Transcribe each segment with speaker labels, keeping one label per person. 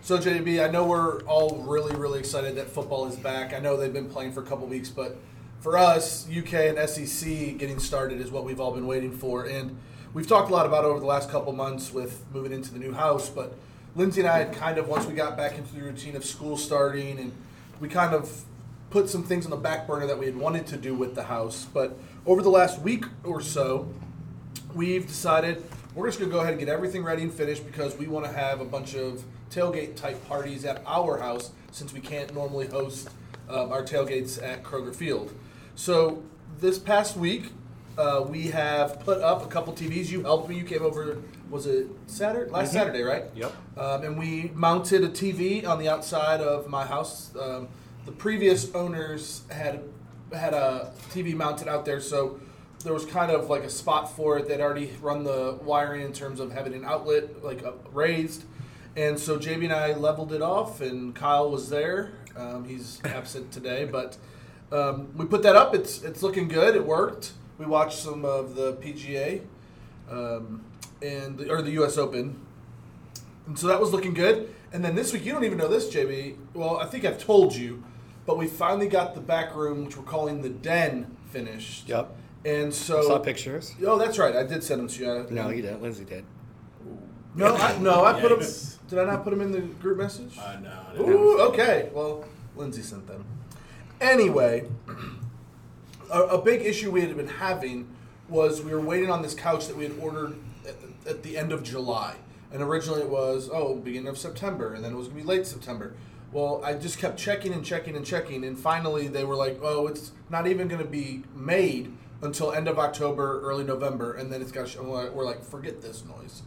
Speaker 1: So JB, I know we're all really, really excited that football is back. I know they've been playing for a couple weeks, but for us, UK and SEC getting started is what we've all been waiting for. And we've talked a lot about it over the last couple months with moving into the new house. But Lindsay and I had kind of once we got back into the routine of school starting, and we kind of put some things on the back burner that we had wanted to do with the house. But over the last week or so, we've decided we're just gonna go ahead and get everything ready and finished because we want to have a bunch of tailgate type parties at our house since we can't normally host um, our tailgates at Kroger Field. So this past week, uh, we have put up a couple TVs. You helped me. You came over. Was it Saturday? Last Saturday, right?
Speaker 2: Yep.
Speaker 1: Um, and we mounted a TV on the outside of my house. Um, the previous owners had had a TV mounted out there, so there was kind of like a spot for it that already run the wiring in terms of having an outlet like uh, raised. And so JB and I leveled it off, and Kyle was there. Um, he's absent today, but um, we put that up. It's it's looking good. It worked. We watched some of the PGA um, and the, or the U.S. Open and so that was looking good. And then this week, you don't even know this, JB. Well, I think I've told you, but we finally got the back room, which we're calling the den, finished.
Speaker 2: Yep.
Speaker 1: And so.
Speaker 2: Saw pictures.
Speaker 1: Oh, that's right. I did send them to you. I-
Speaker 2: No, you didn't. Lindsay did.
Speaker 1: No, I, no, I put them.
Speaker 3: Yikes.
Speaker 1: Did I not put them in the group message?
Speaker 3: Uh, no, I didn't.
Speaker 1: Ooh, okay. Well, Lindsay sent them. Anyway, a, a big issue we had been having was we were waiting on this couch that we had ordered at, at the end of July. And originally it was, oh, beginning of September, and then it was going to be late September. Well, I just kept checking and checking and checking, and finally they were like, oh, it's not even going to be made until end of October, early November, and then it's got. We're like, forget this noise.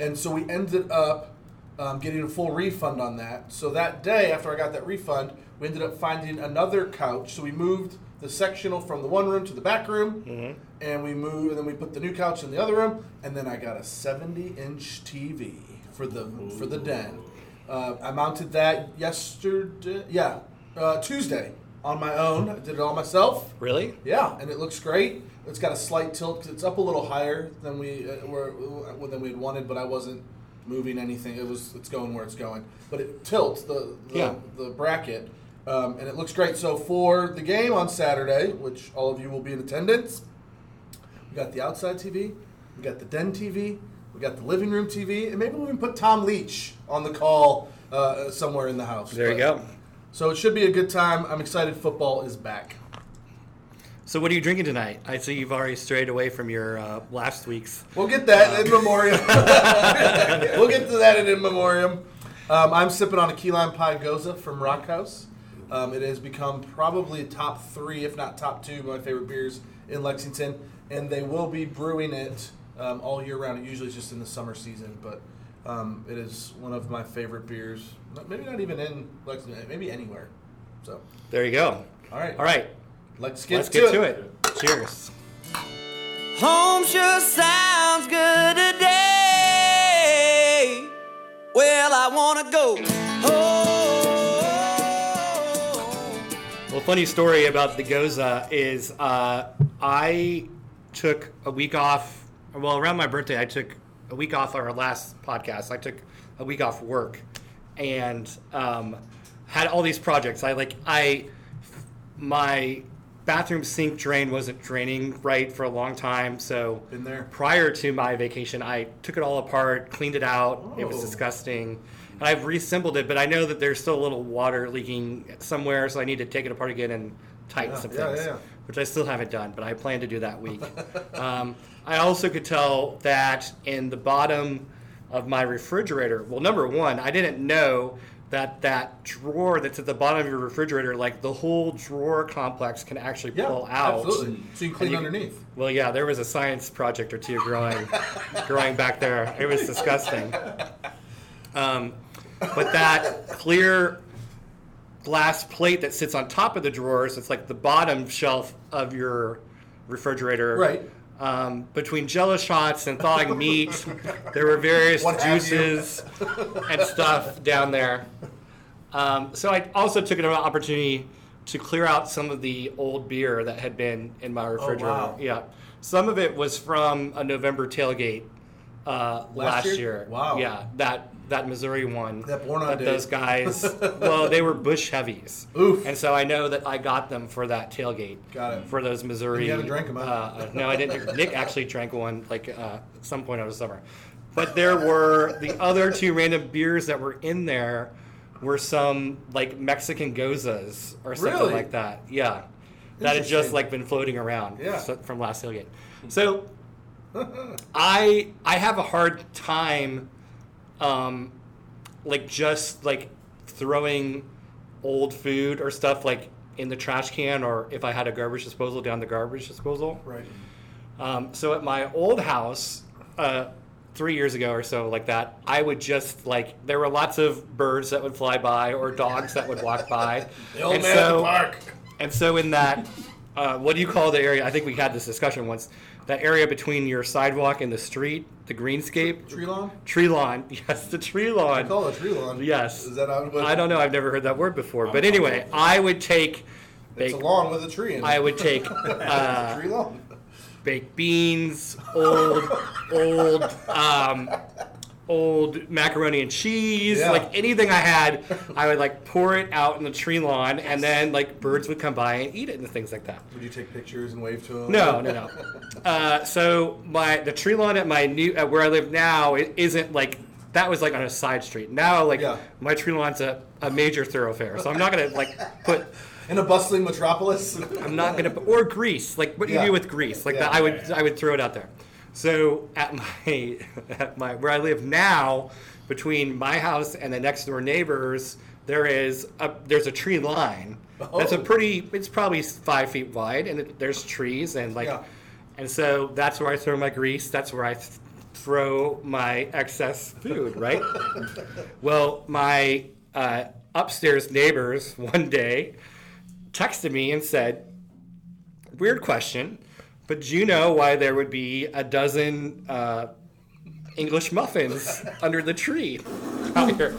Speaker 1: And so we ended up um, getting a full refund on that. So that day, after I got that refund, we ended up finding another couch. So we moved the sectional from the one room to the back room, and we moved, and then we put the new couch in the other room. And then I got a 70-inch TV for the for the den. Uh, I mounted that yesterday, yeah, uh, Tuesday on my own. I did it all myself.
Speaker 2: Really?
Speaker 1: Yeah, and it looks great. It's got a slight tilt 'cause it's up a little higher than we uh, were uh, than we had wanted, but I wasn't moving anything. It was it's going where it's going, but it tilts the the,
Speaker 2: Yeah.
Speaker 1: the bracket, um, and it looks great. So for the game on Saturday, which all of you will be in attendance, we got the outside TV, we got the den TV, we got the living room TV, and maybe we even put Tom Leach on the call uh, somewhere in the house.
Speaker 2: There you
Speaker 1: But-
Speaker 2: go.
Speaker 1: So it should be a good time. I'm excited. Football is back.
Speaker 2: So, what are you drinking tonight? I see you've already strayed away from your uh, last week's.
Speaker 1: We'll get that in
Speaker 2: Um,
Speaker 1: memoriam. we'll get to that in in memoriam. Um, I'm sipping on a key lime pie goza from Rock House. Um, it has become probably top three, if not top two, of my favorite beers in Lexington, and they will be brewing it um, all year round. It usually is just in the summer season, but um, it is one of my favorite beers. Not- Maybe not even in Lexington, maybe anywhere. So,
Speaker 2: There you go.
Speaker 1: all right,
Speaker 2: All right.
Speaker 1: let's get,
Speaker 2: Let's
Speaker 1: to,
Speaker 2: get
Speaker 1: it.
Speaker 2: to it. Cheers.
Speaker 4: Home sure sounds good today. Well, I wanna go
Speaker 1: Oh.
Speaker 4: home.
Speaker 2: Well, funny story about the Goza is uh, I took a week off. Well, around my birthday, I took a week off our last podcast. I took a week off work and um, had all these projects. I like I my bathroom sink drain wasn't draining right for a long time, so
Speaker 1: Been there.
Speaker 2: prior to my vacation, I took it all apart, cleaned it out. It was
Speaker 1: Oh.
Speaker 2: disgusting. And I've reassembled it, but I know that there's still a little water leaking somewhere, so I need to take it apart again and tighten
Speaker 1: Yeah,
Speaker 2: some
Speaker 1: yeah,
Speaker 2: things,
Speaker 1: yeah, yeah.
Speaker 2: which I still haven't done, but I plan to do that week. um, I also could tell that in the bottom of my refrigerator, well, number one, I didn't know that that drawer that's at the bottom of your refrigerator, like the whole drawer complex, can actually
Speaker 1: Yeah,
Speaker 2: pull out.
Speaker 1: absolutely. So you can
Speaker 2: And
Speaker 1: clean
Speaker 2: you-
Speaker 1: underneath.
Speaker 2: Well, yeah, there was a science project or two growing, growing back there. It was disgusting. Um, but that clear glass plate that sits on top of the drawers, it's like the bottom shelf of your refrigerator.
Speaker 1: Right.
Speaker 2: Um, between jello shots and thawing meat, there were various
Speaker 1: What have you.
Speaker 2: juices and stuff down there. Um, so I also took an opportunity to clear out some of the old beer that had been in my refrigerator.
Speaker 1: Oh, wow.
Speaker 2: Yeah, some of it was from a November tailgate uh, last,
Speaker 1: year?
Speaker 2: year.
Speaker 1: Wow.
Speaker 2: Yeah, that that Missouri one.
Speaker 1: That Born on
Speaker 2: that
Speaker 1: Date.
Speaker 2: Those guys. well, they were Bush heavies.
Speaker 1: Oof.
Speaker 2: And so I know that I got them for that tailgate.
Speaker 1: Got it.
Speaker 2: For those Missouri.
Speaker 1: You haven't drank 'em, huh?
Speaker 2: Uh, no, I didn't. Nick actually drank one like uh, at some point over the summer. But there were the other two random beers that were in there were some like Mexican gozas or something
Speaker 1: Really?
Speaker 2: like that. Yeah. That had just
Speaker 1: Interesting.
Speaker 2: like been floating around
Speaker 1: Yeah. Hmm.
Speaker 2: so- from last tailgate. So I I have a hard time um like just like throwing old food or stuff like in the trash can or if I had a garbage disposal down the garbage disposal.
Speaker 1: Right.
Speaker 2: Um, so at my old house, uh, three years ago or so, like that, I would just like there were lots of birds that would fly by or dogs that would walk by.
Speaker 1: The old
Speaker 2: and
Speaker 1: man at
Speaker 2: so,
Speaker 1: the park.
Speaker 2: And so in that, uh, what do you call the area? I think we had this discussion once. That area between your sidewalk and the street, the greenscape,
Speaker 1: Tree lawn?
Speaker 2: tree lawn. Yes, the tree lawn.
Speaker 1: Call it tree lawn.
Speaker 2: Yes.
Speaker 1: Is that how it was?
Speaker 2: I don't know. I've never heard that word before. But anyway, I would take.
Speaker 1: It's
Speaker 2: Baked,
Speaker 1: a lawn with a tree in it.
Speaker 2: I would take uh,
Speaker 1: It's a tree lawn.
Speaker 2: baked beans, old, old, um, old macaroni and cheese,
Speaker 1: Yeah.
Speaker 2: like anything I had, I would like pour it out in the tree lawn, and then like birds would come by and eat it and things like that.
Speaker 1: Would you take pictures and wave to them?
Speaker 2: No, no, no. Uh, so my the tree lawn at my new at where I live now it isn't like that was like on a side street. Now like
Speaker 1: Yeah.
Speaker 2: my tree lawn's a, a major thoroughfare, so I'm not gonna like put
Speaker 1: In a bustling metropolis?
Speaker 2: I'm not gonna or grease. Like what do
Speaker 1: Yeah.
Speaker 2: you do with grease? Like
Speaker 1: Yeah.
Speaker 2: that, I would I would throw it out there. So at my at my where I live now, between my house and the next door neighbors, there is a there's a tree line. That's a
Speaker 1: Oh.
Speaker 2: pretty. It's probably five feet wide, and it, there's trees and like,
Speaker 1: Yeah.
Speaker 2: and so that's where I throw my grease. That's where I th- throw my excess food. Right. well, my uh, upstairs neighbors one day texted me and said, "Weird question, but do you know why there would be a dozen uh, English muffins under the tree out here?"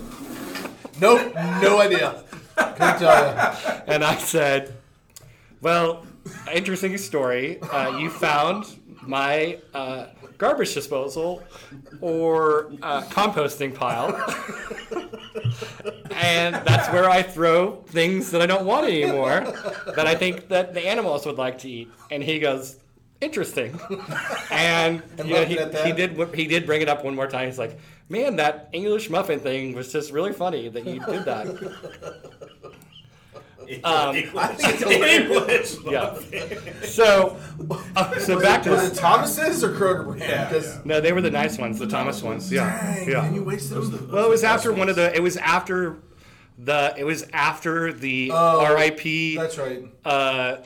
Speaker 1: Nope, no idea. uh, Couldn't tell you.
Speaker 2: And I said, "Well, interesting story. Uh, you found my uh, garbage disposal or uh, composting pile." And that's where I throw things that I don't want anymore, that I think that the animals would like to eat. And he goes, "Interesting." And,
Speaker 1: And
Speaker 2: you know,
Speaker 1: left
Speaker 2: he,
Speaker 1: it at that?
Speaker 2: he did he did bring it up one more time. He's like, "Man, that English muffin thing was just really funny that you did that." Um,
Speaker 1: I think it's hilarious.
Speaker 3: English.
Speaker 2: Yeah. So, uh, so back to
Speaker 1: Was it Thomas's or Kroger brand?
Speaker 3: Yeah,
Speaker 1: 'Cause-
Speaker 2: no, they were the nice ones, the Thomas ones. Yeah,
Speaker 1: Oh, Dang, man, you
Speaker 2: yeah.
Speaker 1: wasted them.
Speaker 2: Well, it was after one of the. It was after the. It was after the
Speaker 1: Oh,
Speaker 2: R.I.P.
Speaker 1: That's right.
Speaker 2: Uh,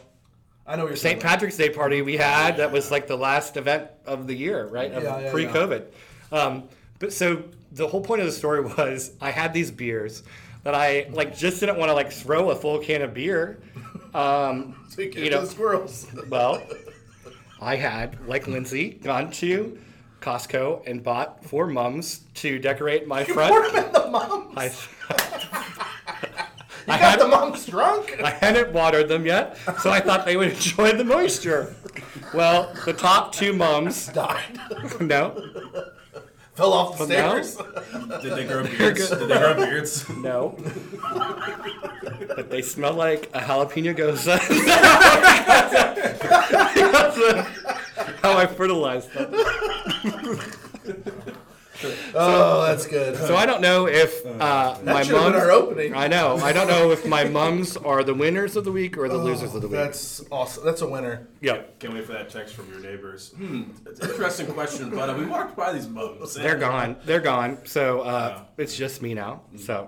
Speaker 1: I know what you're
Speaker 2: St.
Speaker 1: talking
Speaker 2: Patrick's Day party we had. That was like the last event of the year, right? Of
Speaker 1: Yeah, yeah, yeah.
Speaker 2: pre-COVID. Um, but so the whole point of the story was I had these beers that I like just didn't want to like throw a full can of beer. Um,
Speaker 1: about. Take care
Speaker 2: you
Speaker 1: of
Speaker 2: know-
Speaker 1: the squirrels.
Speaker 2: Well, I had, like Lindsay, gone to Costco and bought four mums to decorate my front.
Speaker 1: Pour them in the mums.
Speaker 2: I,
Speaker 1: you
Speaker 2: I
Speaker 1: got the
Speaker 2: hadn't,
Speaker 1: mums drunk?
Speaker 2: I hadn't watered them yet, so I thought they would enjoy the moisture. Well, the top two mums,
Speaker 1: Died.
Speaker 2: no,
Speaker 1: Fell off the
Speaker 2: now?
Speaker 1: stairs.
Speaker 3: Did they grow beards? Did they grow beards?
Speaker 2: no, but they smell like a jalapeno goza. Because of how I fertilized them.
Speaker 1: Oh, that's good.
Speaker 2: So I don't know if uh, my
Speaker 1: that should have
Speaker 2: mom.
Speaker 1: been our opening.
Speaker 2: I know. I don't know if my mums are the winners of the week or the losers of the week.
Speaker 1: Oh, That's awesome. That's a winner.
Speaker 2: Yeah,
Speaker 3: Can't wait for that text from your neighbors. Hmm, it's an interesting question, but uh, we walked by these mums.
Speaker 2: they're gone. They're gone. So uh, it's just me now. So,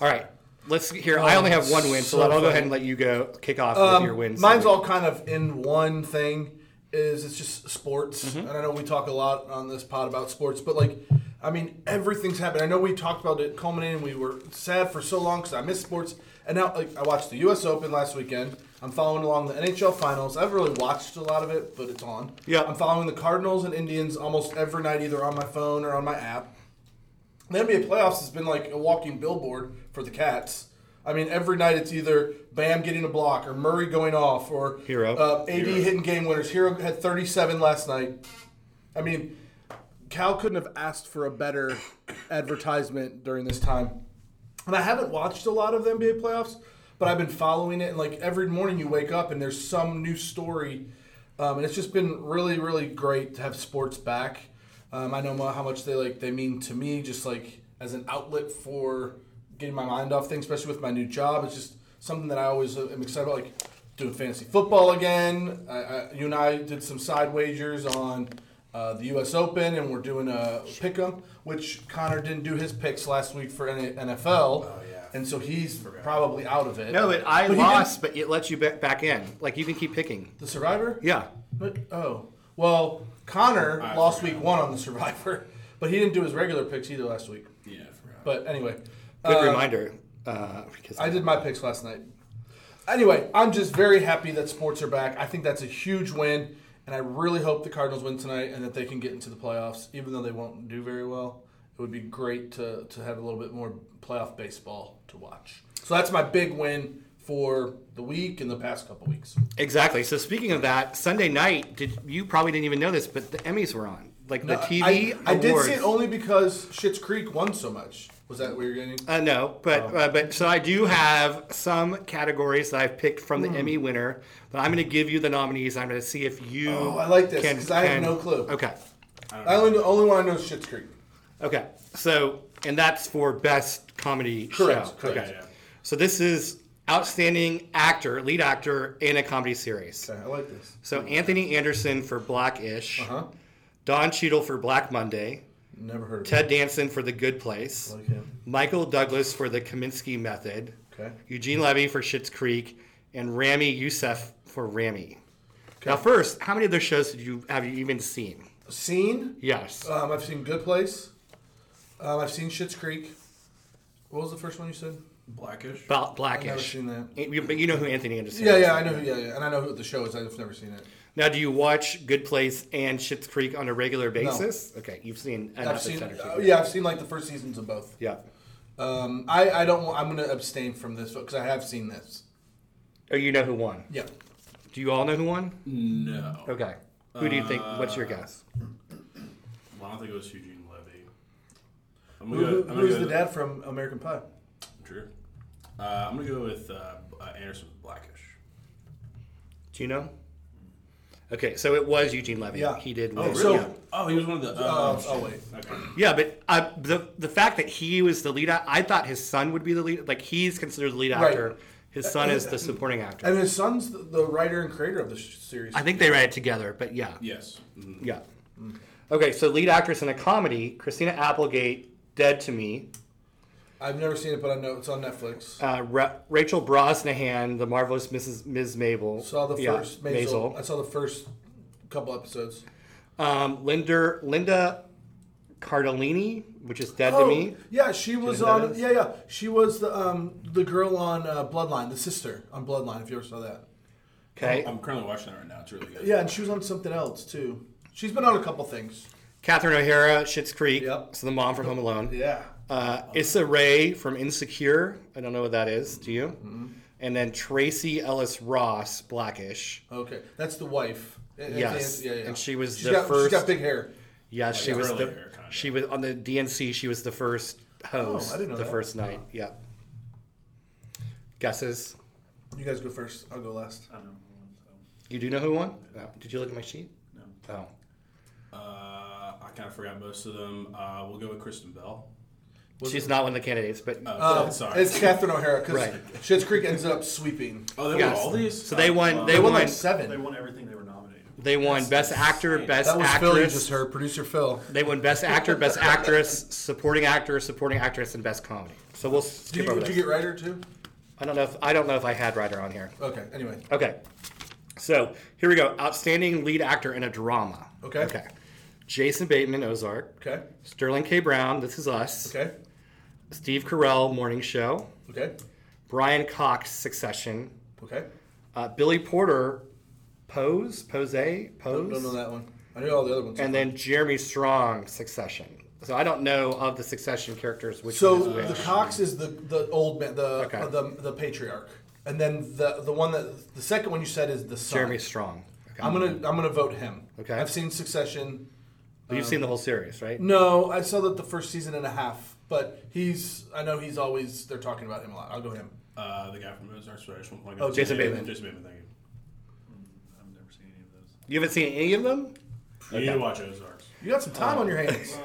Speaker 2: all right. Let's here. I only have one win, so,
Speaker 1: Mm-hmm. Oh, so
Speaker 2: I'll go
Speaker 1: funny. Um,
Speaker 2: ahead and let you go kick off with your wins.
Speaker 1: Mine's all kind of in one thing. Is it's just sports, and I know we talk a lot on this pod about sports, but like, I mean, everything's happened. I know we talked about it culminating. We were sad for so long because I missed sports, and now like I watched the U.S. Open last weekend. I'm following along the NHL finals. I haven't really watched a lot of it, but it's on.
Speaker 2: Yeah.
Speaker 1: I'm following the Cardinals and Indians almost every night, either on my phone or on my app. The NBA playoffs has been like a walking billboard for the Cats. I mean, every night it's either Bam getting a block or Murray going off or
Speaker 2: Hero.
Speaker 1: uh, AD
Speaker 3: Hero.
Speaker 1: hitting game winners. Hero had 37 last night. I mean,
Speaker 5: Cal couldn't have asked for a better advertisement during this
Speaker 1: this time. And I haven't watched a lot of the NBA playoffs, but I've been following it. And like every morning you wake up and there's some new story. Um, and it's just been really, really great to have sports back. Um, I know mo- how much they like they mean to me, just like as an outlet for getting my mind off things, especially with my new job. It's just something that I always uh, am excited about. Like doing fantasy football again. I, I, you and I did some side wagers on uh, the U.S. Open, and we're doing a pick 'em, which Connor didn't do his picks last week for N- NFL. Oh
Speaker 3: yeah.
Speaker 1: and so he's probably out of it.
Speaker 2: No, but I
Speaker 1: But he
Speaker 2: lost, but it lets you ba- back in. Like you can keep picking.
Speaker 1: The Survivor.
Speaker 2: Yeah.
Speaker 1: But oh well, Connor lost week one on the Survivor, but he didn't do his regular picks either last week.
Speaker 3: Yeah, I forgot.
Speaker 1: But anyway,
Speaker 2: Good
Speaker 1: uh,
Speaker 2: reminder. Uh, because
Speaker 1: I did my picks last night. Anyway, I'm just very happy that sports are back. I think that's a huge win, and I really hope the Cardinals win tonight and that they can get into the playoffs, even though they won't do very well. It would be great to, to have a little bit more playoff baseball to watch. So that's my big win for the week and the past couple weeks.
Speaker 2: Exactly. So speaking of that, Sunday night, did you probably didn't even know this, but the Emmys were on. Like the TV
Speaker 1: I, I did
Speaker 2: awards.
Speaker 1: see it only because Schitt's Creek won so much. Was that what you're getting?
Speaker 2: Uh, no, but
Speaker 1: Oh.
Speaker 2: uh, but so I do have some categories that I've picked from the
Speaker 1: Hmm.
Speaker 2: Emmy winner, but I'm going to give you the nominees. I'm going to see if you.
Speaker 1: Oh, I like this, 'cause I have no clue.
Speaker 2: Okay,
Speaker 1: I only the only one I know is Schitt's Creek.
Speaker 2: okay. So and that's for best comedy
Speaker 1: Correct,
Speaker 2: show.
Speaker 1: correct.
Speaker 2: Okay.
Speaker 3: Yeah.
Speaker 2: So this is outstanding actor, lead actor in a comedy series.
Speaker 1: Okay, I like this.
Speaker 2: So Anthony Anderson for Blackish,
Speaker 1: Huh?
Speaker 2: Don Cheadle for Black Monday,
Speaker 1: Never heard of
Speaker 2: Ted Danson for The Good Place,
Speaker 1: it. Like him.
Speaker 2: Michael Douglas for The Kaminsky Method.
Speaker 1: Okay.
Speaker 2: Eugene Levy for Schitt's Creek, and Rami Youssef for Rami. Now, first, how many of those shows did you have you even seen?
Speaker 1: Scene.
Speaker 2: Yes.
Speaker 1: Um, I've seen Good Place. Um, I've seen Schitt's Creek. What was the first one you said?
Speaker 3: Blackish.
Speaker 1: I've
Speaker 2: About
Speaker 1: never
Speaker 2: Blackish.
Speaker 1: seen that.
Speaker 2: And you- But you know who Anthony Anderson
Speaker 1: Yeah,
Speaker 2: is.
Speaker 1: yeah, I know who. Yeah, yeah, and I know who the show is. I've just never seen it.
Speaker 2: Now, do you watch Good Place and Schitt's Creek on a regular basis? Okay, you've seen enough
Speaker 1: I've seen.
Speaker 2: of Schitt's
Speaker 1: uh,
Speaker 2: Creek.
Speaker 1: yeah, I've seen like the first seasons of both.
Speaker 2: Yeah.
Speaker 1: Um, I, I don't. wa- I'm gonna abstain from this because I have seen this.
Speaker 2: Oh, you know who won.
Speaker 1: Yeah.
Speaker 2: Do you all know who
Speaker 1: Mm.
Speaker 2: won?
Speaker 3: No.
Speaker 2: Okay. Who do you think? What's
Speaker 1: Uh,
Speaker 2: your guess?
Speaker 3: Well, I don't think it was Eugene Levy. I'm
Speaker 1: Who,
Speaker 3: gonna
Speaker 1: who,
Speaker 3: go, I'm gonna
Speaker 1: who's
Speaker 3: go
Speaker 1: the dad from American Pie?
Speaker 3: Drew. Uh, I'm gonna go with uh, uh, Anderson Blackish.
Speaker 2: Do you know? Okay, so it was Eugene Levy.
Speaker 1: Yeah.
Speaker 2: He did
Speaker 3: Oh
Speaker 2: win.
Speaker 3: really?
Speaker 2: Yeah.
Speaker 3: oh, he was one of the.
Speaker 1: Oh,
Speaker 3: Oh,
Speaker 1: oh, wait.
Speaker 3: shit. Okay.
Speaker 2: Yeah, but uh, the the fact that he was the lead, act- I thought his son would be the lead. Like he's considered the lead
Speaker 1: Right.
Speaker 2: actor. His son is the supporting actor.
Speaker 1: And his son's the, the writer and creator of the sh- series.
Speaker 2: I think they read it together, but yeah,
Speaker 3: Yes. Mhm.
Speaker 2: yeah. Mm-hmm. Okay, so lead actress in a comedy, Christina Applegate, Dead to Me,
Speaker 1: I've never seen it, but I know it's on Netflix.
Speaker 2: uh, Ra- Rachel Brosnahan, The Marvelous Mrs. Ms. Mabel.
Speaker 1: saw the
Speaker 2: yeah,
Speaker 1: first Maisel. I saw the first couple episodes.
Speaker 2: Um, Linda Linda Cardellini, which is Dead
Speaker 1: Oh,
Speaker 2: to Me.
Speaker 1: Yeah, she was
Speaker 2: know who that
Speaker 1: on.
Speaker 2: is?
Speaker 1: Yeah, yeah, she was the um the girl on uh, Bloodline, the sister on Bloodline. If you ever saw that.
Speaker 2: Okay,
Speaker 3: I'm currently watching that right now. It's really good.
Speaker 1: Yeah, and she was on something else too. She's been on a couple things.
Speaker 2: Catherine O'Hara, Schitt's Creek.
Speaker 1: Yep.
Speaker 2: So the mom from Home Alone.
Speaker 1: Yeah.
Speaker 2: Uh, Issa Rae from Insecure. I don't know what that is. Do you?
Speaker 1: Mm-hmm.
Speaker 2: And then Tracy Ellis Ross, Blackish.
Speaker 1: Okay, that's the wife. And- and
Speaker 2: Yes,
Speaker 1: the-
Speaker 2: and she was
Speaker 1: She's
Speaker 2: the
Speaker 1: got, She's got
Speaker 2: first-
Speaker 1: big hair. Oh,
Speaker 2: Yes, she
Speaker 3: Like
Speaker 2: was
Speaker 3: curly
Speaker 2: the
Speaker 3: hair, kinda.
Speaker 2: she was on the DNC. She was the first host.
Speaker 1: Oh, I didn't know
Speaker 2: the
Speaker 1: that.
Speaker 2: first night. Yeah. Guesses.
Speaker 1: You guys go first. I'll go last.
Speaker 3: I don't know.
Speaker 2: You do know who won? No. Did you look at my sheet?
Speaker 3: No.
Speaker 2: Oh.
Speaker 3: Uh, I kind of forgot most of them. Uh, we'll go with Kristen Bell.
Speaker 2: She's not one of the candidates, but
Speaker 3: Oh,
Speaker 1: Oh,
Speaker 3: sorry.
Speaker 1: It's Catherine O'Hara because
Speaker 2: Right.
Speaker 1: Schitt's Creek ended up sweeping.
Speaker 3: oh, they
Speaker 2: yes.
Speaker 3: won all these. Uh,
Speaker 2: So they won-
Speaker 3: wow.
Speaker 2: they
Speaker 1: They won
Speaker 2: won-
Speaker 1: like seven.
Speaker 6: They won everything they were nominated.
Speaker 2: they won Best Actor,
Speaker 6: insane.
Speaker 2: Best
Speaker 1: that was Phil. You
Speaker 2: Actress.
Speaker 1: just heard producer Phil.
Speaker 2: They won Best Actor, Best Actress, Supporting Actor, Supporting Actress, and Best Comedy. So we'll
Speaker 1: Did
Speaker 2: skip
Speaker 1: you,
Speaker 2: over
Speaker 1: did you
Speaker 2: this.
Speaker 1: get writer too?
Speaker 2: I don't know if I don't know if I had Ryder on here.
Speaker 1: Okay. Anyway,
Speaker 2: Okay. So here we go. Outstanding lead actor in a drama.
Speaker 1: Okay.
Speaker 2: Okay. Jason Bateman, Ozark.
Speaker 1: okay,
Speaker 2: Sterling K. Brown, This Is Us.
Speaker 1: okay,
Speaker 2: Steve Carell, Morning Show.
Speaker 1: okay,
Speaker 2: Brian Cox, Succession.
Speaker 1: okay.
Speaker 2: Uh, Billy Porter, Pose, Pose, Pose.
Speaker 1: Don't know that one. I knew all the other ones.
Speaker 2: And then Jeremy Strong, Succession. So I don't know of the Succession characters which
Speaker 1: So
Speaker 2: one is
Speaker 1: the
Speaker 2: which.
Speaker 1: Cox is the the old man, the
Speaker 2: Okay.
Speaker 1: uh, the, the patriarch, and then the the one that the second one you said is the son.
Speaker 2: Jeremy Strong. Okay.
Speaker 1: I'm gonna I'm gonna vote him.
Speaker 2: Okay.
Speaker 1: I've seen Succession.
Speaker 2: But You've seen the whole series, right?
Speaker 1: No, I saw that the first season and a half, but he's. I know he's always. They're talking about him a lot. I'll go him.
Speaker 3: Uh, the guy from Ozark Swedish. Oh,
Speaker 2: Jason Bateman.
Speaker 3: Jason Bateman, thank you.
Speaker 6: I've never seen any of those.
Speaker 2: You haven't seen any of them?
Speaker 3: You need to watch Ozarks.
Speaker 1: You got some time on your
Speaker 2: Oh.
Speaker 1: hands.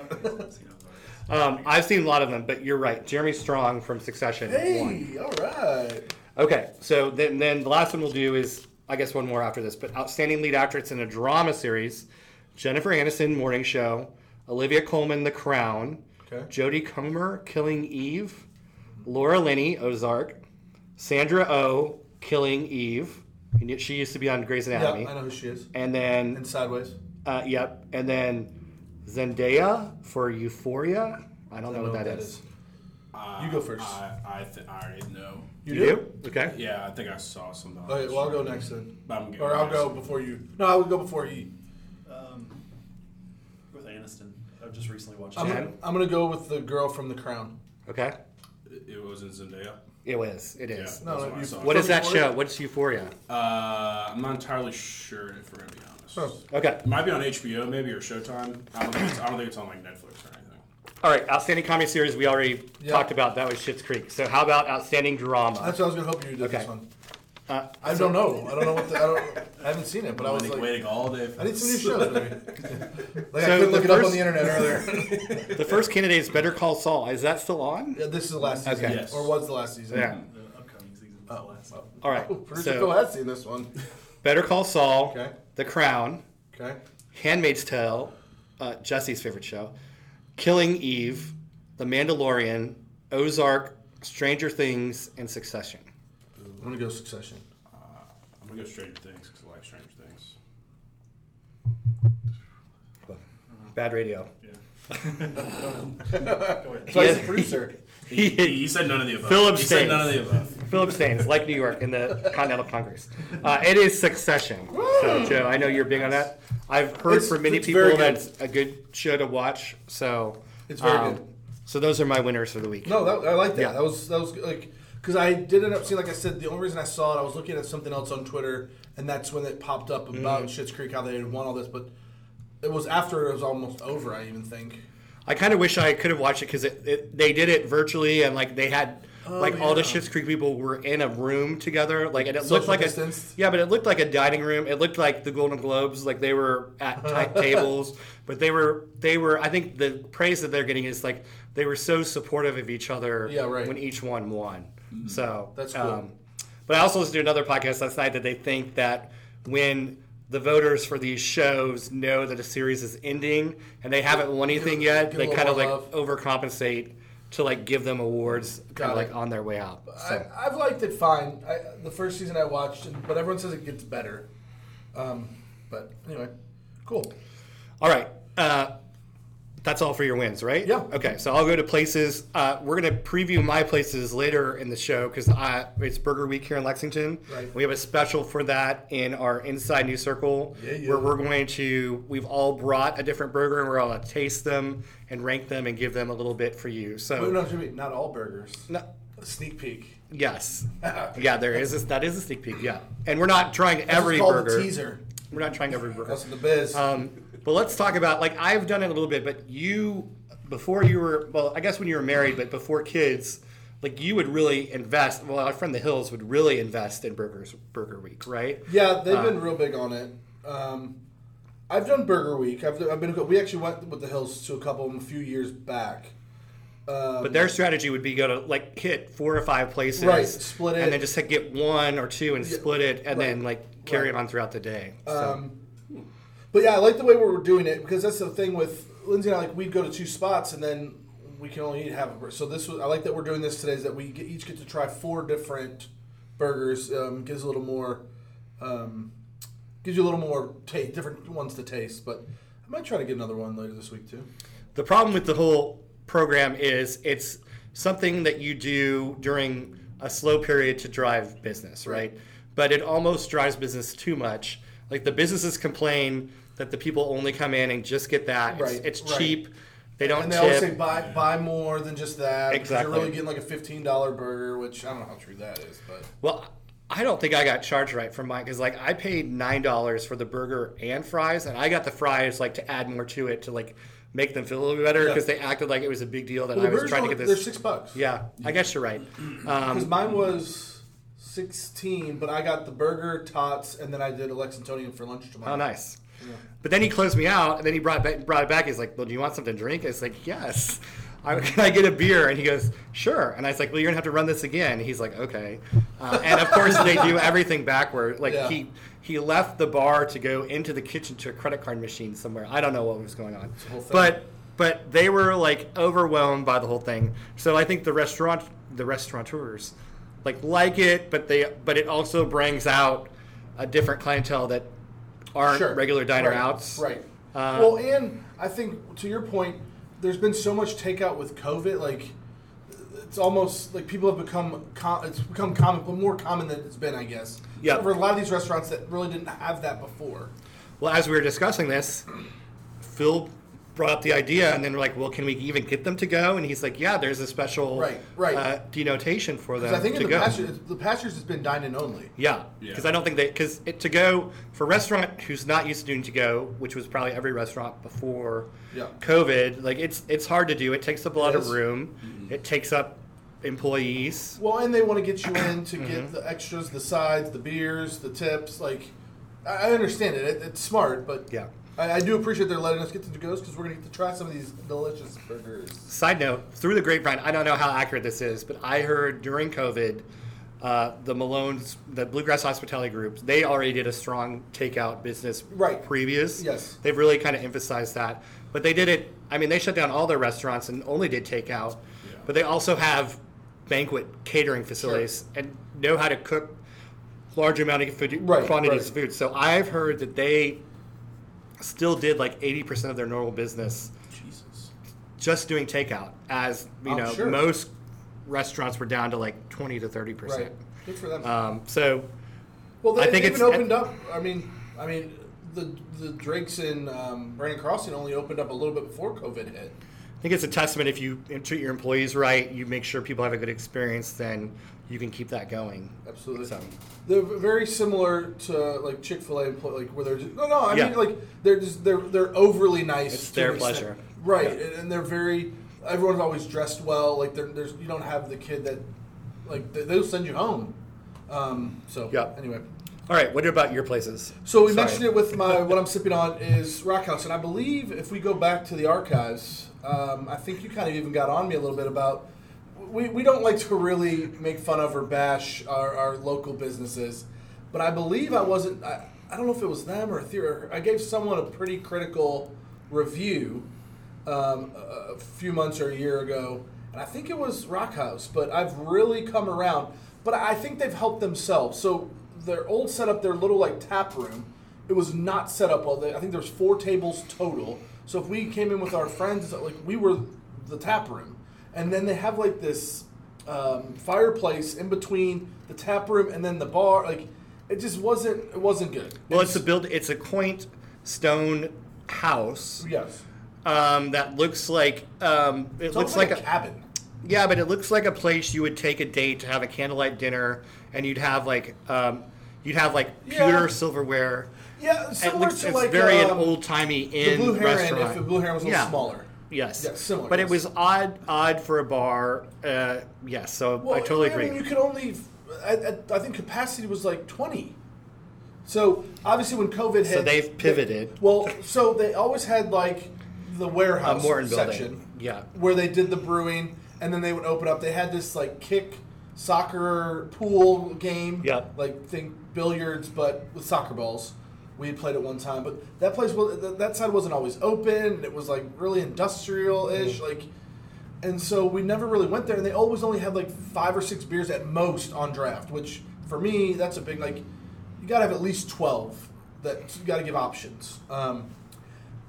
Speaker 2: Um, I've seen a lot of them, but you're right. Jeremy Strong from Succession. won.
Speaker 1: hey, all right.
Speaker 2: Okay, so then, then the last one we'll do is, I guess, one more after this, but outstanding lead actress in a drama series Jennifer Aniston, Morning Show, Olivia Colman, The Crown,
Speaker 1: Okay.
Speaker 2: Jodie Comer, Killing Eve, Laura Linney, Ozark, Sandra Oh, Killing Eve. And yet she used to be on Grey's
Speaker 1: Yeah,
Speaker 2: Anatomy.
Speaker 1: I know who she is.
Speaker 2: and then,
Speaker 1: And sideways.
Speaker 2: uh, yep, and then Zendaya for Euphoria. I don't know what that is.
Speaker 3: Uh,
Speaker 1: You go first.
Speaker 3: I, I, th- I already know.
Speaker 1: You,
Speaker 2: You do? Okay.
Speaker 3: Yeah, I think I saw some.
Speaker 1: All right, well, I'll go next then.
Speaker 3: I'm good.
Speaker 1: Or I'll go before you. No, I will go before you.
Speaker 6: Um, with Aniston, I've just recently watched.
Speaker 1: I'm,
Speaker 6: it.
Speaker 1: gonna- I'm going to go with the girl from The Crown.
Speaker 2: Okay.
Speaker 3: It was in Zendaya.
Speaker 2: It is. It is.
Speaker 3: Yeah,
Speaker 1: No,
Speaker 3: that's
Speaker 1: no,
Speaker 3: what I
Speaker 1: you-
Speaker 3: saw.
Speaker 2: What is that
Speaker 1: Euphoria?
Speaker 2: show? What's Euphoria?
Speaker 3: Uh, I'm not entirely sure if we're gonna be honest.
Speaker 1: Oh.
Speaker 2: Okay.
Speaker 3: It might be on HBO, maybe or Showtime. I don't think it's, I don't think it's on like Netflix or anything.
Speaker 2: All right, outstanding comedy series we already
Speaker 1: Yeah.
Speaker 2: talked about. That was Schitt's Creek. So how about outstanding drama?
Speaker 1: That's what I was going to hope you did
Speaker 2: Okay.
Speaker 1: this one.
Speaker 2: Uh,
Speaker 1: I don't know. I don't know what the, I don't. I haven't seen it, but I was like,
Speaker 3: waiting all day. For
Speaker 1: I need some new shows. Maybe. Like I
Speaker 2: So
Speaker 1: couldn't
Speaker 2: the
Speaker 1: look it up on
Speaker 2: first-
Speaker 1: the internet earlier.
Speaker 2: The first candidate is Better Call Saul. Is that still on?
Speaker 1: Yeah, this is the last season,
Speaker 2: Okay.
Speaker 3: Yes.
Speaker 1: or was the last season?
Speaker 2: Yeah.
Speaker 6: The upcoming season. was the last.
Speaker 2: All right.
Speaker 1: Oh, producer
Speaker 2: So
Speaker 1: Phil has seen this one.
Speaker 2: Better Call Saul,
Speaker 1: Okay.
Speaker 2: The Crown,
Speaker 1: Okay.
Speaker 2: Handmaid's Tale, uh, Jesse's favorite show, Killing Eve, The Mandalorian, Ozark, Stranger Things, and Succession.
Speaker 1: I'm gonna go Succession.
Speaker 3: I'm gonna go Stranger Things because I like Stranger Things.
Speaker 2: Bad radio.
Speaker 1: So he's
Speaker 2: Yeah.
Speaker 1: a producer.
Speaker 3: He, he said none of the above.
Speaker 2: Phil
Speaker 3: he
Speaker 2: abstains.
Speaker 3: said none of the above.
Speaker 2: Philip Staines, like New York in the Continental Congress. Uh, it is Succession. So, Joe, I know you're big on that. I've heard
Speaker 1: It's-
Speaker 2: from many
Speaker 1: it's very
Speaker 2: people
Speaker 1: good.
Speaker 2: that's a good show to watch. So um,
Speaker 1: It's very good.
Speaker 2: So those are my winners for the week.
Speaker 1: No, that, I like that.
Speaker 2: Yeah.
Speaker 1: That was that was like because I did end up seeing, like I said, the only reason I saw it, I was looking at something else on Twitter, and that's when it popped up
Speaker 2: Mm-hmm.
Speaker 1: about Schitt's Creek how they had won all this, but it was after it was almost over. I even think.
Speaker 2: I kind of wish I could have watched it because it, it, they did it virtually and like they had like all the
Speaker 1: Oh, yeah.
Speaker 2: Schitt's Creek people were in a room together. Like and it
Speaker 1: Social
Speaker 2: looked like
Speaker 1: distanced?
Speaker 2: a yeah, but it looked like a dining room. It looked like the Golden Globes. Like they were at tight tables, but they were they were. I think the praise that they're getting is like they were so supportive of each other.
Speaker 1: Yeah, right. Mm-hmm.
Speaker 2: When each one won, so um,
Speaker 1: That's cool.
Speaker 2: but I also listened to another podcast last night that they think that when the voters for these shows know that a series is ending and they haven't won anything yet,
Speaker 1: give a
Speaker 2: they
Speaker 1: little
Speaker 2: kind of
Speaker 1: more
Speaker 2: like
Speaker 1: love.
Speaker 2: overcompensate to like give them awards kind
Speaker 1: Got it.
Speaker 2: of like on their way out. So,
Speaker 1: I, I've liked it fine. I, the first season I watched, but everyone says it gets better. Um, but anyway, cool.
Speaker 2: all right. Uh, that's all for your wins, right?
Speaker 1: Yeah.
Speaker 2: Okay, so I'll go to places. Uh, we're going to preview my places later in the show because it's Burger Week here in Lexington.
Speaker 1: Right.
Speaker 2: We have a special for that in our Inside New Circle
Speaker 1: Yeah, yeah.
Speaker 2: where we're going to, we've all brought a different burger and we're all going to taste them and rank them and give them a little bit for you.
Speaker 1: Wait,
Speaker 2: So,
Speaker 1: no, Jimmy, not all burgers.
Speaker 2: Oh. No-
Speaker 1: Sneak peek.
Speaker 2: yes. yeah, there is. A, that is a sneak peek. Yeah. And we're not trying
Speaker 1: This is
Speaker 2: every
Speaker 1: called
Speaker 2: burger.
Speaker 1: A teaser.
Speaker 2: We're not trying every burger.
Speaker 1: That's the biz.
Speaker 2: Um, but let's talk about like I've done it a little bit, but you before you were well, I guess when you were married, but before kids, like you would really invest. Well, our friend the Hills would really invest in burgers, Burger Week, right?
Speaker 1: yeah, they've been real big on it. Um, I've done Burger Week. I've, I've been. We actually went with the Hills to a couple of them a few years back.
Speaker 2: But their strategy would be go to like hit four or five places,
Speaker 1: Right, split it.
Speaker 2: and then just like, get one or two and split it, and then like carry it on throughout the day.
Speaker 1: Um,
Speaker 2: So,
Speaker 1: But yeah, I like the way we were doing it because that's the thing with Lindsay and I. Like we'd go to two spots and then we can only eat half a burger. So this was I like that we're doing this today is that we get, each get to try four different burgers. Um, gives a little more, um, gives you a little more taste, different ones to taste. But I might try to get another one later this week too.
Speaker 2: the problem with the whole program is it's something that you do during a slow period to drive business, right? But it almost drives business too much. Like the businesses complain that the people only come in and just get that.
Speaker 1: Right,
Speaker 2: It's, it's
Speaker 1: right.
Speaker 2: cheap. They don't
Speaker 1: And they
Speaker 2: tip.
Speaker 1: always say buy buy more than just that. because You're
Speaker 2: Exactly.
Speaker 1: really getting like a fifteen dollar burger, which I don't know how true that is, but
Speaker 2: Well, I don't think I got charged right for mine because like I paid nine dollars for the burger and fries, and I got the fries like to add more to it to like make them feel a little bit better because they acted like it was a big deal that
Speaker 1: The
Speaker 2: I was
Speaker 1: burgers
Speaker 2: trying to
Speaker 1: were-
Speaker 2: get this.
Speaker 1: They're six bucks.
Speaker 2: yeah, um, I guess you're right.
Speaker 1: Because mine was 16, but I got the burger, tots, and then I did a Lexingtonian for lunch tomorrow.
Speaker 2: Oh, nice. But then he closed me out, and then he brought back, brought it back. He's like, "Well, do you want something to drink?" I was like, "Yes." I, can I get a beer? And he goes, "Sure." And I was like, "Well, you're gonna have to run this again." He's like, "Okay." Uh, and of course, they do everything backward. Like
Speaker 1: Yeah.
Speaker 2: he he left the bar to go into the kitchen to a credit card machine somewhere. I don't know what was going on,
Speaker 1: whole thing.
Speaker 2: but but they were like overwhelmed by the whole thing. So I think the restaurant the restaurateurs like like it, but they but it also brings out a different clientele that aren't regular diner
Speaker 1: Right.
Speaker 2: outs.
Speaker 1: Right.
Speaker 2: Uh,
Speaker 1: well, and I think to your point, there's been so much takeout with COVID, like it's almost like people have become com- it's become common, but more common than it's been, I guess.
Speaker 2: Yeah.
Speaker 1: For a lot of these restaurants that really didn't have that before.
Speaker 2: Well, as we were discussing this, Phil brought up the idea, and then we're like, "Well, can we even get them to go?" And he's like, "Yeah, there's a special
Speaker 1: Right, right.
Speaker 2: Uh, denotation for them
Speaker 1: Because I think
Speaker 2: to
Speaker 1: in the
Speaker 2: go."
Speaker 1: past, year- the past years has been dine in only.
Speaker 2: Yeah,
Speaker 3: Yeah.
Speaker 2: because I don't think they because to go for a restaurant who's not used to doing to go, which was probably every restaurant before
Speaker 1: Yeah.
Speaker 2: COVID. Like it's it's hard to do. It takes up a lot
Speaker 1: It
Speaker 2: of
Speaker 1: is. Mm-hmm.
Speaker 2: room. It takes up employees.
Speaker 1: Well, and they want to get you in to
Speaker 2: Mm-hmm.
Speaker 1: get the extras, the sides, the beers, the tips. Like, I I understand it. it it's smart, but
Speaker 2: Yeah.
Speaker 1: I, I do appreciate they're letting us get to the ghost because we're gonna get to try some of these delicious burgers.
Speaker 2: Side note: through the grapevine, I don't know how accurate this is, but I heard during COVID, uh, the Malones, the Bluegrass Hospitality Group, they already did a strong takeout business.
Speaker 1: Right.
Speaker 2: Previous.
Speaker 1: Yes.
Speaker 2: They've really kind of emphasized that, but they did it. I mean, they shut down all their restaurants and only did takeout, but they also have banquet catering facilities and know how to cook large amount of food,
Speaker 1: Right,
Speaker 2: quantities of
Speaker 1: right.
Speaker 2: food. So I've heard that they still did like eighty percent of their normal business
Speaker 3: Jesus.
Speaker 2: just doing takeout as you
Speaker 1: I'm
Speaker 2: know
Speaker 1: Oh, sure.
Speaker 2: most restaurants were down to like 20 to 30
Speaker 1: Right.
Speaker 2: percent
Speaker 1: Good for them.
Speaker 2: um, so
Speaker 1: well, they,
Speaker 2: I think
Speaker 1: they
Speaker 2: it's-
Speaker 1: even opened up. I mean, I mean, the the Drakes and um, Brandon Carlson only opened up a little bit before COVID hit.
Speaker 2: i think it's a testament if you treat your employees right you make sure people have a good experience then you can keep that going
Speaker 1: Absolutely.
Speaker 2: So-
Speaker 1: They're very similar to like Chick Fil A employee, like where they're just, no, no. I
Speaker 2: Yeah.
Speaker 1: mean, like they're just they're they're overly nice.
Speaker 2: It's
Speaker 1: to
Speaker 2: their
Speaker 1: an extent.
Speaker 2: pleasure.
Speaker 1: right? And, and they're very. Everyone's always dressed well. Like there- there's you don't have the kid that like they, they'll send you home. Um, so
Speaker 2: Yeah.
Speaker 1: Anyway,
Speaker 2: all right what about your places
Speaker 1: so we
Speaker 2: Sorry.
Speaker 1: mentioned it with my what I'm sipping on is Rockhouse, and I believe if we go back to the archives, um, I think you kind of even got on me a little bit about we, we don't like to really make fun of or bash our, our local businesses, but I believe I wasn't I, I don't know if it was them or a theory. I gave someone a pretty critical review um, a, a few months or a year ago, and I think it was Rockhouse. But I've really come around. But I think they've helped themselves. So their old setup, their little like tap room, it was not set up well. They- I think there's four tables total. So if we came in with our friends, like we were the tap room, and then they have like this um, fireplace in between the tap room and then the bar. Like it just wasn't. It wasn't good.
Speaker 2: well it's a build it's a quaint stone house
Speaker 1: yes.
Speaker 2: um, that looks like um, it
Speaker 1: It's
Speaker 2: looks
Speaker 1: almost
Speaker 2: like,
Speaker 1: a cabin.
Speaker 2: Yeah, but it looks like a place you would take a date to have a candlelight dinner, and you'd have like um, you'd have like
Speaker 1: Yeah.
Speaker 2: pewter silverware.
Speaker 1: Yeah,
Speaker 2: It
Speaker 1: similar
Speaker 2: looks,
Speaker 1: to
Speaker 2: it's
Speaker 1: like
Speaker 2: very an
Speaker 1: um,
Speaker 2: old timey inn
Speaker 1: the Blue Heron,
Speaker 2: restaurant.
Speaker 1: if the Blue Heron was a little
Speaker 2: Yeah.
Speaker 1: smaller.
Speaker 2: Yes,
Speaker 1: Yeah, similar,
Speaker 2: But it
Speaker 1: yes.
Speaker 2: was odd, odd for a bar. Uh, yes, so I totally agree.
Speaker 1: I mean, you could only, I, I, I think capacity was like 20. So obviously, when COVID hit,
Speaker 2: So they've pivoted.
Speaker 1: well, so they always had like the warehouse
Speaker 2: Morton building,
Speaker 1: section,
Speaker 2: yeah.
Speaker 1: where they did the brewing, and then they would open up. They had this like kick soccer pool game,
Speaker 2: Yeah.
Speaker 1: like think billiards but with soccer balls. We had played at one time, but that place was th- that side wasn't always open. And it was like really industrial ish, like, and so we never really went there. And they always only had like five or six beers at most on draft, which for me that's a big like. You gotta have at least twelve. That you gotta give options. Um,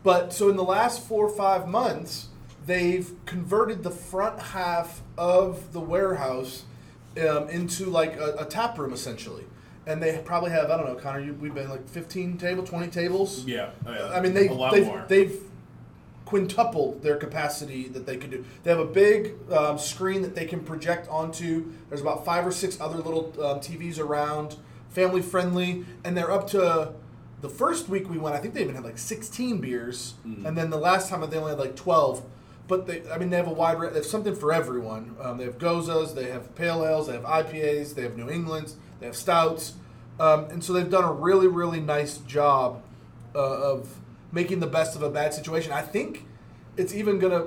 Speaker 1: but so in the last four or five months, they've converted the front half of the warehouse um, into like a, a tap room essentially. And they probably have, I don't know, Connor, you, we've been like 15 table, 20 tables.
Speaker 3: Yeah. Oh, yeah.
Speaker 1: I mean, they,
Speaker 3: a lot
Speaker 1: they've,
Speaker 3: more.
Speaker 1: they've quintupled their capacity that they could do. They have a big um, screen that they can project onto. There's about five or six other little um, TVs around, family friendly, and they're up to. The first week we went, I think they even had like 16 beers, and then the last time they only had like 12. But they, I mean, they have a wide. ra- They have something for everyone. Um, they have gozas, they have pale ales, they have IPAs, they have New Englands, they have stouts, um, and so they've done a really, really nice job uh, of making the best of a bad situation. I think it's even gonna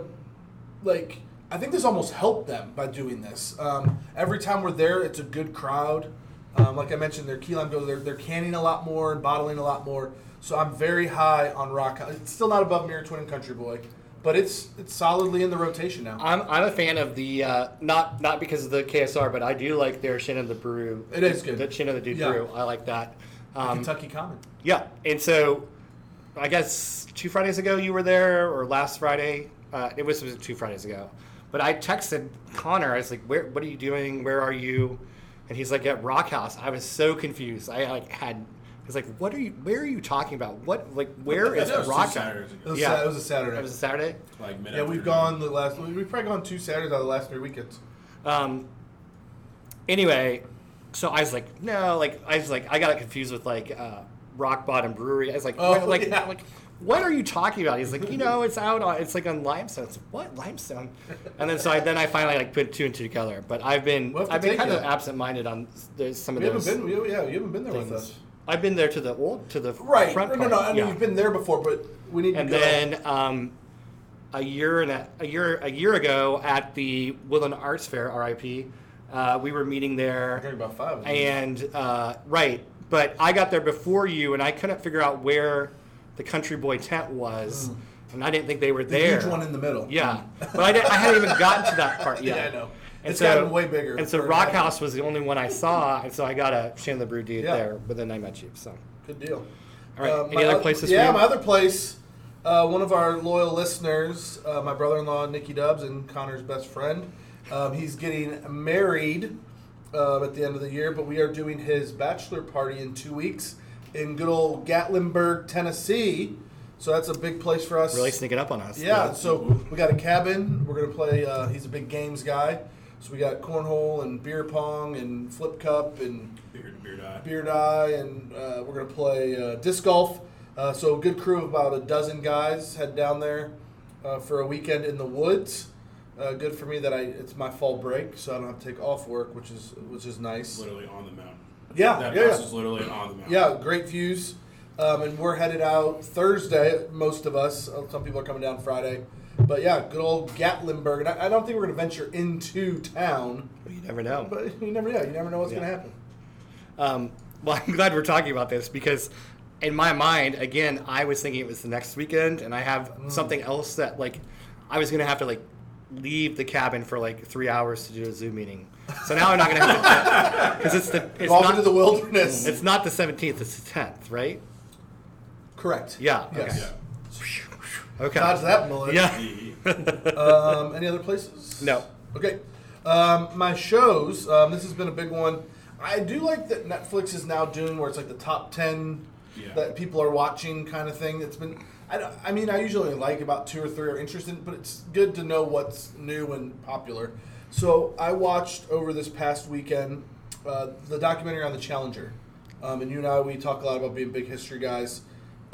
Speaker 1: like I think this almost helped them by doing this. Um, every time we're there, it's a good crowd. Um, like I mentioned, their key lime goes they're, they're canning a lot more and bottling a lot more. So I'm very high on Rock. Hound. It's still not above Mirror Twin and Country Boy, but it's it's solidly in the rotation now.
Speaker 2: I'm, I'm a fan of the uh, not not because of the KSR, but I do like their Shin of the Brew.
Speaker 1: It is good.
Speaker 2: The Shin of the Dude
Speaker 1: Yeah.
Speaker 2: Brew. I like that. Um,
Speaker 1: Kentucky Common.
Speaker 2: yeah, and so I guess two Fridays ago you were there, or last Friday. Uh, it was, was two Fridays ago, but I texted Connor. I was like, "Where? What are you doing? Where are you?" And he's like, "At Rock House." I was so confused. I like had. He's like, "What are you? Where are you talking about? What? Like, where is
Speaker 3: That was two
Speaker 2: Rock House?"
Speaker 3: Saturdays
Speaker 1: It
Speaker 3: ago,
Speaker 1: was,
Speaker 2: Yeah.
Speaker 1: it was a Saturday.
Speaker 2: That was a Saturday.
Speaker 3: Like mid
Speaker 1: yeah, we've gone the last. we- We've probably gone two Saturdays out of the last three weekends.
Speaker 2: Um, anyway, so I was like, no, like I was like, I got it confused with like uh, Rock Bottom Brewery. I was like,
Speaker 1: Oh,
Speaker 2: what- like,
Speaker 1: yeah.
Speaker 2: like, what are you talking about? He's like, you know, it's out on, it's like on Limestone. It's like, what Limestone? And then so I then I finally like put two and two together. But I've been
Speaker 1: We'll have to
Speaker 2: I've been
Speaker 1: take
Speaker 2: kind of
Speaker 1: you.
Speaker 2: absent minded on s- there's some of
Speaker 1: We haven't
Speaker 2: those.
Speaker 1: been. We, yeah, you haven't been there with
Speaker 2: things.
Speaker 1: us.
Speaker 2: I've been there to the old to the
Speaker 1: Right.
Speaker 2: front
Speaker 1: No, no,
Speaker 2: part.
Speaker 1: no. I mean,
Speaker 2: yeah
Speaker 1: you've been there before, but we need
Speaker 2: and
Speaker 1: to go.
Speaker 2: then um, a year and a, a year a year ago at the Woodland Arts Fair, RIP, uh, we were meeting
Speaker 1: I drank
Speaker 2: there,
Speaker 1: about five. of them.
Speaker 2: and uh, right, but I got there before you, and I couldn't figure out where the Country Boy tent was, and I didn't think they were
Speaker 1: Mm-hmm. the
Speaker 2: there.
Speaker 1: huge one in the middle.
Speaker 2: yeah, but I, didn't, I hadn't even gotten to that part
Speaker 1: Yeah,
Speaker 2: yet.
Speaker 1: I know.
Speaker 2: And
Speaker 1: It's gotten way bigger.
Speaker 2: And so
Speaker 1: Or-
Speaker 2: Rock House was the only one I saw, and so I got a Chandler Brew dude
Speaker 1: Yeah.
Speaker 2: there, but then I met you. So,
Speaker 1: Good deal.
Speaker 2: all right,
Speaker 1: Uh,
Speaker 2: any
Speaker 1: my
Speaker 2: other
Speaker 1: oth-
Speaker 2: places? for
Speaker 1: Yeah,
Speaker 2: you?
Speaker 1: my other place. Uh, one of our loyal listeners, uh, my brother-in-law Nikki Dubs and Connor's best friend, um, he's getting married uh, at the end of the year, but we are doing his bachelor party in two weeks in good old Gatlinburg, Tennessee. So that's a big place for us.
Speaker 2: really sneaking up on us.
Speaker 1: Yeah, so we got a cabin. We're gonna play. Uh, he's a big games guy, so we got cornhole and beer pong and flip cup and
Speaker 3: Beard, beard eye.
Speaker 1: beard eye, and uh, we're gonna play uh, disc golf. Uh, so a good crew of about a dozen guys head down there uh, for a weekend in the woods. Uh, good for me that I it's my fall break, so I don't have to take off work, which is which is nice.
Speaker 3: Literally on the mountain.
Speaker 1: Yeah,
Speaker 3: That
Speaker 1: yeah,
Speaker 3: house
Speaker 1: yeah.
Speaker 3: is literally on the mountain.
Speaker 1: Yeah, great views. Um, and we're headed out Thursday, most of us. Uh, Some people are coming down Friday. But yeah, good old Gatlinburg. And I, I don't think we're going to venture into town,
Speaker 2: you never know.
Speaker 1: but you never know. You never know what's
Speaker 2: Yeah.
Speaker 1: going to happen.
Speaker 2: Um, well, I'm glad we're talking about this because, in my mind, again, I was thinking it was the next weekend, and I have
Speaker 1: Mm.
Speaker 2: something else that like I was gonna have to like leave the cabin for like three hours to do a Zoom meeting. So now I'm not gonna have because it's the it's
Speaker 1: Off
Speaker 2: not
Speaker 1: into the wilderness.
Speaker 2: it's not the 17th, it's the 10th, right?
Speaker 1: Correct.
Speaker 2: Yeah,
Speaker 1: Yes.
Speaker 3: Yeah.
Speaker 2: Okay.
Speaker 1: Dodge that bullet.
Speaker 2: Yeah.
Speaker 1: Um, any other places?
Speaker 2: No.
Speaker 1: Okay. Um, my shows. Um, this has been a big one. I do like that Netflix is now doing where it's like the top ten
Speaker 3: Yeah.
Speaker 1: that people are watching kind of thing. It's been. I, don't- I mean, I usually like about two or three are interested, but it's good to know what's new and popular. So I watched over this past weekend uh, the documentary on the Challenger, um, and you and I we talk a lot about being big history guys,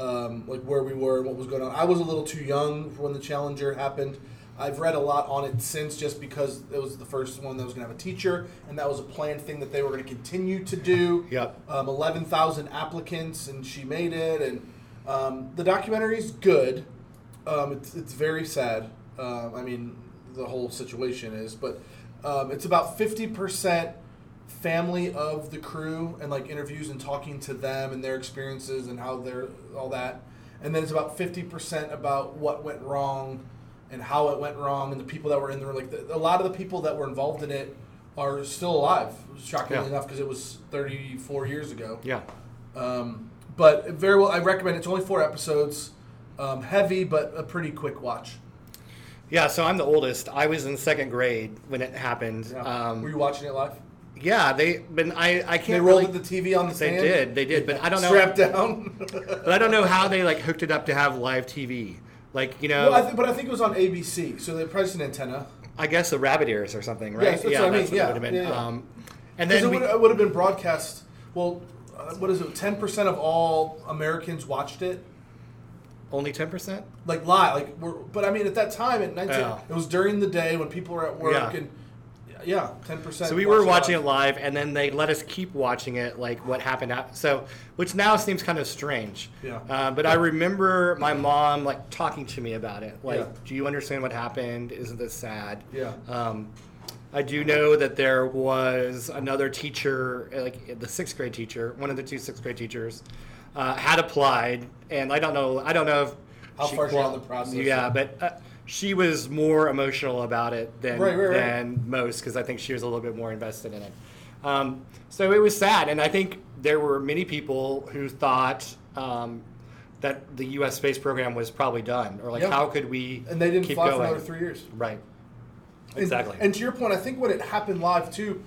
Speaker 1: um, like where we were and what was going on. I was a little too young for when the Challenger happened. I've read a lot on it since, just because it was the first one that was going to have a teacher, and that was a planned thing that they were going to continue to do
Speaker 2: Yep.
Speaker 1: um, 11,000 applicants, and she made it. And um, the documentary's good. Um, it's, it's very sad. Um, I mean, the whole situation is, but um, it's about 50% family of the crew and like interviews and talking to them and their experiences and how they're all that. And then it's about 50% about what went wrong and how it went wrong and the people that were in there. Like the, a lot of the people that were involved in it are still alive, shockingly
Speaker 2: Yeah.
Speaker 1: enough, because it was 34 years ago.
Speaker 2: Yeah.
Speaker 1: Um, but very well, I recommend it. It's only four episodes. Um, heavy, but a pretty quick watch.
Speaker 2: Yeah, so I'm the oldest. I was in second grade when it happened.
Speaker 1: Yeah.
Speaker 2: Um,
Speaker 1: Were you watching it live?
Speaker 2: yeah, they, but I, I
Speaker 1: They
Speaker 2: can't
Speaker 1: rolled
Speaker 2: really,
Speaker 1: the TV on the
Speaker 2: They
Speaker 1: stand.
Speaker 2: did, they did, but I don't know.
Speaker 1: Strapped down.
Speaker 2: But I don't know how they like hooked it up to have live TV. Like you know,
Speaker 1: Well, I thi- but I think it was on ABC, so they priced an antenna.
Speaker 2: I guess the rabbit ears or something, right?
Speaker 1: Yes, that's what I mean, yeah,
Speaker 2: it would have been.
Speaker 1: yeah, yeah.
Speaker 2: Um, and
Speaker 1: Because it,
Speaker 2: then we,
Speaker 1: would- it would have been broadcast. Well, uh, what is it? Ten percent of all Americans watched it,
Speaker 2: only ten percent.
Speaker 1: like live. Like, we're, but I mean, at that time, at nineteen,
Speaker 2: Yeah.
Speaker 1: it was during the day when people were at work,
Speaker 2: Yeah.
Speaker 1: and yeah, ten percent.
Speaker 2: So we were watching it live, and then they let us keep watching it, like what happened. After, so, which now seems kind of strange.
Speaker 1: Yeah.
Speaker 2: Uh, but I remember my mom like talking to me about it. Like,
Speaker 1: Yeah.
Speaker 2: do you understand what happened? Isn't this sad?
Speaker 1: Yeah.
Speaker 2: Um, I do know that there was another teacher, eh, like the sixth grade teacher, one of the two sixth grade teachers, uh, had applied, and I don't know. I don't know if
Speaker 1: How far she got in
Speaker 2: qual-
Speaker 1: the process.
Speaker 2: Yeah, but uh, she was more emotional about it than
Speaker 1: Right, right, right.
Speaker 2: than most because I think she was a little bit more invested in it. Um, so it was sad, and I think there were many people who thought um, that the U.S. space program was probably done, or like
Speaker 1: Yeah.
Speaker 2: how could we
Speaker 1: and they didn't
Speaker 2: keep
Speaker 1: fly
Speaker 2: going?
Speaker 1: for another three years.
Speaker 2: Right.
Speaker 1: And-
Speaker 2: Exactly.
Speaker 1: And, to your point, I think when it happened live too,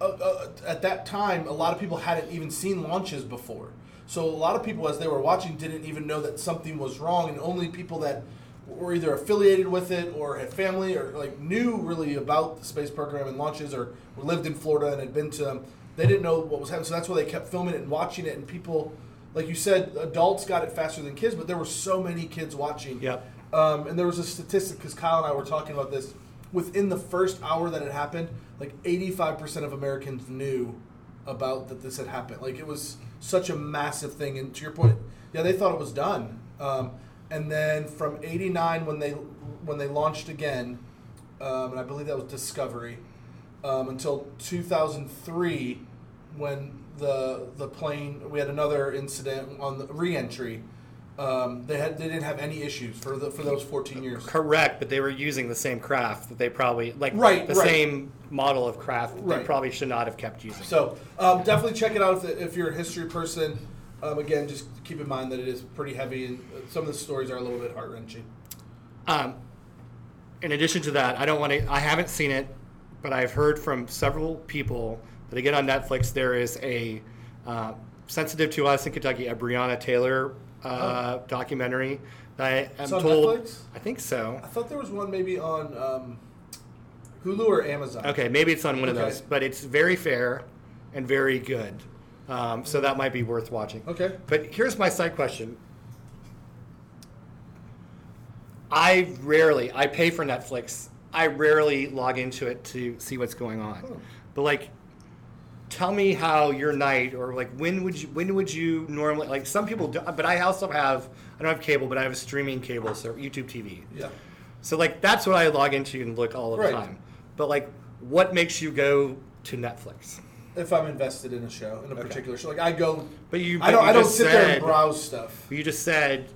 Speaker 1: uh, uh, at that time, a lot of people hadn't even seen launches before. So a lot of people, as they were watching, didn't even know that something was wrong, and only people that were either affiliated with it or had family or like knew really about the space program and launches or lived in Florida and had been to them. They didn't know what was happening, so that's why they kept filming it and watching it. And people, like you said, adults got it faster than kids, but there were so many kids watching.
Speaker 2: Yep.
Speaker 1: Um, and there was a statistic because Kyle and I were talking about this. Within the first hour that it happened, like 85% of Americans knew about that this had happened. Like it was such a massive thing. And to your point, yeah, they thought it was done. Um, and then from 89 when they when they launched again, um, and I believe that was Discovery, um, until 2003 when the the plane we had another incident on the reentry. Um, they had they didn't have any issues for the for those 14 years.
Speaker 2: Correct, but they were using the same craft that they probably like
Speaker 1: Right,
Speaker 2: the
Speaker 1: right.
Speaker 2: same model of craft that
Speaker 1: Right.
Speaker 2: they probably should not have kept using.
Speaker 1: So um, definitely check it out if, if you're a history person. Um, again, just keep in mind that it is pretty heavy, and uh, some of the stories are a little bit heart wrenching.
Speaker 2: Um, in addition to that, I don't want to. I haven't seen it, but I've heard from several people that again on Netflix there is a uh, sensitive to us in Kentucky, a Breonna Taylor uh, documentary. That I am
Speaker 1: Oh. It's on
Speaker 2: told.
Speaker 1: Netflix?
Speaker 2: I think so.
Speaker 1: I thought there was one maybe on um, Hulu or Amazon.
Speaker 2: Okay, maybe it's on one of
Speaker 1: Okay.
Speaker 2: those, but it's very fair and very good. Um, so that might be worth watching.
Speaker 1: Okay.
Speaker 2: But here's my side question. I rarely, I pay for Netflix. I rarely log into it to see what's going on.
Speaker 1: Oh.
Speaker 2: But like, tell me how your night or like when would you when would you normally like some people do, but I also have I don't have cable, but I have a streaming cable, so YouTube TV.
Speaker 1: Yeah.
Speaker 2: So like that's what I log into and look all the
Speaker 1: Right.
Speaker 2: time. But like, what makes you go to Netflix?
Speaker 1: If I'm invested in a show, in a particular show, like I go,
Speaker 2: But you-
Speaker 1: I don't,
Speaker 2: but you
Speaker 1: I don't
Speaker 2: just
Speaker 1: sit there
Speaker 2: said-
Speaker 1: and browse stuff.
Speaker 2: You just said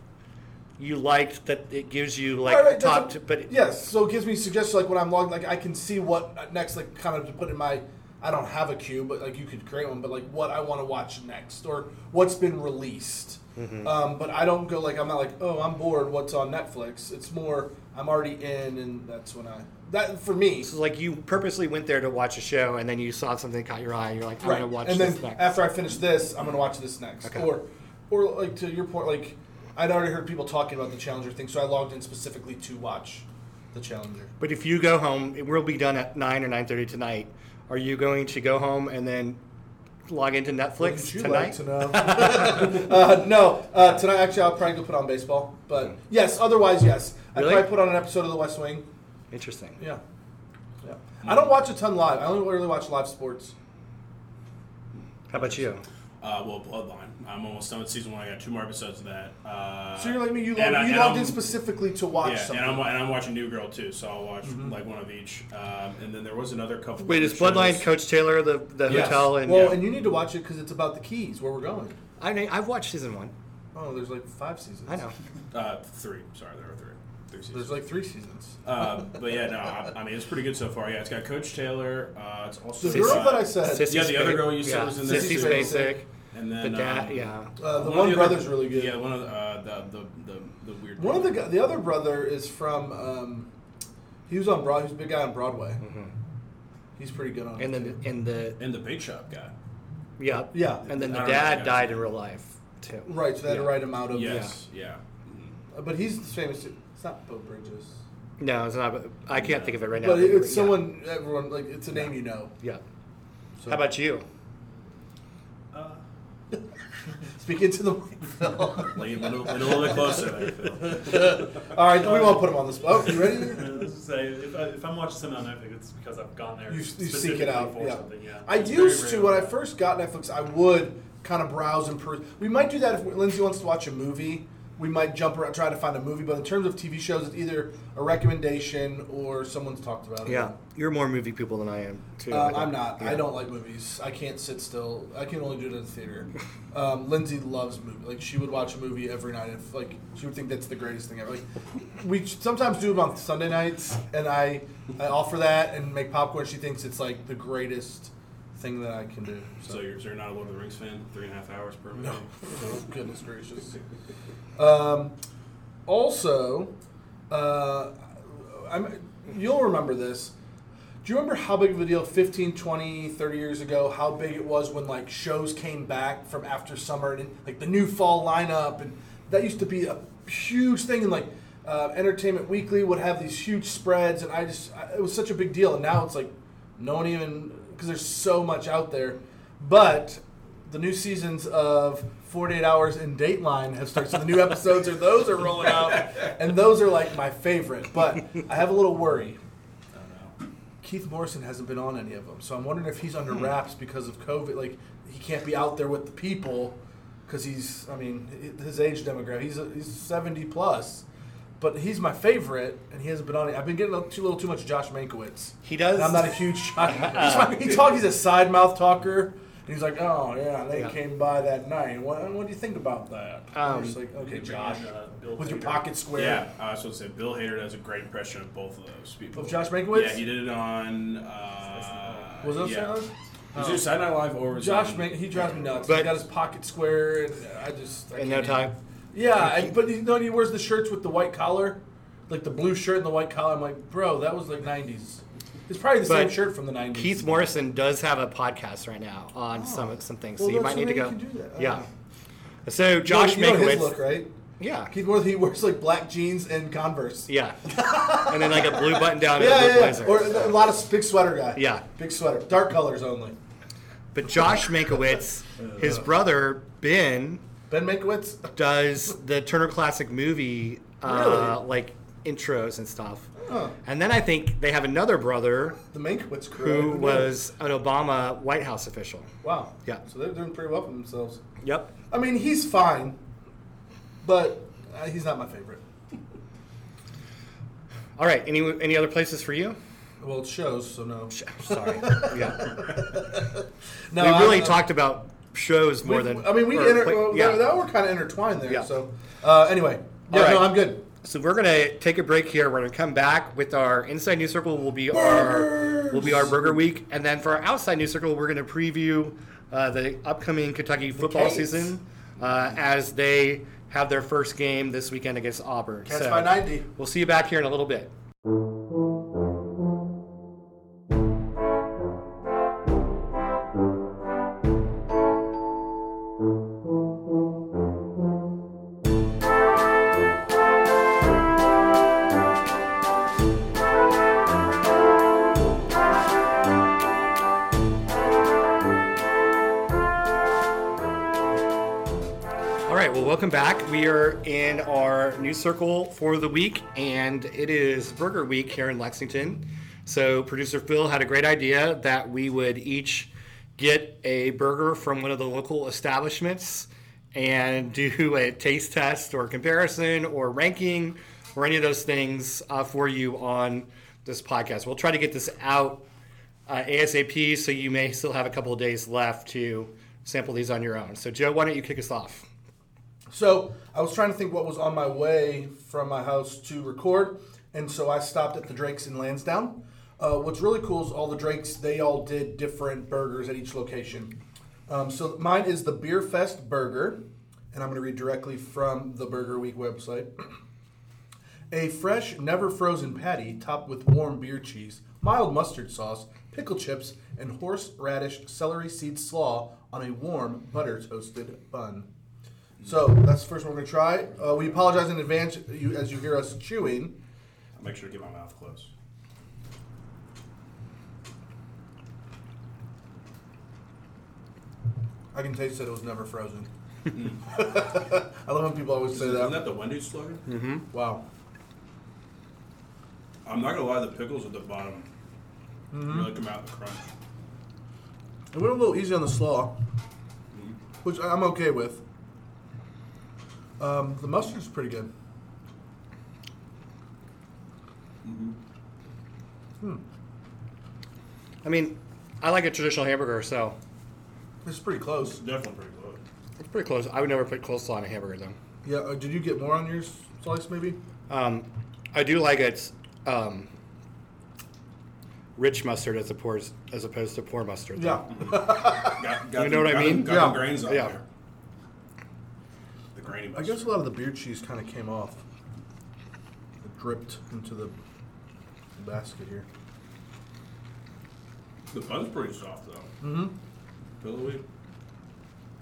Speaker 2: you liked that it gives you like
Speaker 1: Right, right, that's
Speaker 2: top,
Speaker 1: what-
Speaker 2: t- but
Speaker 1: yes, so it gives me suggestions like when I'm logged, like I can see what uh, next, like kind of to put in my. I don't have a queue, but like you could create one. But like what I want to watch next or what's been released.
Speaker 2: Mm-hmm.
Speaker 1: Um, but I don't go like I'm not like oh I'm bored. What's on Netflix? It's more I'm already in, and that's when I that for me.
Speaker 2: So, like you purposely went there to watch a show, and then you saw something that caught your eye, and you're like, I'm
Speaker 1: right.
Speaker 2: gonna watch
Speaker 1: and
Speaker 2: this
Speaker 1: then
Speaker 2: next.
Speaker 1: after I finish this, I'm gonna watch this next.
Speaker 2: Okay.
Speaker 1: Or, or like to your point, like I'd already heard people talking about the Challenger thing, so I logged in specifically to watch the Challenger.
Speaker 2: but if you go home, it will be done at nine or nine thirty tonight. Are you going to go home and then log into Netflix
Speaker 1: Would you
Speaker 2: tonight?
Speaker 1: like to know? uh, no, uh, tonight actually I'll probably go put on baseball, but yes. Otherwise, yes,
Speaker 2: Really?
Speaker 1: I probably put on an episode of The West Wing.
Speaker 2: Interesting.
Speaker 1: Yeah, yeah. I
Speaker 2: Hmm.
Speaker 1: don't watch a ton live. I only really watch live sports.
Speaker 2: How about you?
Speaker 3: Uh, well, Bloodline. I'm almost done with season one. I got two more episodes of that. Uh,
Speaker 1: So you're like me. You
Speaker 3: and
Speaker 1: logged,
Speaker 3: I-
Speaker 1: you
Speaker 3: and
Speaker 1: logged
Speaker 3: I'm-
Speaker 1: in specifically to watch
Speaker 3: Yeah,
Speaker 1: something.
Speaker 3: and I'm, and I'm watching New Girl too, so I'll watch
Speaker 1: Mm-hmm.
Speaker 3: like one of each. Um, and then there was another couple.
Speaker 2: Wait, is
Speaker 3: other
Speaker 2: Bloodline
Speaker 3: shows.
Speaker 2: Coach Taylor the the
Speaker 1: Yes.
Speaker 2: hotel? And
Speaker 1: well,
Speaker 2: Yeah.
Speaker 1: and you need to watch it because it's about the keys where we're going.
Speaker 2: I mean, I've watched season one.
Speaker 1: Oh, there's like five seasons.
Speaker 2: I know.
Speaker 3: Uh, three. Sorry, there were three. Three seasons.
Speaker 1: There's like three seasons.
Speaker 3: Uh, but yeah, no, I, I mean it's pretty good so far. Yeah, it's got Coach Taylor. Uh, it's also
Speaker 1: The girl
Speaker 3: got-
Speaker 1: that I said,
Speaker 2: Sissy
Speaker 3: Yeah, the other
Speaker 2: Spacek-
Speaker 3: girl you said was in there.
Speaker 2: Sissy
Speaker 1: Sissy Spacek.
Speaker 2: Spacek.
Speaker 3: and
Speaker 2: The
Speaker 3: then
Speaker 2: dad,
Speaker 3: um,
Speaker 2: yeah.
Speaker 1: uh, the
Speaker 3: of
Speaker 1: one,
Speaker 3: other-
Speaker 1: brother's really good.
Speaker 3: Yeah, one of the, uh, the, the the the weird.
Speaker 1: One of the gu- the other brother is from. Um, he was on Broad. He's a big guy on Broadway.
Speaker 2: Mm-hmm.
Speaker 1: He's pretty good on.
Speaker 2: And
Speaker 1: it
Speaker 2: then
Speaker 1: too.
Speaker 2: and the
Speaker 3: and the bait shop guy.
Speaker 2: yeah
Speaker 1: Yeah.
Speaker 2: and then the
Speaker 3: I don't know,
Speaker 2: dad
Speaker 3: yeah.
Speaker 2: died in real life too.
Speaker 1: right, so they had to
Speaker 2: Yeah.
Speaker 1: write him out of.
Speaker 3: Yes, yeah.
Speaker 1: Uh, But he's famous too. It's not Bo Bridges.
Speaker 2: No, it's not. I can't think of it right now.
Speaker 1: But it- it's
Speaker 2: Yeah.
Speaker 1: someone, everyone, like, it's a name you know.
Speaker 2: Yeah.
Speaker 1: So.
Speaker 2: How about you?
Speaker 6: Uh,
Speaker 1: Speak into the mic, Phil.
Speaker 3: Lean a little, lean a little bit closer. I feel.
Speaker 1: All right, we won't put him on the spot. Oh, you ready?
Speaker 6: I was gonna say, if, I, if I'm watching something on Netflix, it's because I've gone there.
Speaker 1: You, you seek
Speaker 6: specifically
Speaker 1: it out.
Speaker 6: For
Speaker 1: Yeah.
Speaker 6: Something, yeah.
Speaker 1: I
Speaker 6: It's very
Speaker 1: used to
Speaker 6: rare.
Speaker 1: when I first got Netflix. I would kind of browse and peruse. We might do that if Lindsay wants to watch a movie. We might jump around, try to find a movie. But in terms of TV shows, it's either a recommendation or someone's talked about it.
Speaker 2: Yeah, you're more movie people than I am too.
Speaker 1: Um,
Speaker 2: I
Speaker 1: I'm not.
Speaker 2: yeah.
Speaker 1: I don't like movies. I can't sit still. I can only do it in the theater. Um, Lindsay loves movies. Like she would watch a movie every night. If like she would think that's the greatest thing ever. Like we sometimes do it on Sunday nights, and I I offer that and make popcorn. She thinks it's like the greatest thing that I can do. So,
Speaker 3: So you're, so you're not a Lord of the Rings fan? Three and a half hours per movie?
Speaker 1: oh, goodness gracious. Um, also, uh, I'm, you'll remember this. Do you remember how big of a deal 15, 20, 30 years ago, how big it was when like shows came back from after summer and like the new fall lineup and that used to be a huge thing and like uh, Entertainment Weekly would have these huge spreads and I just I, it was such a big deal and now it's like no one even because there's so much out there but the new seasons of 48 Hours and Dateline have started so the new episodes are those are rolling out and those are like my favorite but I have a little worry Keith Morrison hasn't been on any of them, so I'm wondering if he's under wraps because of COVID. Like he can't be out there with the people because he's, I mean, hi- his age demographic. He's he's 70 plus, but he's my favorite, and he hasn't been on it. I've been getting a too little too much Josh Mankiewicz.
Speaker 2: He does-
Speaker 1: And I'm not a huge. Josh, he's my- he talk. He's a side mouth talker. And he's like, oh yeah, they
Speaker 2: Yeah.
Speaker 1: came by that night. What, what do you think about that? I'm
Speaker 2: Um,
Speaker 1: just like, okay,
Speaker 6: Bring in,
Speaker 1: Josh,
Speaker 6: uh, Bill
Speaker 1: with your
Speaker 6: Hader.
Speaker 1: pocket square.
Speaker 3: Yeah, I was supposed to say Bill Hader does a great impression of both of those people.
Speaker 1: Of Josh Mankiewicz?
Speaker 3: Yeah, he did it on. Uh,
Speaker 1: Was that
Speaker 3: yeah.
Speaker 1: Saturday? Oh.
Speaker 3: Was it Saturday Night Live or was
Speaker 1: Josh,
Speaker 3: it-
Speaker 1: man, he drives me nuts.
Speaker 2: But-
Speaker 1: he got his pocket square, and I just I
Speaker 2: In no
Speaker 1: can't-
Speaker 2: time.
Speaker 1: Yeah, I, but you know, he wears the shirts with the white collar, like the blue shirt and the white collar. I'm like, bro, that was like '90s. It's probably the same
Speaker 2: But
Speaker 1: shirt from the '90s.
Speaker 2: Keith Morrison does have a podcast right now on some something, so
Speaker 1: Oh. Well,
Speaker 2: you
Speaker 1: that's
Speaker 2: might need
Speaker 1: the
Speaker 2: to go.
Speaker 1: way you can do that. I
Speaker 2: Yeah.
Speaker 1: don't
Speaker 2: So
Speaker 1: You know-
Speaker 2: Josh
Speaker 1: you know his
Speaker 2: Mankiewicz,
Speaker 1: look, right?
Speaker 2: yeah,
Speaker 1: Keith Morrison, he wears like black jeans and Converse.
Speaker 2: yeah, and then like a blue button down and
Speaker 1: yeah,
Speaker 2: a blue
Speaker 1: yeah,
Speaker 2: blazer.
Speaker 1: yeah. or a lot of big sweater guy.
Speaker 2: Yeah.
Speaker 1: big sweater, dark colors only.
Speaker 2: but Josh Mankiewicz, his brother Ben,
Speaker 1: Ben Mankiewicz,
Speaker 2: does the Turner Classic Movie uh,
Speaker 1: Really?
Speaker 2: like intros and stuff,
Speaker 1: Huh.
Speaker 2: and then I think they have another brother
Speaker 1: the Mankiewicz crew,
Speaker 2: who
Speaker 1: knew?
Speaker 2: was an Obama White House official.
Speaker 1: wow.
Speaker 2: Yeah.
Speaker 1: so they're doing pretty well for themselves.
Speaker 2: Yep.
Speaker 1: I mean, he's fine, but uh, he's not my favorite.
Speaker 2: All right. Any any other places for you?
Speaker 1: Well, it shows, so no.
Speaker 2: Sorry. Yeah.
Speaker 1: No,
Speaker 2: we really
Speaker 1: I-
Speaker 2: talked about shows more
Speaker 1: we-
Speaker 2: than.
Speaker 1: I mean, we
Speaker 2: or
Speaker 1: inter-
Speaker 2: pla-
Speaker 1: well,
Speaker 2: yeah.
Speaker 1: that, that were kind of intertwined there.
Speaker 2: Yeah.
Speaker 1: So uh, anyway, yeah,
Speaker 2: All
Speaker 1: no,
Speaker 2: right.
Speaker 1: I'm good.
Speaker 2: So we're gonna take a break here. We're gonna come back with our inside news circle. Will be our will be our burger week, and then for our outside news circle, we're gonna preview uh, the upcoming Kentucky football
Speaker 1: Canes.
Speaker 2: season uh, as they have their first game this weekend against Auburn.
Speaker 1: Cats by 90.
Speaker 2: We'll see you back here in a little bit. All right, well, welcome back. We are in our new circle for the week, and it is Burger Week here in Lexington. So, producer Phil had a great idea that we would each get a burger from one of the local establishments and do a taste test or comparison or ranking or any of those things uh, for you on this podcast. We'll try to get this out uh, ASAP, so you may still have a couple of days left to sample these on your own. So, Joe, why don't you kick us off?
Speaker 1: So I was trying to think what was on my way from my house to record, and so I stopped at the Drakes in Lansdowne. Uh, what's really cool is all the Drakes they all did different burgers at each location. Um, so mine is the Beer Fest Burger, and I'm going to read directly from the Burger Week website. A fresh, never frozen patty topped with warm beer cheese, mild mustard sauce, pickle chips, and horseradish celery seed slaw on a warm butter toasted bun. So that's the first one we're gonna try. Uh, we apologize in advance you, as you hear us chewing.
Speaker 6: I'll make sure to get my mouth closed.
Speaker 1: I can taste that it was never frozen. I love when people always say
Speaker 3: Isn't
Speaker 1: that.
Speaker 3: that the Wendy's slogan?
Speaker 2: Hmm.
Speaker 1: Wow.
Speaker 3: I'm not gonna lie, the pickles at the bottom
Speaker 2: Mm-hmm.
Speaker 3: really come out in the crunch.
Speaker 1: It went a little easy on the slaw, which I- I'm okay with. Um, the mustard's pretty good. Mm-hmm.
Speaker 2: I mean, I like a traditional hamburger, so
Speaker 1: It's pretty close.
Speaker 3: Definitely pretty good.
Speaker 2: it's pretty close. I would never put coleslaw on a hamburger, though.
Speaker 1: Yeah. Uh, did you get more on your s- slice, maybe?
Speaker 2: Um, I do like its um, rich mustard as opposed as opposed to poor mustard.
Speaker 1: Yeah.
Speaker 3: Got, got
Speaker 2: You
Speaker 3: the-
Speaker 2: know what I
Speaker 3: got the-
Speaker 2: mean?
Speaker 3: Got
Speaker 1: Yeah.
Speaker 3: the grains on
Speaker 2: Yeah.
Speaker 3: there. The grainy.
Speaker 1: I
Speaker 3: mustard.
Speaker 1: guess a lot of the beer cheese kind of came off. It dripped into the basket here.
Speaker 3: the bun's pretty soft though. Mm-hmm. Pillowy.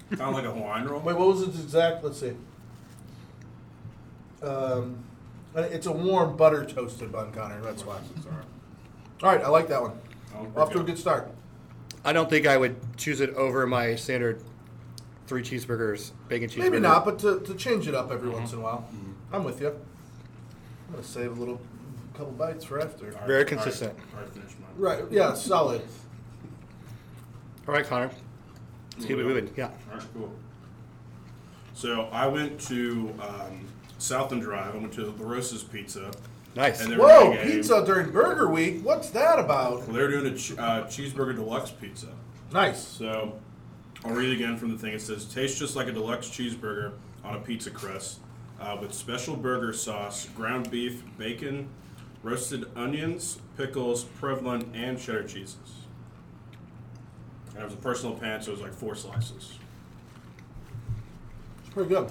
Speaker 3: Kind of like a Hawaiian roll.
Speaker 1: Wait, what was its exact? Let's see. Um, uh, it's a warm butter toasted bun, Connor. That's why.
Speaker 3: Sorry.
Speaker 1: All right, I like that one.
Speaker 3: Oh,
Speaker 1: We're Off to a
Speaker 3: good.
Speaker 1: good start.
Speaker 2: I don't think I would choose it over my standard three cheeseburgers, bacon cheeseburger.
Speaker 1: Maybe not, but to, to change it up every once in
Speaker 3: Mm-hmm.
Speaker 1: a while. I'm with you. I'm gonna save a little, couple bites for after.
Speaker 3: All right,
Speaker 2: Very
Speaker 3: all right,
Speaker 2: consistent.
Speaker 3: all right, finish mine.
Speaker 1: Right? Yeah, solid.
Speaker 2: All right, Connor. Let's keep it moving. Yeah.
Speaker 3: All right, cool. So I went to um, South and Drive. I went to the Rosas Pizza.
Speaker 2: Nice.
Speaker 3: And they were
Speaker 1: Whoa,
Speaker 3: doing a-
Speaker 1: pizza during Burger Week. What's that about?
Speaker 3: Well, they were doing a ch- uh, cheeseburger deluxe pizza.
Speaker 1: Nice.
Speaker 3: So I'll read again from the thing. It says, "Tastes just like a deluxe cheeseburger on a pizza crust, uh, with special burger sauce, ground beef, bacon, roasted onions, pickles, provolone, and cheddar cheeses." And it was a personal pan, so it was like four slices.
Speaker 1: It's pretty good.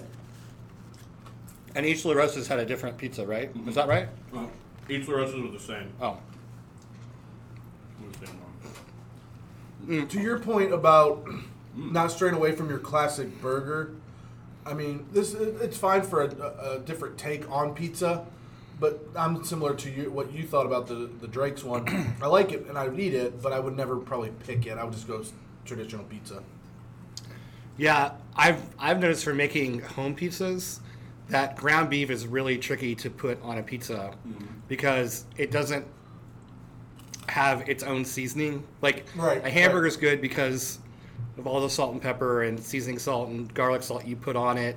Speaker 2: And each La Rosa's had a different pizza, right? Is that right?
Speaker 3: Oh, each of the roses was the same.
Speaker 2: Oh.
Speaker 3: Was the same one.
Speaker 1: To your point about not straying away from your classic burger, I mean, this it's fine for a, a different take on pizza, but I'm similar to you what you thought about the the Drake's one. I like it and I would eat it, but I would never probably pick it. I would just go s- traditional pizza.
Speaker 2: Yeah, I've I've noticed for making home pizzas that ground beef is really tricky to put on a pizza because it doesn't have its own seasoning. Like
Speaker 1: Right,
Speaker 2: a hamburger is good because of all the salt and pepper and seasoning salt and garlic salt you put on it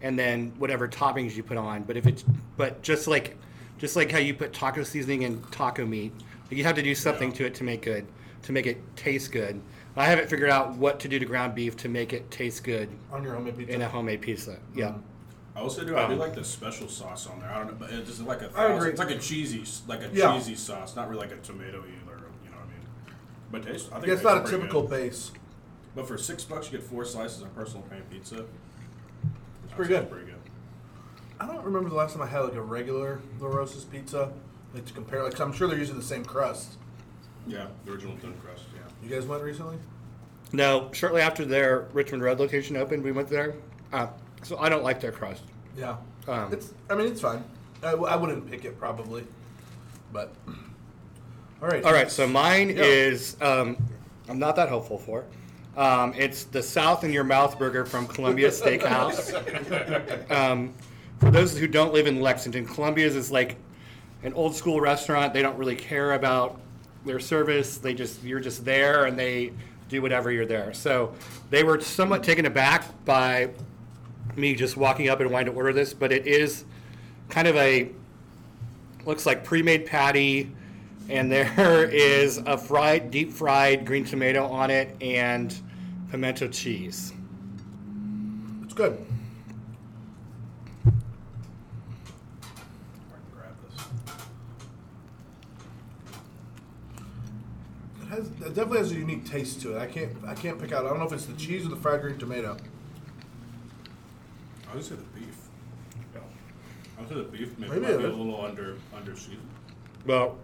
Speaker 2: and then whatever toppings you put on. But if it's but just like just like how you put taco seasoning in taco meat, you have to do something to it to make good to make it taste good. I haven't figured out what to do to ground beef to make it taste good
Speaker 1: On your homemade pizza,
Speaker 2: in a homemade pizza. Yeah.
Speaker 3: I also do. I do
Speaker 2: Um,
Speaker 3: like the special sauce on there. I don't know, but it's just like a
Speaker 1: I
Speaker 3: thousand.
Speaker 1: agree.
Speaker 3: It's like a cheesy, s- like a
Speaker 1: Yeah.
Speaker 3: cheesy sauce, not really like a tomato either. You know what I mean? But taste. I think
Speaker 1: yeah, it's
Speaker 3: tastes
Speaker 1: not a
Speaker 3: pretty
Speaker 1: typical
Speaker 3: Good.
Speaker 1: base.
Speaker 3: But for six bucks, you get four slices of personal pan pizza. It's
Speaker 1: pretty good.
Speaker 3: Pretty good.
Speaker 1: I don't remember the last time I had like a regular La Rosa's pizza. Like to compare, like i I'm sure they're using the same crust.
Speaker 3: Yeah, the original thin crust. Yeah.
Speaker 1: You guys went recently?
Speaker 2: No, shortly after their Richmond Road location opened, we went there. Uh, so I don't like their crust.
Speaker 1: Yeah.
Speaker 2: Um,
Speaker 1: it's. I mean, it's fine. I, w- I wouldn't pick it probably, but. All right.
Speaker 2: All right, so mine
Speaker 1: Yeah.
Speaker 2: is um, I'm not that hopeful for. it. Um, it's the South in Your Mouth burger from Columbia Steakhouse. um, for those who don't live in Lexington, Columbia's is like an old school restaurant. They don't really care about their service. They just you're just there and they do whatever you're there. So they were somewhat taken aback by me just walking up and wanting to order this, but it is kind of a looks like pre-made patty, and there is a fried, deep fried green tomato on it and pimento cheese.
Speaker 1: It's good.
Speaker 3: I can grab this.
Speaker 1: It has. It definitely has a unique taste to it. I can't. I can't pick out. I don't know if it's the cheese or the fried green tomato.
Speaker 3: I would say the beef. Yeah. I would say the beef maybe,
Speaker 1: Maybe
Speaker 3: might be
Speaker 1: it
Speaker 3: a
Speaker 1: is.
Speaker 3: little under under seasoned.
Speaker 2: Well,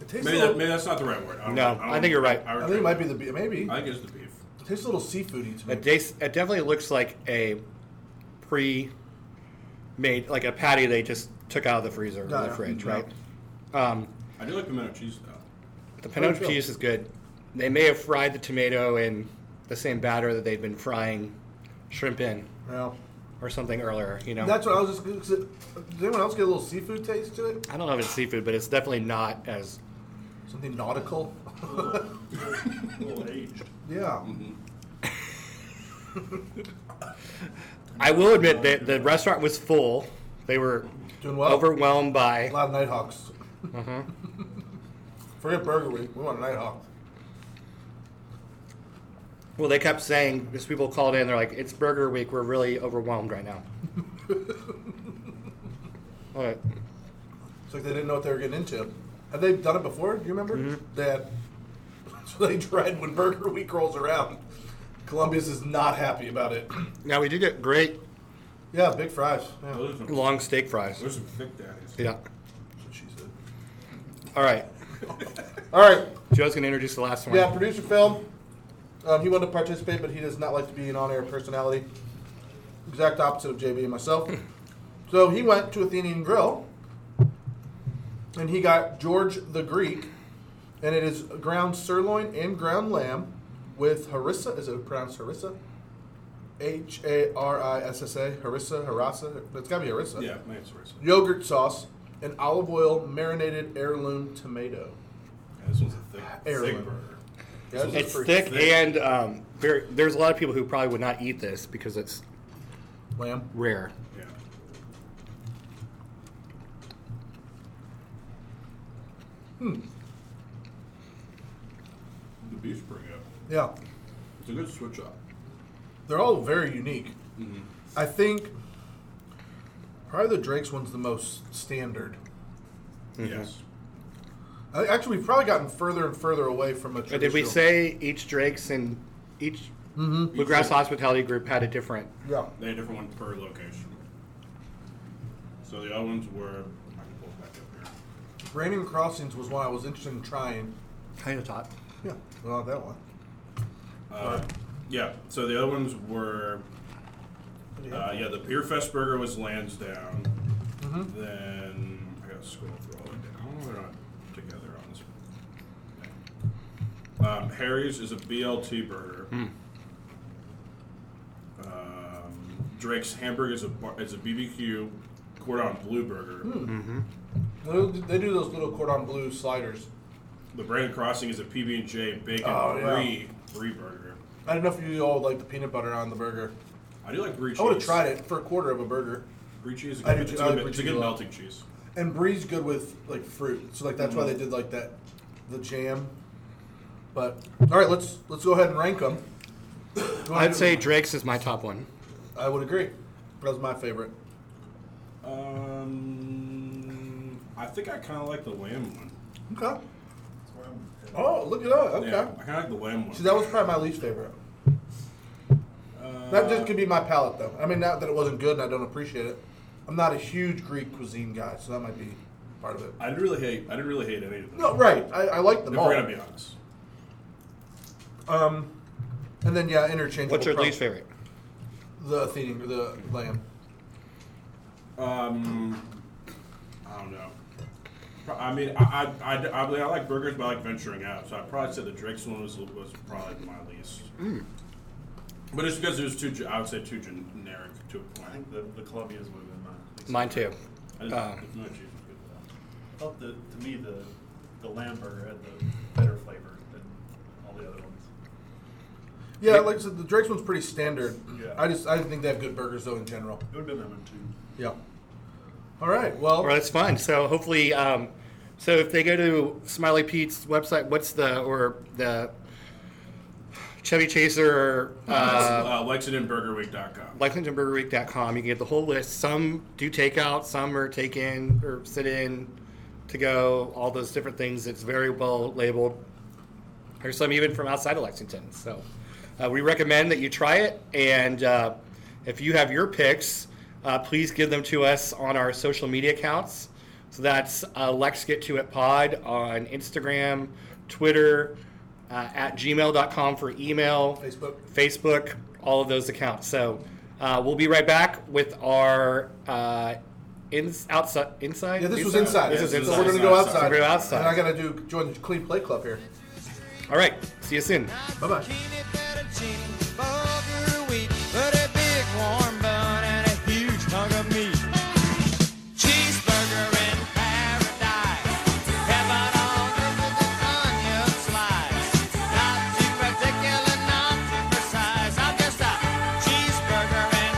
Speaker 1: It tastes.
Speaker 3: Maybe
Speaker 1: a little,
Speaker 3: that, maybe that's not the right word. I don't
Speaker 2: No,
Speaker 3: know. don't-
Speaker 2: I think you're right.
Speaker 1: I
Speaker 3: would
Speaker 1: think it
Speaker 3: try-
Speaker 1: might be the. be- Maybe.
Speaker 3: I think it's the beef.
Speaker 1: tastes a little seafoody to me.
Speaker 2: It, tastes, it definitely looks like a pre-made, like a patty they just took out of the freezer or
Speaker 1: Yeah,
Speaker 2: the
Speaker 1: yeah.
Speaker 2: fridge,
Speaker 1: Yeah.
Speaker 2: right? Um,
Speaker 3: I do like pimento cheese though.
Speaker 2: the pimento
Speaker 1: sure.
Speaker 2: cheese is good. They may have fried the tomato in the same batter that they'd been frying shrimp in
Speaker 1: Yeah.
Speaker 2: or something earlier. You know,
Speaker 1: That's what I was just. 'cause it- Did anyone else get a little seafood taste to it?
Speaker 2: I don't know if it's seafood, but it's definitely not as
Speaker 1: Something nautical?
Speaker 6: A little aged.
Speaker 1: yeah.
Speaker 3: Mm-hmm.
Speaker 2: I will admit that the restaurant was full. They were
Speaker 1: Doing well.
Speaker 2: overwhelmed
Speaker 1: A
Speaker 2: by.
Speaker 1: lot of Nighthawks.
Speaker 2: Mm-hmm.
Speaker 1: Forget Burger Week. We want a Nighthawk.
Speaker 2: Well, they kept saying, because people called in, they're like, "It's Burger Week. We're really overwhelmed right now." But
Speaker 1: It's like they didn't know what they were getting into. Have they done it before? Do you remember? They had. So they dread when Burger Week rolls around. Columbus is not happy about it.
Speaker 2: now we did get great
Speaker 1: yeah, big fries. Yeah,
Speaker 3: Those are some,
Speaker 2: long steak fries.
Speaker 3: those are some thick daddies.
Speaker 2: Yeah.
Speaker 1: that's what she said.
Speaker 2: All right.
Speaker 1: All right.
Speaker 2: Joe's gonna introduce the last one.
Speaker 1: Yeah, producer Phil. Um, he wanted to participate, but he does not like to be an on-air personality. Exact opposite of JB and myself. so he went to Athenian Grill, and he got George the Greek, and it is ground sirloin and ground lamb with harissa. Is it pronounced harissa? H A R I S S A. Harissa, harissa. It's got to be harissa.
Speaker 3: Yeah, my answer is.
Speaker 1: Yogurt sauce and olive oil marinated heirloom tomato.
Speaker 3: Yeah, this one's a thick,
Speaker 1: Heirloom.
Speaker 3: thick burger.
Speaker 1: Yeah, this is
Speaker 2: It's
Speaker 1: pretty
Speaker 2: thick, and um, very, there's a lot of people who probably would not eat this because it's
Speaker 1: Lamb.
Speaker 2: rare.
Speaker 3: Yeah. Hmm. The beef's pretty good.
Speaker 1: Yeah.
Speaker 3: It's a good switch up.
Speaker 1: they're all very unique.
Speaker 2: Mm-hmm.
Speaker 1: I think probably the Drake's one's the most standard.
Speaker 3: Yes.
Speaker 1: I, actually, we've probably gotten further and further away from a traditional.
Speaker 2: But Uh, did we say each Drake's and each Bluegrass Hospitality Group had a different?
Speaker 1: Yeah.
Speaker 3: They had a different one per location. So the other ones were. I can pull it back up here.
Speaker 1: Raining Crossings was one I was interested in trying.
Speaker 2: Kind of top.
Speaker 1: Yeah, well, that one.
Speaker 3: Uh, yeah. So the other ones were. Uh, yeah, the Beer Fest burger was Lansdowne.
Speaker 1: Mm-hmm.
Speaker 3: Then I gotta scroll through all the down. They're not together on this. one. Um, Harry's is a BLT burger. Um, Drake's hamburger is a bar- is a BBQ cordon bleu burger.
Speaker 1: Hmm. They- They do those little cordon bleu sliders.
Speaker 3: The Brandon Crossing is a PB and J bacon
Speaker 1: Oh, yeah.
Speaker 3: brie brie burger.
Speaker 1: I don't know if you all like the peanut butter on the burger.
Speaker 3: I do like brie cheese.
Speaker 1: I would have tried it for a quarter of a burger.
Speaker 3: Brie cheese. is
Speaker 1: I
Speaker 3: good.
Speaker 1: do
Speaker 3: It's
Speaker 1: too.
Speaker 3: a
Speaker 1: I
Speaker 3: good,
Speaker 1: like
Speaker 3: it's a
Speaker 1: brie cheese
Speaker 3: good
Speaker 1: a lot.
Speaker 3: melting cheese.
Speaker 1: And Brie's good with like fruit, so like that's
Speaker 2: Mm-hmm.
Speaker 1: why they did like that, the jam. But all right, let's let's go ahead and rank them.
Speaker 2: I'd say Drake's is my top one.
Speaker 1: I would agree. That was my favorite.
Speaker 3: Um, I think I kind of like the lamb one.
Speaker 1: Okay. Oh, look at that. Okay.
Speaker 3: Yeah, I kind of like the lamb one.
Speaker 1: See, that was probably my least favorite.
Speaker 3: Uh,
Speaker 1: That just could be my palate, though. I mean, not that it wasn't good and I don't appreciate it. I'm not a huge Greek cuisine guy, so that might be part of it.
Speaker 3: I didn't really hate. I didn't really hate any of them.
Speaker 1: No, right. I, I like
Speaker 3: If
Speaker 1: them all.
Speaker 3: we're gonna be honest.
Speaker 1: Um, and then yeah, interchangeable.
Speaker 2: What's your
Speaker 1: pro-
Speaker 2: least favorite?
Speaker 1: The Athenian, the lamb.
Speaker 3: Um, I don't know. Pro- I mean, I I, I, I, I like burgers, but I like venturing out. So I probably said the Drake's one was was probably my least.
Speaker 1: Mm.
Speaker 3: But it's because it was too. ge- I would say too generic to a
Speaker 6: I
Speaker 3: point.
Speaker 6: think the, the Columbia's would have been mine. at least.
Speaker 2: Mine too.
Speaker 3: I just,
Speaker 1: Um.
Speaker 2: Uh,
Speaker 3: the cheese was good though.
Speaker 6: I thought the, to me, the, the lamb burger had the better flavor than all the other ones.
Speaker 1: Yeah, like I said, the Drake's one's pretty standard.
Speaker 6: Yeah.
Speaker 1: I just I didn't think they have good burgers though in general.
Speaker 6: It would have been that one too.
Speaker 1: Yeah. All right. Well,
Speaker 2: All right, that's fun. So hopefully, um, so if they go to Smiley Pete's website, what's the or the Chevy Chaser or uh,
Speaker 3: Uh, LexingtonBurgerWeek.com.
Speaker 2: LexingtonBurgerWeek.com, you can get the whole list. Some do take out, some are take in or sit in to go. All those different things. It's very well labeled. There's some even from outside of Lexington. So uh, we recommend that you try it. And uh, if you have your picks, uh, please give them to us on our social media accounts. So that's uh, Lex Get To It Pod on Instagram, Twitter, uh, at gmail.com for email,
Speaker 1: Facebook.
Speaker 2: Facebook, all of those accounts. So uh, we'll be right back with our uh, ins, outside, inside.
Speaker 1: Yeah, this was inside.
Speaker 2: This is
Speaker 1: so
Speaker 2: inside.
Speaker 1: we're gonna go
Speaker 3: Outside.
Speaker 1: outside.
Speaker 2: We're gonna go outside.
Speaker 1: And I gotta do join the Clean Play Club here.
Speaker 2: All right. See you soon.
Speaker 1: Bye bye.
Speaker 4: Zucchini, fettuccine, burger, wheat, but a big warm bun and a huge hunk of meat. Cheeseburger in paradise, heaven on earth with an onion slice. Not too particular, not too precise. I'm just a cheeseburger in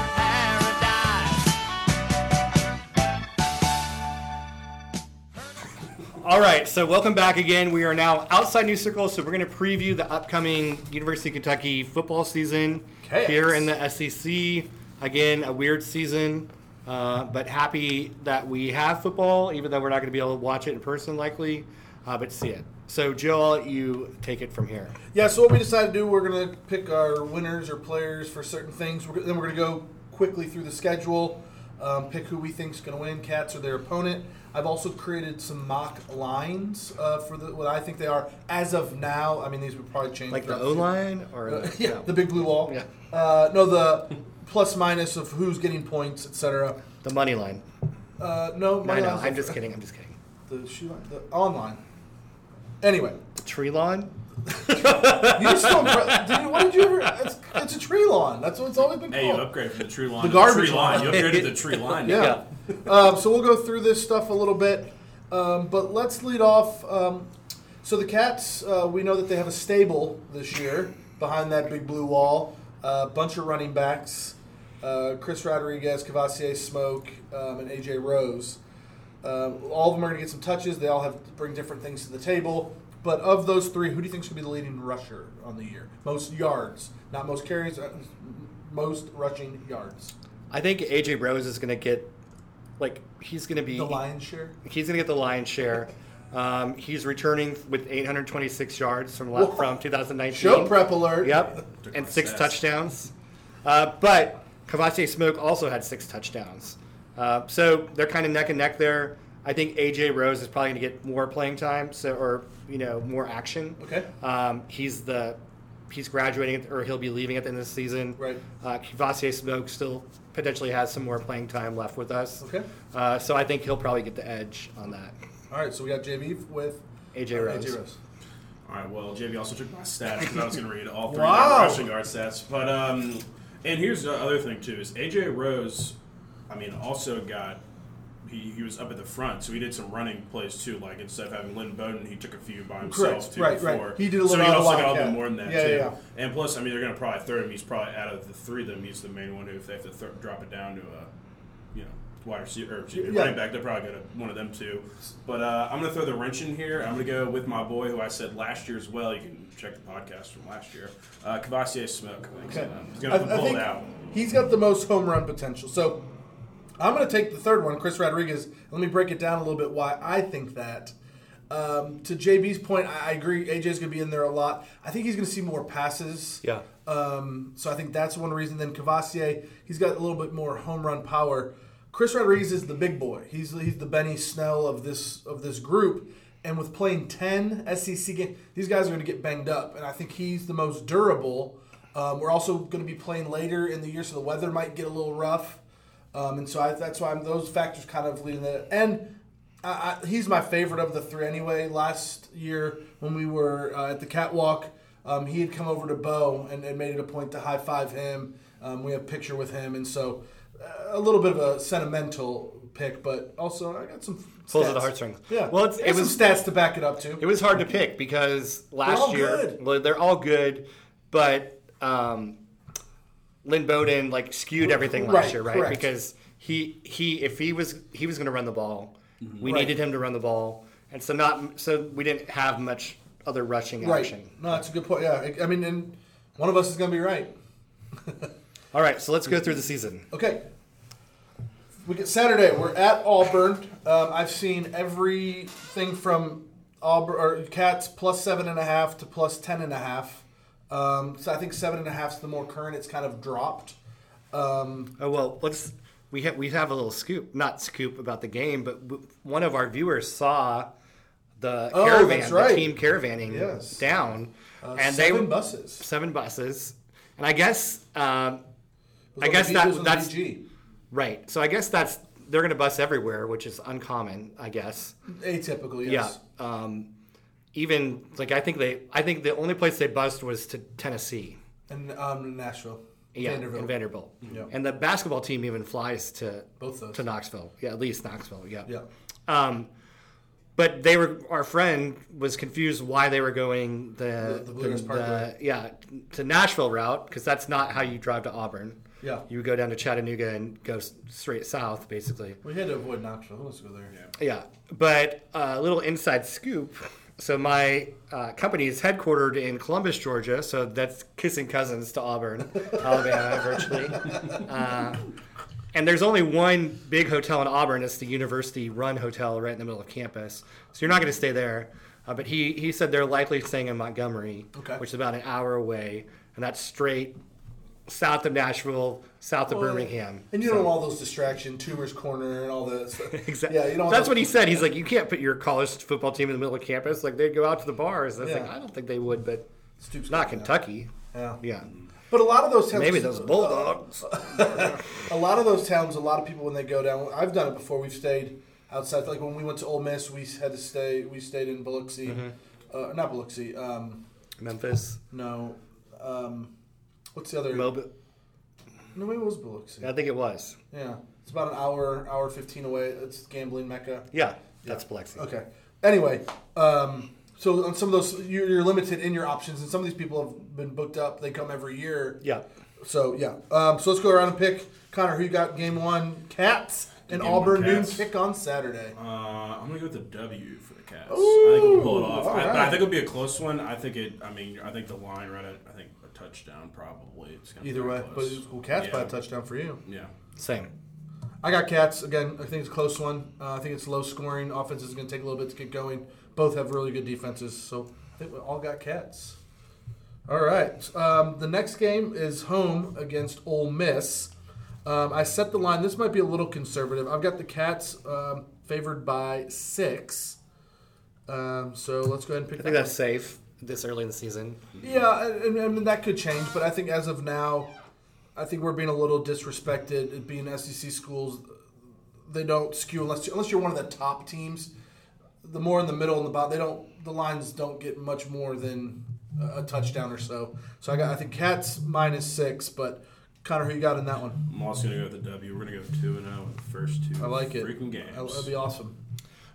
Speaker 4: paradise.
Speaker 2: All right, so welcome back again. We are now outside New Circle, so we're going to preview the upcoming University of Kentucky football season
Speaker 1: Chaos.
Speaker 2: here in the SEC. Again, a weird season, uh, but happy that we have football, even though we're not going to be able to watch it in person likely, uh, but see it. So, Joe, I'll let you take it from here.
Speaker 1: Yeah, so what we decided to do, we're going to pick our winners or players for certain things. We're, then we're going to go quickly through the schedule, um, pick who we think's going to win, Cats or their opponent. I've also created some mock lines uh, for the, what I think they are as of now. I mean, these would probably change.
Speaker 2: Like the
Speaker 1: throughout
Speaker 2: O line or
Speaker 1: season.
Speaker 2: the,
Speaker 1: yeah, the big blue wall.
Speaker 2: Yeah.
Speaker 1: Uh, no, the plus minus of who's getting points, etc.
Speaker 2: the money line.
Speaker 1: Uh, no,
Speaker 2: I know.
Speaker 1: line's
Speaker 2: I'm
Speaker 1: not-
Speaker 2: just kidding. I'm just kidding.
Speaker 1: The shoe line, the online. Anyway,
Speaker 2: Tree lawn?
Speaker 1: you just don't. Did you, what did you ever? It's, it's a tree lawn. That's what it's always been called.
Speaker 3: Hey, you upgraded from the tree line.
Speaker 1: The
Speaker 3: to The
Speaker 1: garbage
Speaker 3: tree line.
Speaker 1: line.
Speaker 3: You upgraded the tree line. now.
Speaker 1: Yeah. um, so we'll go through this stuff a little bit, um, but let's lead off. Um, so the Cats, uh, we know that they have a stable this year behind that big blue wall. A bunch of running backs: uh, Chris Rodriguez, Cavassier, Smoke, um, and AJ Rose. Um, all of them are going to get some touches. They all have bring different things to the table. But of those three, who do you think is going to be the leading rusher on the year? Most yards, not most carries, uh, most rushing yards.
Speaker 2: I think AJ Rose is going to get, like, he's going to be.
Speaker 1: The lion's share.
Speaker 2: He's going to get the lion's share. Um, he's returning with 826 yards from la-
Speaker 1: Whoa.
Speaker 2: from 2019.
Speaker 1: Show prep alert.
Speaker 2: Yep,
Speaker 3: Took
Speaker 2: and
Speaker 3: my
Speaker 2: six
Speaker 3: stats.
Speaker 2: touchdowns. Uh, but Kavache Smoke also had six touchdowns. Uh, so they're kind of neck and neck there. I think AJ Rose is probably going to get more playing time, so or you know more action.
Speaker 1: Okay.
Speaker 2: Um, he's the he's graduating, or he'll be leaving at the end of the season.
Speaker 1: Right.
Speaker 2: Uh, Kavache Smoke still potentially has some more playing time left with us.
Speaker 1: Okay.
Speaker 2: Uh, so I think he'll probably get the edge on that.
Speaker 1: All right, so we got JV with
Speaker 2: AJ
Speaker 1: uh,
Speaker 2: Rose.
Speaker 3: All right. Well, JV also took my stats because I was going to read all three
Speaker 1: Wow.
Speaker 3: of the rushing guard stats. But um, and here's the other thing too is AJ Rose. I mean, also got he, he was up at the front, so he did some running plays too. Like instead of having Lynn Bowden, he took a few by
Speaker 1: Correct,
Speaker 3: himself too.
Speaker 1: right, right.
Speaker 3: before.
Speaker 1: He did a
Speaker 3: So
Speaker 1: little
Speaker 3: he
Speaker 1: out of
Speaker 3: also got a
Speaker 1: wildcat.
Speaker 3: bit more than that
Speaker 1: Yeah,
Speaker 3: too.
Speaker 1: yeah, yeah.
Speaker 3: And plus, I mean, they're going to probably throw him. He's probably out of the three of them. He's the main one who, if they have to th- drop it down to a, you know, wide receiver or excuse me,
Speaker 1: Yeah.
Speaker 3: running back, they're probably going to one of them too. But uh, I'm going to throw the wrench in here. I'm going to go with my boy who I said last year as well. You can check the podcast from last year. Uh, Cavassier Smoke. I think he's
Speaker 1: Okay.
Speaker 3: gonna- He's going to pull it out.
Speaker 1: he's got the most home run potential. So I'm going to take the third one, Chris Rodriguez. Let me break it down a little bit why I think that. Um, to JB's point, I I agree. AJ's going to be in there a lot. I think he's going to see more passes.
Speaker 2: Yeah.
Speaker 1: Um, so I think that's one reason. Then Cavassier, he's got a little bit more home run power. Chris Rodriguez is the big boy. He's he's the Benny Snell of this of this group. And with playing ten SEC game, these guys are going to get banged up. And I think he's the most durable. Um, we're also going to be playing later in the year, so the weather might get a little rough. Um, and so I, that's why I'm, those factors kind of leading that. And I, I, he's my favorite of the three anyway. Last year when we were uh, at the catwalk, um, he had come over to Bo and, and made it a point to high five him. Um, we have a picture with him, and so uh, a little bit of a sentimental pick, but also I got some stats.
Speaker 2: Pulls at the heartstrings.
Speaker 1: Yeah,
Speaker 2: Well, it's-
Speaker 1: I
Speaker 2: it
Speaker 1: got
Speaker 2: was-
Speaker 1: some stats to back it up too.
Speaker 2: It was hard to pick because last
Speaker 1: all
Speaker 2: year
Speaker 1: good.
Speaker 2: well, they're all good, but um, Lynn Bowden like skewed everything last
Speaker 1: Right,
Speaker 2: year, right?
Speaker 1: correct.
Speaker 2: Because he he if he was he was going to run the ball, we
Speaker 1: Right.
Speaker 2: needed him to run the ball, and so not so we didn't have much other rushing
Speaker 1: right.
Speaker 2: action.
Speaker 1: No, that's a good point. Yeah, I, I mean, and one of us is going to be right.
Speaker 2: All right, so let's go through the season.
Speaker 1: Okay. We get Saturday. We're at Auburn. Um, I've seen everything from Auburn or Cats plus seven and a half to plus ten and a half. Um, so I think seven and a half is the more current. It's kind of dropped.
Speaker 2: Oh well, let's we have we have a little scoop, not scoop about the game, but w- one of our viewers saw the
Speaker 1: Oh,
Speaker 2: caravan,
Speaker 1: that's right.
Speaker 2: the team caravanning
Speaker 1: Yes.
Speaker 2: down,
Speaker 1: Uh,
Speaker 2: and
Speaker 1: seven
Speaker 2: they
Speaker 1: buses.
Speaker 2: seven buses, and I guess um,
Speaker 1: It was
Speaker 2: I
Speaker 1: on
Speaker 2: guess
Speaker 1: the- it
Speaker 2: that-
Speaker 1: was on the
Speaker 2: that's-
Speaker 1: VG.
Speaker 2: right. So I guess that's they're going to bus everywhere, which is uncommon, I guess.
Speaker 1: atypical. Yes.
Speaker 2: Yeah. Um, even like I think they, I think the only place they bust was to Tennessee.
Speaker 1: And um, Nashville.
Speaker 2: Yeah,
Speaker 1: Vanderbilt.
Speaker 2: and Vanderbilt.
Speaker 1: Yeah.
Speaker 2: And the basketball team even flies to
Speaker 1: Both those.
Speaker 2: to Knoxville. Yeah, at least Knoxville. Yeah.
Speaker 1: Yeah.
Speaker 2: Um, but they were our friend was confused why they were going the
Speaker 1: The- the Bluegrass Parkway.
Speaker 2: yeah to Nashville route because that's not how you drive to Auburn.
Speaker 1: Yeah.
Speaker 2: You would go down to Chattanooga and go s- straight south, basically.
Speaker 1: We had to avoid Knoxville. Let's go there. Yeah.
Speaker 2: Yeah, but uh, a little inside scoop. So my uh, company is headquartered in Columbus, Georgia. So that's kissing cousins to Auburn, Alabama, virtually. Uh, and there's only one big hotel in Auburn. It's the university-run hotel right in the middle of campus. So you're not going to stay there. Uh, but he he said they're likely staying in Montgomery,
Speaker 1: Okay.
Speaker 2: which is about an hour away, and that's straight south of Nashville, south of Birmingham.
Speaker 1: And you don't want all those distraction, Tumors Corner, and all that. stuff.
Speaker 2: Exactly.
Speaker 1: Yeah, you don't.
Speaker 2: That's
Speaker 1: want
Speaker 2: what he said. He's like, you can't put your college football team in the middle of campus. Like they'd go out to the bars. And I was like,
Speaker 1: Yeah.
Speaker 2: I don't think they would, but
Speaker 1: Stoops
Speaker 2: not
Speaker 1: going down.
Speaker 2: Kentucky.
Speaker 1: Yeah.
Speaker 2: Yeah,
Speaker 1: But a lot of those towns.
Speaker 2: maybe those Bulldogs.
Speaker 1: A lot of those towns. A lot of people when they go down. I've done it before. We've stayed outside. Like when we went to Ole Miss, we had to stay. We stayed in Biloxi,
Speaker 2: Mm-hmm.
Speaker 1: uh, not Biloxi. Um,
Speaker 2: Memphis,
Speaker 1: no. Um, what's the other?
Speaker 2: Mobile.
Speaker 1: No, maybe it was Biloxi.
Speaker 2: I think it was.
Speaker 1: Yeah, it's about an hour, hour fifteen away. It's gambling mecca.
Speaker 2: Yeah, that's Biloxi.
Speaker 1: Okay. Anyway, um, so on some of those, you're, you're limited in your options, and some of these people have been booked up. They come every year.
Speaker 2: Yeah.
Speaker 1: So yeah. Um, so let's go around and pick Connor. Who you got? Game one, Cats and
Speaker 3: Game
Speaker 1: Auburn
Speaker 3: one,
Speaker 1: noon
Speaker 3: Cats.
Speaker 1: kick on Saturday.
Speaker 3: Uh, I'm gonna go with the W for the Cats. I think we'll pull it off. I, but I
Speaker 1: alright.
Speaker 3: think it'll be a close one. I think it. I mean, I think the line right at I think a touchdown probably. It's gonna be
Speaker 1: Either
Speaker 3: very
Speaker 1: way, but
Speaker 3: close.
Speaker 1: it's cool. Cats by a
Speaker 3: Yeah.
Speaker 1: touchdown for you.
Speaker 3: Yeah.
Speaker 2: Same.
Speaker 1: I got Cats again. I think it's a close one. Uh, I think it's low scoring. Offense is going to take a little bit to get going. Both have really good defenses, so I think we all got Cats. All right. Um, the next game is home against Ole Miss. Um, I set the line. This might be a little conservative. I've got the Cats um, favored by six. Um, so let's go ahead and pick.
Speaker 2: I think
Speaker 1: that
Speaker 2: that's safe this early in the season.
Speaker 1: yeah, and, and, and that could change, but I think as of now, I think we're being a little disrespected. It being SEC schools, they don't skew unless unless you're one of the top teams. The more in the middle and the bottom, they don't. The lines don't get much more than a a touchdown or so. So I got I think Cats minus six, but Connor, who you got in that one?
Speaker 3: I'm also gonna go with the W. We're gonna go two and zero in the first two.
Speaker 1: I like it.
Speaker 3: Freaking games.
Speaker 1: That'll that'll be awesome.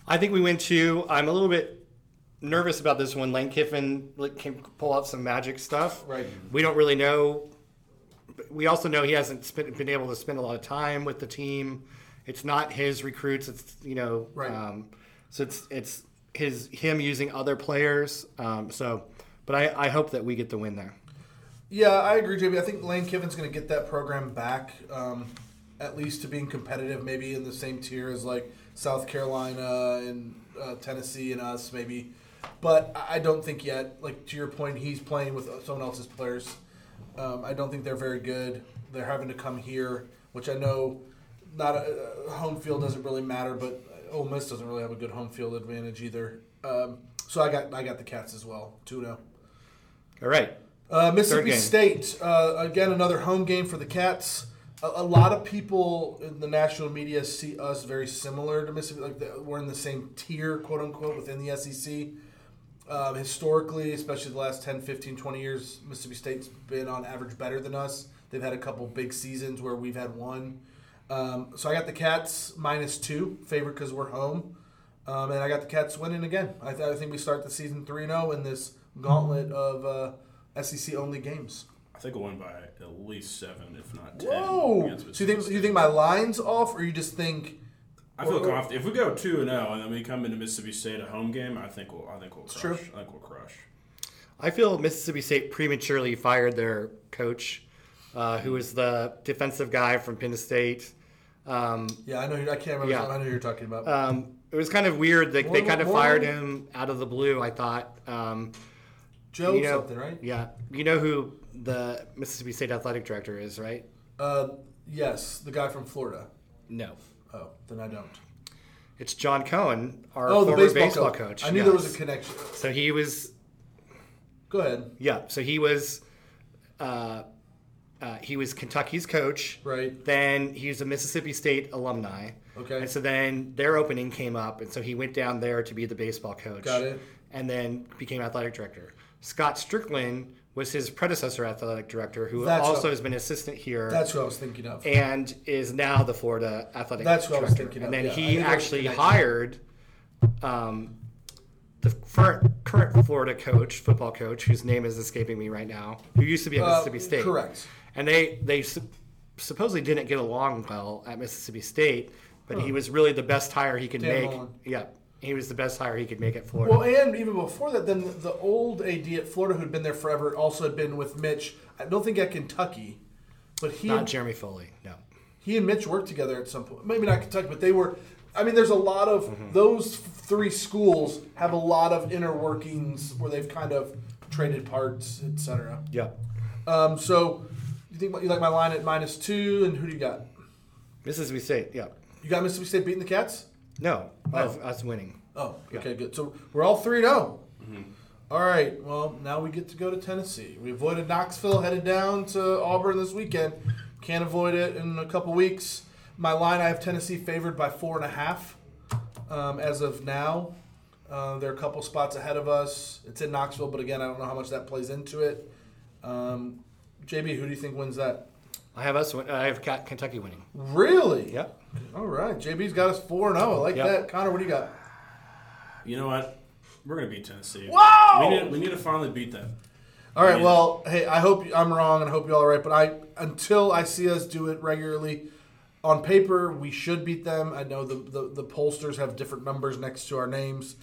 Speaker 2: I think we win two. I'm a little bit nervous about this one. Lane Kiffin like, can pull out some magic stuff.
Speaker 1: Right.
Speaker 2: We don't really know. but We also know he hasn't spent, been able to spend a lot of time with the team. It's not his recruits. It's you know.
Speaker 1: Right.
Speaker 2: Um, so it's it's his him using other players. Um, so, but I, I hope that we get the win there.
Speaker 1: Yeah, I agree, JB. I think Lane Kiffin's going to get that program back, um, at least to being competitive, maybe in the same tier as like South Carolina and uh, Tennessee and us, maybe. But I I don't think yet. Like to your point, he's playing with someone else's players. Um, I don't think they're very good. They're having to come here, which I know not uh, home field doesn't really matter, but Ole Miss doesn't really have a good home field advantage either. Um, so I got I got the Cats as well, two oh. zero.
Speaker 2: All right.
Speaker 1: Uh, Mississippi
Speaker 2: game.
Speaker 1: State, uh, again, another home game for the Cats. A, a lot of people in the national media see us very similar to Mississippi. Like the, we're in the same tier, quote unquote, within the E SEC. Um, historically, especially the last 10, 15, 20 years, Mississippi State's been on average better than us. They've had a couple big seasons where we've had one. Um, so I got the Cats minus two, favorite because we're home. Um, and I got the Cats winning again. I, th- I think we start the season 3 0 in this gauntlet of uh, SEC only games.
Speaker 3: I think we'll win by at least seven, if not ten.
Speaker 1: Whoa!
Speaker 3: against
Speaker 1: So you think,
Speaker 3: Mississippi
Speaker 1: you think my line's off, or you just think.
Speaker 3: I feel confident. If we go two and zero, and then we come into Mississippi State a home game, I think we'll. I think we'll crush.
Speaker 1: true.
Speaker 3: I think we'll crush.
Speaker 2: I feel Mississippi State prematurely fired their coach, uh, who was the defensive guy from Penn State. Um,
Speaker 1: Yeah, I know. you- I can't remember.
Speaker 2: Yeah.
Speaker 1: I know who you're talking about.
Speaker 2: um, it was kind of weird. Like they
Speaker 1: Well,
Speaker 2: kind of
Speaker 1: well-
Speaker 2: fired him out of the blue. I thought. Um,
Speaker 1: Joe
Speaker 2: you know,
Speaker 1: something, right?
Speaker 2: Yeah, you know who the Mississippi State athletic director is, right?
Speaker 1: Uh, yes, the guy from Florida.
Speaker 2: No.
Speaker 1: Oh, then I don't.
Speaker 2: It's John Cohen, our
Speaker 1: Oh, the
Speaker 2: former
Speaker 1: baseball,
Speaker 2: baseball
Speaker 1: coach.
Speaker 2: coach.
Speaker 1: I knew
Speaker 2: yes.
Speaker 1: there was a connection.
Speaker 2: So he was
Speaker 1: Go ahead.
Speaker 2: Yeah, so he was, uh, uh, he was Kentucky's coach.
Speaker 1: Right.
Speaker 2: Then he was a Mississippi State alumni.
Speaker 1: Okay.
Speaker 2: And so then their opening came up, and so he went down there to be the baseball coach.
Speaker 1: Got it.
Speaker 2: And then became athletic director. Scott Strickland was his predecessor athletic director, who
Speaker 1: That's
Speaker 2: also
Speaker 1: what-
Speaker 2: has been assistant here.
Speaker 1: That's what I was thinking of.
Speaker 2: and is now the Florida athletic
Speaker 1: That's what I
Speaker 2: director.
Speaker 1: was thinking
Speaker 2: and
Speaker 1: of,
Speaker 2: then
Speaker 1: yeah. I
Speaker 2: he
Speaker 1: think that's
Speaker 2: actually
Speaker 1: connected.
Speaker 2: hired um, the current current Florida coach, football coach, whose name is escaping me right now, who used to be at
Speaker 1: Uh,
Speaker 2: Mississippi State.
Speaker 1: correct.
Speaker 2: And they they su- supposedly didn't get along well at Mississippi State, but he was really the best hire he could
Speaker 1: Dan
Speaker 2: make.
Speaker 1: Mullen.
Speaker 2: Yeah, he was the best hire he could make at Florida.
Speaker 1: Well, and even before that, then the, the old AD at Florida, who'd been there forever, also had been with Mitch. I don't think at Kentucky, but he
Speaker 2: Not
Speaker 1: and,
Speaker 2: Jeremy Foley. No.
Speaker 1: he and Mitch worked together at some point. Maybe not Kentucky, but they were. I mean, there's a lot of
Speaker 2: Mm-hmm.
Speaker 1: those three schools have a lot of inner workings where they've kind of traded parts, etc.
Speaker 2: Yeah.
Speaker 1: Um, so you think you like my line at minus two, and who do you got?
Speaker 2: Mississippi State. Yeah.
Speaker 1: You got Mississippi State beating the Cats.
Speaker 2: No. Of us winning.
Speaker 1: Oh, okay, good. So we're all three zero. All right. Well, now we get to go to Tennessee. We avoided Knoxville, headed down to Auburn this weekend. Can't avoid it in a couple weeks. My line: I have Tennessee favored by four and a half um, as of now. Uh, there are a couple spots ahead of us. It's in Knoxville, but again, I don't know how much that plays into it. Um, JB, who do you think wins that?
Speaker 2: I have us. Win- I have Ca- Kentucky winning.
Speaker 1: Really?
Speaker 2: Yeah.
Speaker 1: All right. JB's got us four and zero. I like
Speaker 2: Yep.
Speaker 1: that. Connor, what do you got?
Speaker 3: You know what? We're gonna beat Tennessee.
Speaker 1: Whoa!
Speaker 3: We need, we need to finally beat them.
Speaker 1: All right.
Speaker 3: Yeah.
Speaker 1: Well, hey, I hope I'm wrong, and I hope you all are right. But I, until I see us do it regularly, on paper we should beat them. I know the the, the pollsters have different numbers next to our names,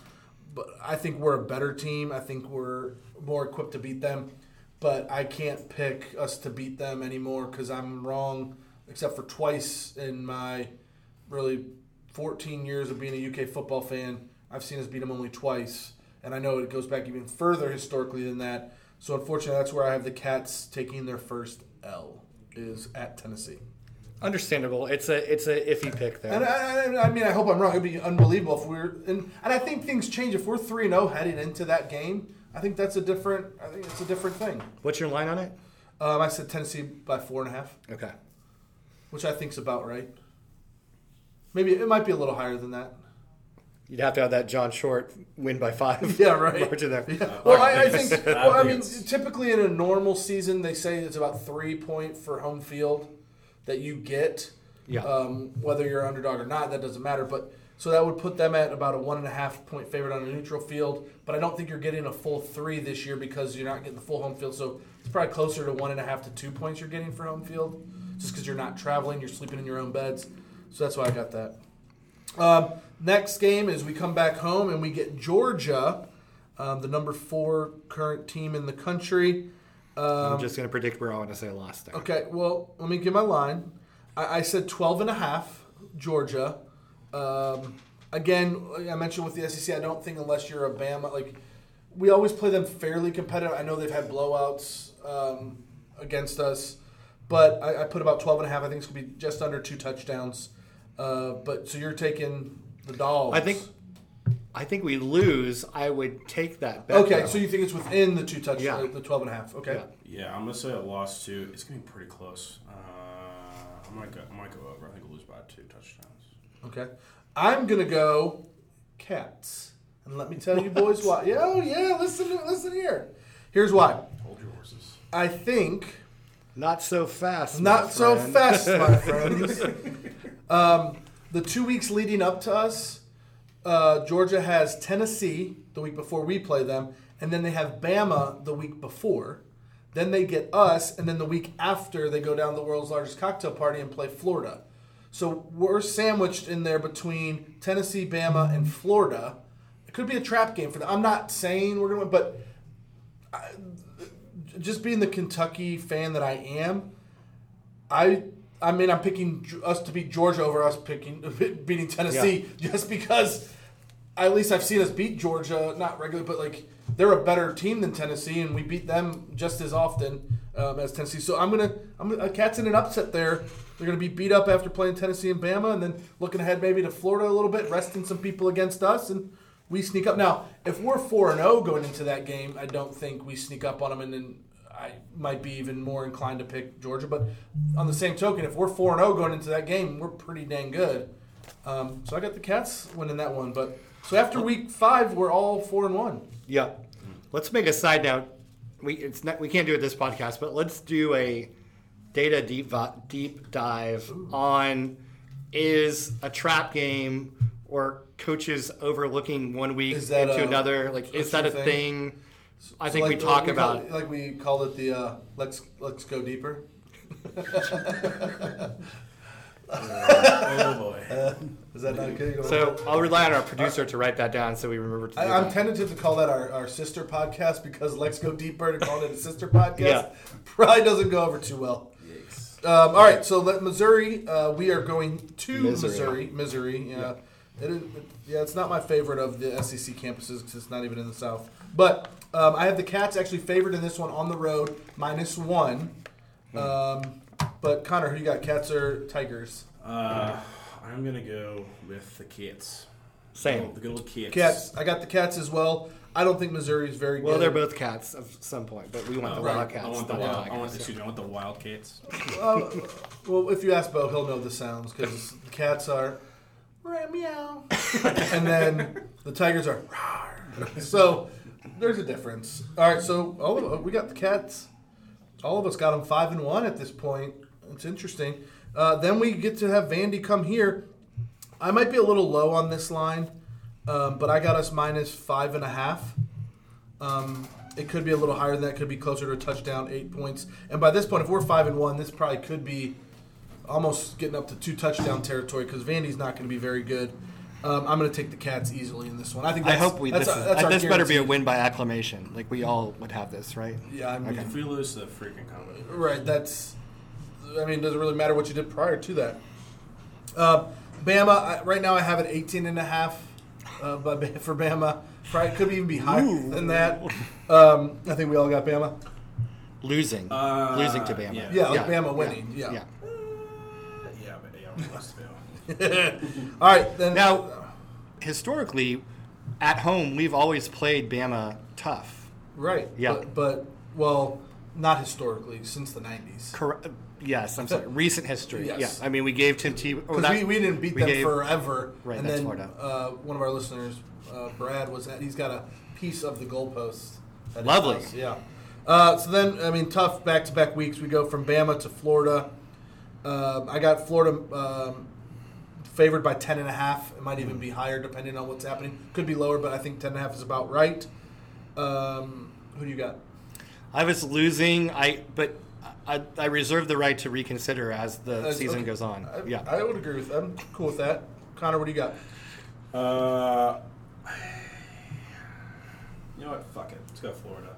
Speaker 1: but I think we're a better team. I think we're more equipped to beat them. But I can't pick us to beat them anymore because I'm wrong, except for twice in my really 14 years of being a UK football fan. I've seen us beat them only twice, and I know it goes back even further historically than that. So unfortunately, that's where I have the Cats taking their first L is at Tennessee.
Speaker 2: Understandable. It's a it's a iffy pick there.
Speaker 1: And uh, I, I- I mean, I hope I'm wrong. It'd be unbelievable if we're and, and I think things change if we're three zero heading into that game. I think that's a different. I think it's a different thing.
Speaker 2: What's your line on it?
Speaker 1: Um, I said Tennessee by four and a half,
Speaker 2: Okay.
Speaker 1: which I think's about right. Maybe it might be a little higher than that.
Speaker 2: You'd have to have that John Short win by five.
Speaker 1: Yeah, right.
Speaker 2: Margin there.
Speaker 1: Well, I, I think. Well, I mean,
Speaker 3: Obvious.
Speaker 1: typically in a normal season, they say it's about three point for home field that you get.
Speaker 2: Yeah.
Speaker 1: Um, whether you're underdog or not, that doesn't matter. But so that would put them at about a one and a half point favorite on a neutral field. But I don't think you're getting a full three this year because you're not getting the full home field. So it's probably closer to one and a half to two points you're getting for home field, just because you're not traveling, you're sleeping in your own beds. So that's why I got that. Um, next game is we come back home and we get Georgia, um, the number four current team in the country.
Speaker 2: I'm just gonna predict we're all gonna say lost there.
Speaker 1: Um, Okay, well, let me get my line. I, I said 12 and a half, Georgia. Um, again, like I mentioned with the SEC, I don't think unless you're a Bama, like, we always play them fairly competitive. I know they've had blowouts um, against us, but I, I put about 12 and a half. I think it's going to be just under two touchdowns. Uh, but so you're taking the dogs.
Speaker 2: I think I think we lose. I would take that bet.
Speaker 1: Okay,
Speaker 2: though.
Speaker 1: so you think it's within the two touchdowns,
Speaker 2: Yeah.
Speaker 1: the 12 and a half. Okay.
Speaker 2: Yeah.
Speaker 3: Yeah, I'm gonna say a loss too. It's gonna be pretty close. Uh, I might go. I might go over. I think we'll lose by two touchdowns.
Speaker 1: Okay. I'm gonna go cats. And let me tell you boys why. Yeah, oh yeah, listen listen here. Here's why.
Speaker 3: Hold your horses.
Speaker 1: I think
Speaker 2: not so fast. my
Speaker 1: not so
Speaker 2: friend.
Speaker 1: fast, my friends. um, the two weeks leading up to us, uh, Georgia has Tennessee the week before we play them, and then they have Bama the week before. Then they get us, and then the week after they go down to the world's largest cocktail party and play Florida. So we're sandwiched in there between Tennessee, Bama, and Florida. It could be a trap game for them. I'm not saying we're gonna, win, but I, just being the Kentucky fan that I am, I I mean I'm picking Ge- us to beat Georgia over us picking beating Tennessee just because at least I've seen us beat Georgia not regularly but like they're a better team than Tennessee and we beat them just as often um, as Tennessee. So I'm gonna, I'm gonna, uh, Cats in an upset there. They're gonna be beat up after playing Tennessee and Bama, and then looking ahead maybe to Florida a little bit, resting some people against us, and we sneak up. Now, if we're four and zero going into that game, I don't think we sneak up on them, and then I might be even more inclined to pick Georgia. But on the same token, if we're four and zero going into that game, we're pretty dang good. Um, so I got the Cats winning that one. But so after week five, we're all four and one.
Speaker 2: Yeah. Let's make a side note. We it's not we can't do it this podcast, but let's do a data deep vi- deep dive on is a trap game or coaches overlooking one week
Speaker 1: Is that
Speaker 2: into
Speaker 1: a
Speaker 2: another like is that a
Speaker 1: coaching
Speaker 2: thing?
Speaker 1: thing?
Speaker 2: I think
Speaker 1: So
Speaker 2: we
Speaker 1: like-
Speaker 2: talk
Speaker 1: call-
Speaker 2: about it.
Speaker 1: like we call it the uh, let's let's go deeper.
Speaker 3: Oh boy.
Speaker 1: Is that not good?
Speaker 2: So I'll rely on our producer to write that down so we remember to do
Speaker 1: I, I'm
Speaker 2: that.
Speaker 1: tentative to call that our, our sister podcast because let's go deeper to call it a sister podcast
Speaker 2: Yeah.
Speaker 1: probably doesn't go over too well. Um, all right, so let Missouri. Uh, we are going to Missouri.
Speaker 2: Missouri.
Speaker 1: Missouri. Yeah. It is, it- yeah, it's not my favorite of the SEC campuses because it's not even in the South. But um, I have the Cats actually favored in this one on the road, minus one.
Speaker 2: Hmm.
Speaker 1: Um, but Connor, who you got? Cats or Tigers?
Speaker 3: Uh, I'm gonna go with the Cats.
Speaker 2: Same.
Speaker 3: The good old Cats.
Speaker 1: Cats. I got the Cats as well. I don't think Missouri is very
Speaker 2: Well,
Speaker 1: good.
Speaker 2: they're both cats at some point, but we want the
Speaker 3: Right.
Speaker 2: Wildcats.
Speaker 3: I want the
Speaker 2: not
Speaker 3: wild. I
Speaker 2: Tigers.
Speaker 3: want the, excuse me, I want the Wildcats.
Speaker 1: Uh, well, if you ask Bo, he'll know the sounds because the cats are "Rah, meow, and then the tigers are "Rawr." So there's a difference. All right, so all of, we got the cats. All of us got them five and one at this point. It's interesting. Uh, then we get to have Vandy come here. I might be a little low on this line, um, but I got us minus five and a half. Um, it could be a little higher than that. Could be closer to a touchdown, eight points. And by this point, if we're five and one, this probably could be almost getting up to two touchdown territory because Vandy's not going to be very good. Um, I'm going to take the Cats easily in this one. I think.
Speaker 2: I
Speaker 1: That's,
Speaker 2: hope we.
Speaker 1: That's
Speaker 2: This,
Speaker 1: our-
Speaker 2: is-
Speaker 1: that's our
Speaker 2: this better be a
Speaker 1: guarantee.
Speaker 2: win by acclamation. Like we all would have this, right?
Speaker 1: Yeah, I mean,
Speaker 3: If we lose the freaking comedy,
Speaker 1: Right. That's. I mean, it doesn't really matter what you did prior to that. Uh, Bama. I, right now, I have it 18 and a half uh, by, Ba- for Bama. Probably could even be higher than that. Um, I think we all got Bama.
Speaker 2: Losing,
Speaker 3: Uh,
Speaker 2: losing to Bama.
Speaker 3: yeah.
Speaker 1: Yeah, like
Speaker 2: Yeah.
Speaker 1: Bama winning. Yeah.
Speaker 2: yeah.
Speaker 3: yeah, but yeah, we lost Bama.
Speaker 1: All right. Then
Speaker 2: Now, historically, at home we've always played Bama tough.
Speaker 1: Right.
Speaker 2: Yeah.
Speaker 1: But, but well, not historically since the nineties.
Speaker 2: Cor- yes, I'm sorry. Recent history.
Speaker 1: Yes.
Speaker 2: Yeah, I mean we gave Tim Tebow. oh,
Speaker 1: Because
Speaker 2: that-
Speaker 1: we, we didn't beat
Speaker 2: we
Speaker 1: them
Speaker 2: gave-
Speaker 1: forever.
Speaker 2: Right,
Speaker 1: And
Speaker 2: that's
Speaker 1: then
Speaker 2: Florida.
Speaker 1: uh, one of our listeners, uh, Brad, was at, he's got a piece of the goalpost. at his
Speaker 2: Lovely.
Speaker 1: house, Yeah. Uh, so then, I mean, tough back-to-back weeks. We go from Bama to Florida. Um, I got Florida um, favored by ten and a half. It might even be higher depending on what's happening. Could be lower, but I think ten and a half is about right. Um, who do you got?
Speaker 2: I was losing. I but I, I reserve the right to reconsider as the
Speaker 1: Uh,
Speaker 2: season
Speaker 1: okay.
Speaker 2: goes on.
Speaker 1: I,
Speaker 2: yeah.
Speaker 1: I would agree with that. I'm cool with that. Connor, what do you got?
Speaker 3: Uh, you know what? Fuck it. Let's go Florida.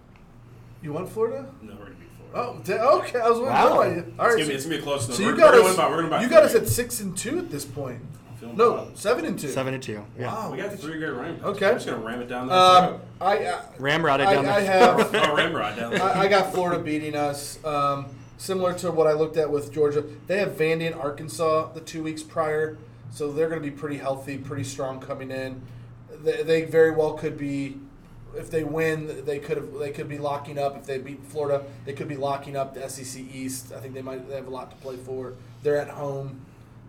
Speaker 1: You want Florida?
Speaker 3: No, we're gonna beat Florida.
Speaker 1: Oh, da- okay. I was wondering.
Speaker 2: Wow.
Speaker 1: why you- All
Speaker 3: It's
Speaker 1: right.
Speaker 3: gonna, be, it's
Speaker 1: So,
Speaker 3: gonna be close. though.
Speaker 1: so
Speaker 3: We're-
Speaker 1: you got
Speaker 3: we're gonna win
Speaker 1: us.
Speaker 3: by- we're gonna buy
Speaker 1: you got us
Speaker 3: three.
Speaker 1: at six and two at this point.
Speaker 3: Feeling
Speaker 1: No,
Speaker 3: proud.
Speaker 1: seven and two.
Speaker 2: Seven to two. Yeah.
Speaker 1: Wow.
Speaker 3: We got three great Rams.
Speaker 1: Okay.
Speaker 3: I'm just gonna ram it down the
Speaker 1: Um,
Speaker 3: throat.
Speaker 1: I, I,
Speaker 2: Ramrod it
Speaker 1: I,
Speaker 2: down the
Speaker 1: I have.
Speaker 3: Oh, Ramrod down the
Speaker 1: I, I got Florida beating us. Um, similar to what I looked at with Georgia, they have Vandy and Arkansas the two weeks prior, so they're going to be pretty healthy, pretty strong coming in. They, they very well could be, if they win, they could have they could be locking up. If they beat Florida, they could be locking up the SEC East. I think they might they have a lot to play for. They're at home,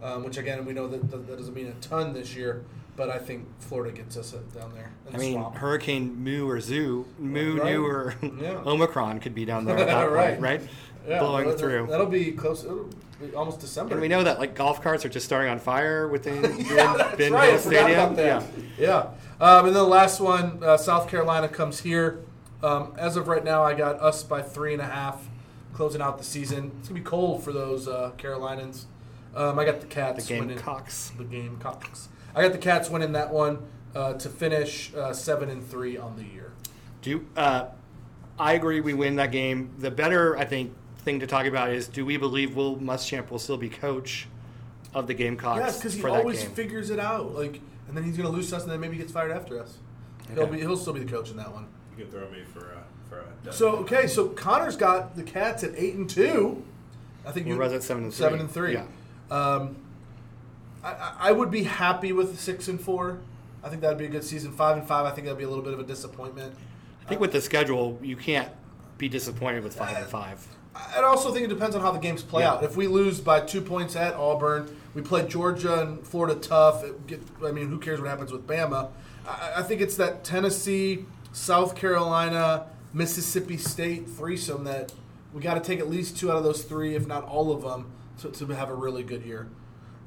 Speaker 1: um, which again we know that that that doesn't mean a ton this year, but I think Florida gets us down there. In the
Speaker 2: I mean,
Speaker 1: swamp.
Speaker 2: Hurricane Moo or Zoo, Moo,
Speaker 1: Right.
Speaker 2: New, or
Speaker 1: Yeah.
Speaker 2: Omicron could be down there at that
Speaker 1: Right.
Speaker 2: point, right?
Speaker 1: Yeah,
Speaker 2: Blowing
Speaker 1: that'll-
Speaker 2: through.
Speaker 1: That'll be close. It'll be almost December.
Speaker 2: and we know that like golf carts are just starting on fire within
Speaker 1: Yeah,
Speaker 2: Ben,
Speaker 1: that's
Speaker 2: ben
Speaker 1: right. I
Speaker 2: Hill
Speaker 1: forgot
Speaker 2: Stadium.
Speaker 1: about that. Yeah. Um, and then the last one, uh, South Carolina comes here. Um, as of right now, I got us by three and a half, closing out the season. It's gonna be cold for those uh, Carolinians. Um, I got the Cats.
Speaker 2: The
Speaker 1: winning.
Speaker 2: Gamecocks.
Speaker 1: The Gamecocks. I got the Cats winning that one uh, to finish uh, seven and three on the year.
Speaker 2: Do uh, I agree? We win that game. The better, I think, thing to talk about is: Do we believe Will Muschamp will still be coach of the Gamecocks
Speaker 1: Yes, because he
Speaker 2: for that
Speaker 1: always
Speaker 2: game?
Speaker 1: figures it out. Like, and then he's gonna lose to us, and then maybe he gets fired after us. He'll
Speaker 2: Okay.
Speaker 1: be he'll still be the coach in that one.
Speaker 3: You can throw me for uh, for a
Speaker 1: So okay, so Connor's got the Cats at eight and two. I think
Speaker 2: Well,
Speaker 1: you
Speaker 2: Reds at seven and three.
Speaker 1: Seven and three.
Speaker 2: Yeah.
Speaker 1: Um, I- I, I would be happy with six and four. I think that'd be a good season. Five and five. I think that'd be a little bit of a disappointment.
Speaker 2: I think with the schedule, you can't be disappointed with five and five.
Speaker 1: I I also think it depends on how the games play
Speaker 2: Yeah.
Speaker 1: out. If we lose by two points at Auburn, we play Georgia and Florida tough. It get, I mean, who cares what happens with Bama? I, I- I think it's that Tennessee, South Carolina, Mississippi State threesome that we got to take at least two out of those three, if not all of them, to, to have a really good year.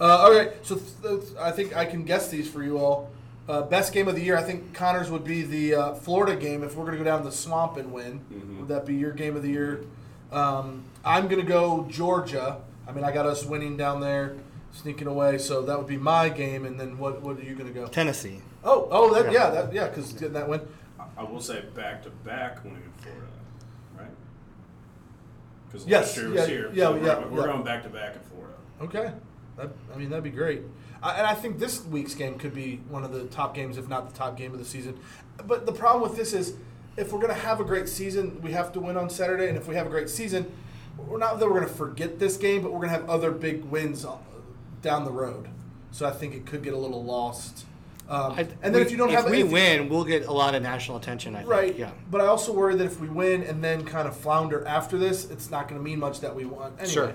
Speaker 1: Uh, all right, so th- th- I think I can guess these for you all. Uh, best game of the year, I think Connors would be the uh, Florida game. If we're going to go down to the swamp and win, would that be your game of the year? Um, I'm going to go Georgia. I mean, I got us winning down there, sneaking away. So that would be my game. And then what? What are you going to go?
Speaker 2: Tennessee.
Speaker 1: Oh, oh, that,
Speaker 2: Yeah.
Speaker 1: yeah, that, yeah, because didn't that win?
Speaker 3: I- I will say back to back winning in Florida, right? Because
Speaker 1: Yes,
Speaker 3: last year
Speaker 1: yeah,
Speaker 3: was here.
Speaker 1: yeah,
Speaker 3: so we're,
Speaker 1: yeah,
Speaker 3: going- we're
Speaker 1: yeah.
Speaker 3: going back to back in Florida.
Speaker 1: Okay, that, I mean that'd be great. I, and I think this week's game could be one of the top games, if not the top game of the season. But the problem with this is, if we're going to have a great season, we have to win on Saturday. And if we have a great season, we're not that we're going to forget this game, but we're going to have other big wins on, down the road. So I think it could get a little lost. Um,
Speaker 2: I,
Speaker 1: and then
Speaker 2: we-
Speaker 1: if you don't have
Speaker 2: we
Speaker 1: if-
Speaker 2: win, we'll get a lot of national attention. I think.
Speaker 1: Right.
Speaker 2: Yeah.
Speaker 1: But I also worry that if we win and then kind of flounder after this, it's not going to mean much that we won. Anyway.
Speaker 2: Sure.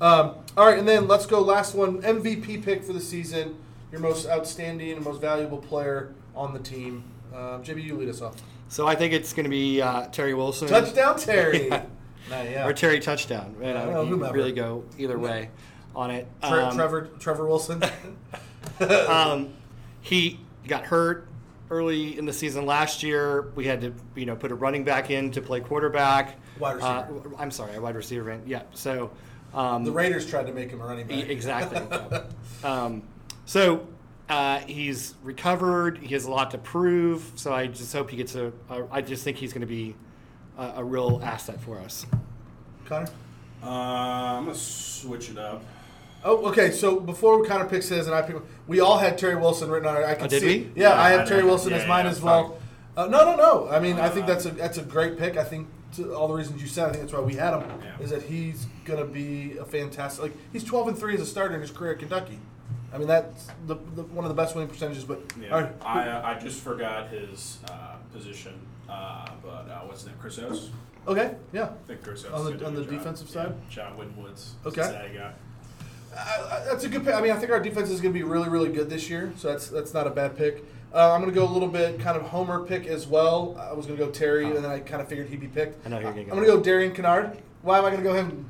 Speaker 1: Um, all right, and then let's go last one MVP pick for the season, your most outstanding and most valuable player on the team. Uh, JB, you lead us off.
Speaker 2: So I think it's going to be uh, Terry Wilson.
Speaker 1: Touchdown, Terry.
Speaker 2: Yeah.
Speaker 1: Nah, yeah.
Speaker 2: Or Terry touchdown. You know,
Speaker 1: Well,
Speaker 2: you could
Speaker 1: whomever.
Speaker 2: really go either way on it.
Speaker 1: Tre-
Speaker 2: Um,
Speaker 1: Trevor Trevor Wilson.
Speaker 2: um, he got hurt early in the season last year. We had to, you know, put a running back in to play quarterback.
Speaker 1: Wide receiver.
Speaker 2: Uh, w- I'm sorry, a wide receiver. in. Yeah. So um,
Speaker 1: the Raiders tried to make him a running back.
Speaker 2: e- exactly. um, so uh, he's recovered. He has a lot to prove. So I just hope he gets a. a I just think he's going to be a, a real asset for us.
Speaker 1: Connor.
Speaker 3: Uh, I'm gonna switch it up.
Speaker 1: Oh, okay. So before Connor picks his and I pick, we all had Terry Wilson written on it. I can
Speaker 2: Oh, did
Speaker 1: see.
Speaker 2: we?
Speaker 1: Yeah, I
Speaker 3: Yeah,
Speaker 1: have
Speaker 3: I
Speaker 1: Terry
Speaker 3: did.
Speaker 1: Wilson
Speaker 3: Yeah,
Speaker 1: as mine
Speaker 3: yeah,
Speaker 1: as
Speaker 3: I'm
Speaker 1: well. Uh, no, no, no. I mean, I think
Speaker 3: Uh,
Speaker 1: that's a that's a great pick. I think to all the reasons you said. I think that's why we had him.
Speaker 3: Yeah.
Speaker 1: Is that he's gonna be a fantastic. Like he's twelve and three as a starter in his career at Kentucky. I mean, that's the, the one of the best winning percentages. But
Speaker 3: Yeah.
Speaker 1: all right,
Speaker 3: I uh, I just forgot his uh, position, uh, but uh, what's his name? Chris O's.
Speaker 1: okay, yeah.
Speaker 3: I think Chris O's
Speaker 1: On the-
Speaker 3: gonna do
Speaker 1: on
Speaker 3: a
Speaker 1: the
Speaker 3: good job.
Speaker 1: defensive
Speaker 3: Yeah,
Speaker 1: side?
Speaker 3: John Winwoods.
Speaker 1: Okay.
Speaker 3: Cincinnati guy.
Speaker 1: I, I- uh, that's a good pick. I mean, I think our defense is going to be really, really good this year, so that's that's not a bad pick. Uh, I'm going to go a little bit kind of homer pick as well. I was going to go Terry, and then I kind of figured he'd be picked.
Speaker 2: I know who you're gonna
Speaker 1: I'm
Speaker 2: go.
Speaker 1: going to go Darian Kennard. Why am I going to go him?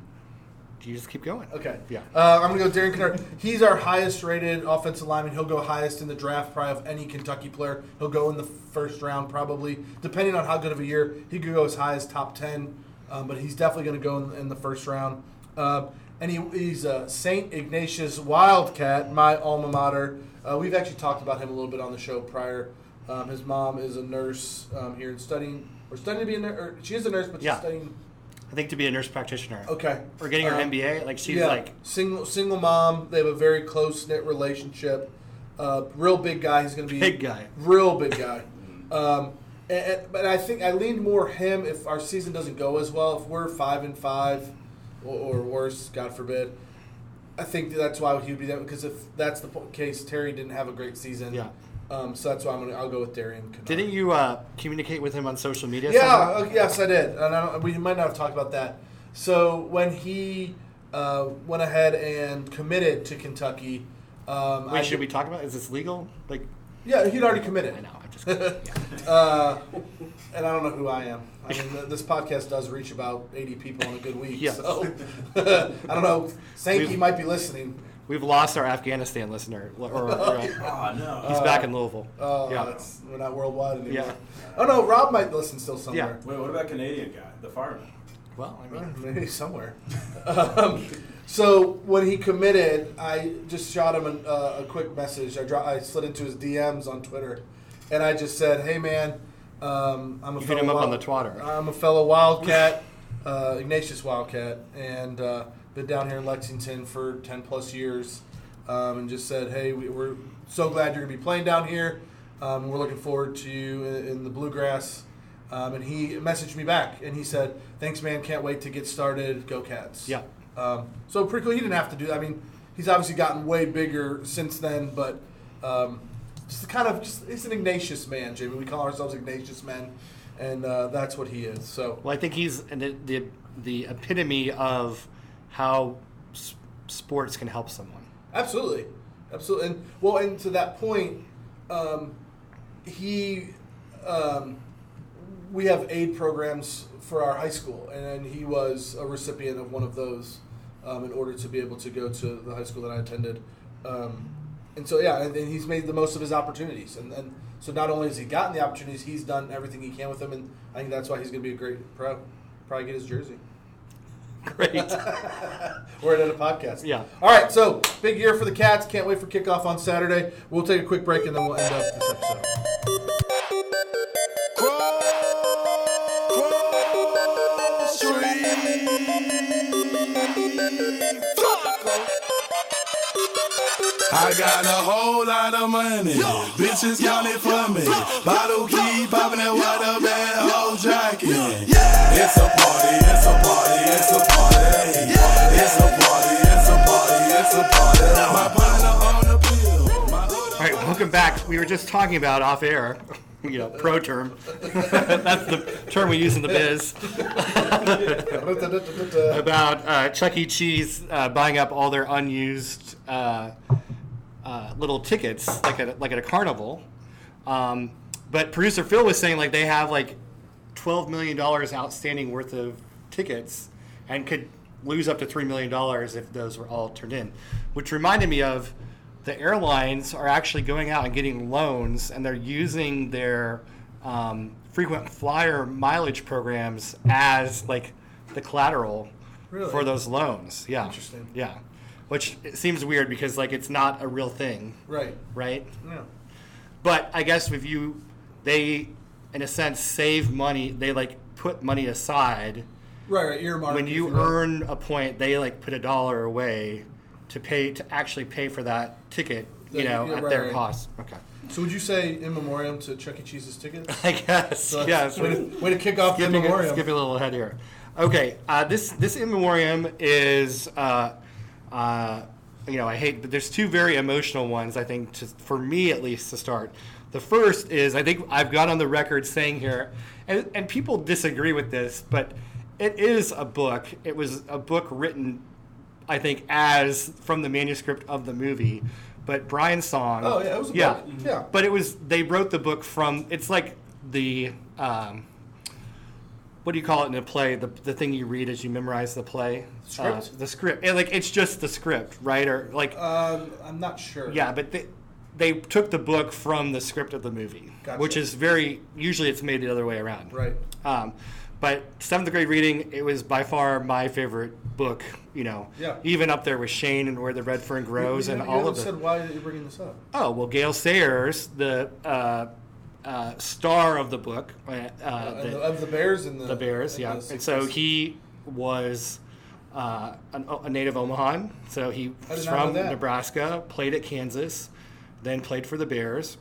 Speaker 2: You just keep going.
Speaker 1: Okay.
Speaker 2: Yeah.
Speaker 1: Uh, I'm going to go Darren Kennard. He's our highest rated offensive lineman. He'll go highest in the draft, probably of any Kentucky player. He'll go in the first round, probably. Depending on how good of a year, he could go as high as top 10, um, but he's definitely going to go in, in the first round. Uh, and he, he's a St. Ignatius Wildcat, my alma mater. Uh, we've actually talked about him a little bit on the show prior. Um, his mom is a nurse um, here and studying, or studying to be a nurse. Or she is a nurse, but she's
Speaker 2: Yeah.
Speaker 1: studying.
Speaker 2: I think to be a nurse practitioner.
Speaker 1: Okay.
Speaker 2: Or getting her
Speaker 1: Um,
Speaker 2: MBA. Like she's
Speaker 1: yeah,
Speaker 2: like
Speaker 1: single single mom. They have a very close knit relationship. Uh, real big guy. He's going to be
Speaker 2: Big guy.
Speaker 1: Real big guy. um, and, and- but I think I leaned more him if our season doesn't go as well. If we're five and five, or, or worse, God forbid. I think that's why he would be that because if that's the po- case, Terry didn't have a great season.
Speaker 2: Yeah.
Speaker 1: Um, so that's why I'm gonna I'll go with Darian. Kennard.
Speaker 2: Didn't you uh, communicate with him on social media?
Speaker 1: Yeah, uh,
Speaker 2: somehow?
Speaker 1: yes, I did, and I don't, we might not have talked about that. So when he uh, went ahead and committed to Kentucky, um, I
Speaker 2: Wait, should we talk about? Is this legal? Like,
Speaker 1: Yeah, he'd already committed.
Speaker 2: I know. I'm just. Kidding. Yeah.
Speaker 1: Uh, and I don't know who I am. I mean, th- this podcast does reach about 80 people in a good week,
Speaker 2: Yeah.
Speaker 1: so I don't know. Sankey
Speaker 2: We've-
Speaker 1: might be listening.
Speaker 2: We've lost our Afghanistan listener, or, or, or, uh,
Speaker 3: Oh no.
Speaker 2: he's back in Louisville.
Speaker 1: Oh,
Speaker 2: yeah.
Speaker 1: that's, we're not worldwide anymore.
Speaker 2: Yeah.
Speaker 1: Oh no, Rob might listen still somewhere.
Speaker 3: Wait, what about Canadian guy? The fireman.
Speaker 2: Well, I mean,
Speaker 1: Maybe somewhere. um, so when he committed, I just shot him an, uh, a quick message. I, dro- I slid into his DMs on Twitter, and I just said, "Hey man, um, I'm a
Speaker 2: You hit
Speaker 1: fellow
Speaker 2: him up
Speaker 1: wild-
Speaker 2: on the twatter.
Speaker 1: I'm a fellow Wildcat, uh, Ignatius Wildcat, and uh, been down here in Lexington for ten plus years, um, and just said, "Hey, we, we're so glad you're gonna be playing down here. Um, we're looking forward to you in, in the bluegrass." Um, and he messaged me back and he said, "Thanks, man. Can't wait to get started. Go Cats."
Speaker 2: Yeah.
Speaker 1: Um, so pretty cool. He didn't have to do. that. I mean, he's obviously gotten way bigger since then, but um, just the kind of just he's an Ignatius man, Jamie. We call ourselves Ignatius men, and uh, that's what he is. So
Speaker 2: Well, I think he's an, the the epitome of how s- sports can help someone.
Speaker 1: Absolutely, absolutely. And well, and to that point, um, he, um, we have aid programs for our high school, and he was a recipient of one of those um, in order to be able to go to the high school that I attended. Um, and so, yeah, and, and he's made the most of his opportunities. And, and so, not only has he gotten the opportunities, he's done everything he can with them, and I think that's why he's going to be a great pro. Probably get his jersey.
Speaker 2: Great.
Speaker 1: We're at a podcast.
Speaker 2: Yeah.
Speaker 1: All right. So big year for the Cats. Can't wait for kickoff on Saturday. We'll take a quick break and then we'll end up this episode.
Speaker 7: I got a whole lot of money. Bitches count it for me. Bottle key popping that water bad whole jacket. It's a party, it's a party, it's a party. It's a party, it's a party, it's a party. My partner on the bill. My other
Speaker 2: All right, welcome back. We were just talking about off air, you know, pro term. That's the term we use in the biz about uh, Chuck E. Cheese uh, buying up all their unused uh, uh, little tickets, like at like at a carnival. Um, but producer Phil was saying like they have like twelve million dollars outstanding worth of tickets, and could lose up to three million dollars if those were all turned in. Which reminded me of the airlines are actually going out and getting loans, and they're using their um, frequent flyer mileage programs as like the collateral for
Speaker 1: Really?
Speaker 2: those loans. Yeah.
Speaker 1: Interesting.
Speaker 2: Yeah. Which it seems weird because like it's not a real thing,
Speaker 1: Right.
Speaker 2: right?
Speaker 1: Yeah.
Speaker 2: But I guess if you, they, in a sense, save money. They like put money aside
Speaker 1: Right. Right. Earmark.
Speaker 2: when
Speaker 1: if
Speaker 2: you
Speaker 1: will.
Speaker 2: earn a point. They like put a dollar away to pay to actually pay for that ticket. You
Speaker 1: Yeah,
Speaker 2: know,
Speaker 1: yeah,
Speaker 2: at
Speaker 1: right,
Speaker 2: their
Speaker 1: right.
Speaker 2: cost. Okay.
Speaker 1: So would you say in memoriam to Chuck E. Cheese's tickets?
Speaker 2: I guess.
Speaker 1: So,
Speaker 2: yeah. it's
Speaker 1: Way
Speaker 2: really-
Speaker 1: to, way to kick off the in
Speaker 2: skipping, a,
Speaker 1: memoriam.
Speaker 2: skipping a little ahead here. Okay, uh, this this in memoriam is, uh, uh, you know, I hate, but there's two very emotional ones. I think to, for me at least to start. The first is I think I've got on the record saying here, and, and people disagree with this, but it is a book. It was a book written, I think, as from the manuscript of the movie. But Brian Song.
Speaker 1: Oh, yeah, it was a book. Yeah.
Speaker 2: But it was they wrote the book from. It's like the. Um, what do you call it in a play? The, the thing you read as you memorize the play,
Speaker 1: Script?
Speaker 2: Uh, the script. And, like it's just the script, right? Or like
Speaker 1: Um, I'm not sure.
Speaker 2: yeah, but they they took the book from the script of the movie,
Speaker 1: Gotcha.
Speaker 2: which is very usually it's made the other way around.
Speaker 1: Right.
Speaker 2: Um, but seventh grade reading, it was by far my favorite book. You know,
Speaker 1: Yeah.
Speaker 2: even up there with Shane and Where the Red Fern
Speaker 1: You-
Speaker 2: Grows
Speaker 1: you
Speaker 2: and
Speaker 1: haven't-
Speaker 2: all
Speaker 1: you
Speaker 2: of
Speaker 1: haven't
Speaker 2: it.
Speaker 1: said why are you bringing this up?
Speaker 2: Oh well, Gail Sayers, the uh, uh, star of the book, uh, uh,
Speaker 1: And
Speaker 2: the-
Speaker 1: the, of the Bears and the,
Speaker 2: the Bears,
Speaker 1: and
Speaker 2: yeah.
Speaker 1: the
Speaker 2: And so
Speaker 1: Sixers.
Speaker 2: he was uh, an, a native Omahan. So he
Speaker 1: I
Speaker 2: was
Speaker 1: did not know
Speaker 2: from
Speaker 1: that.
Speaker 2: Nebraska, played at Kansas, then played for the Bears.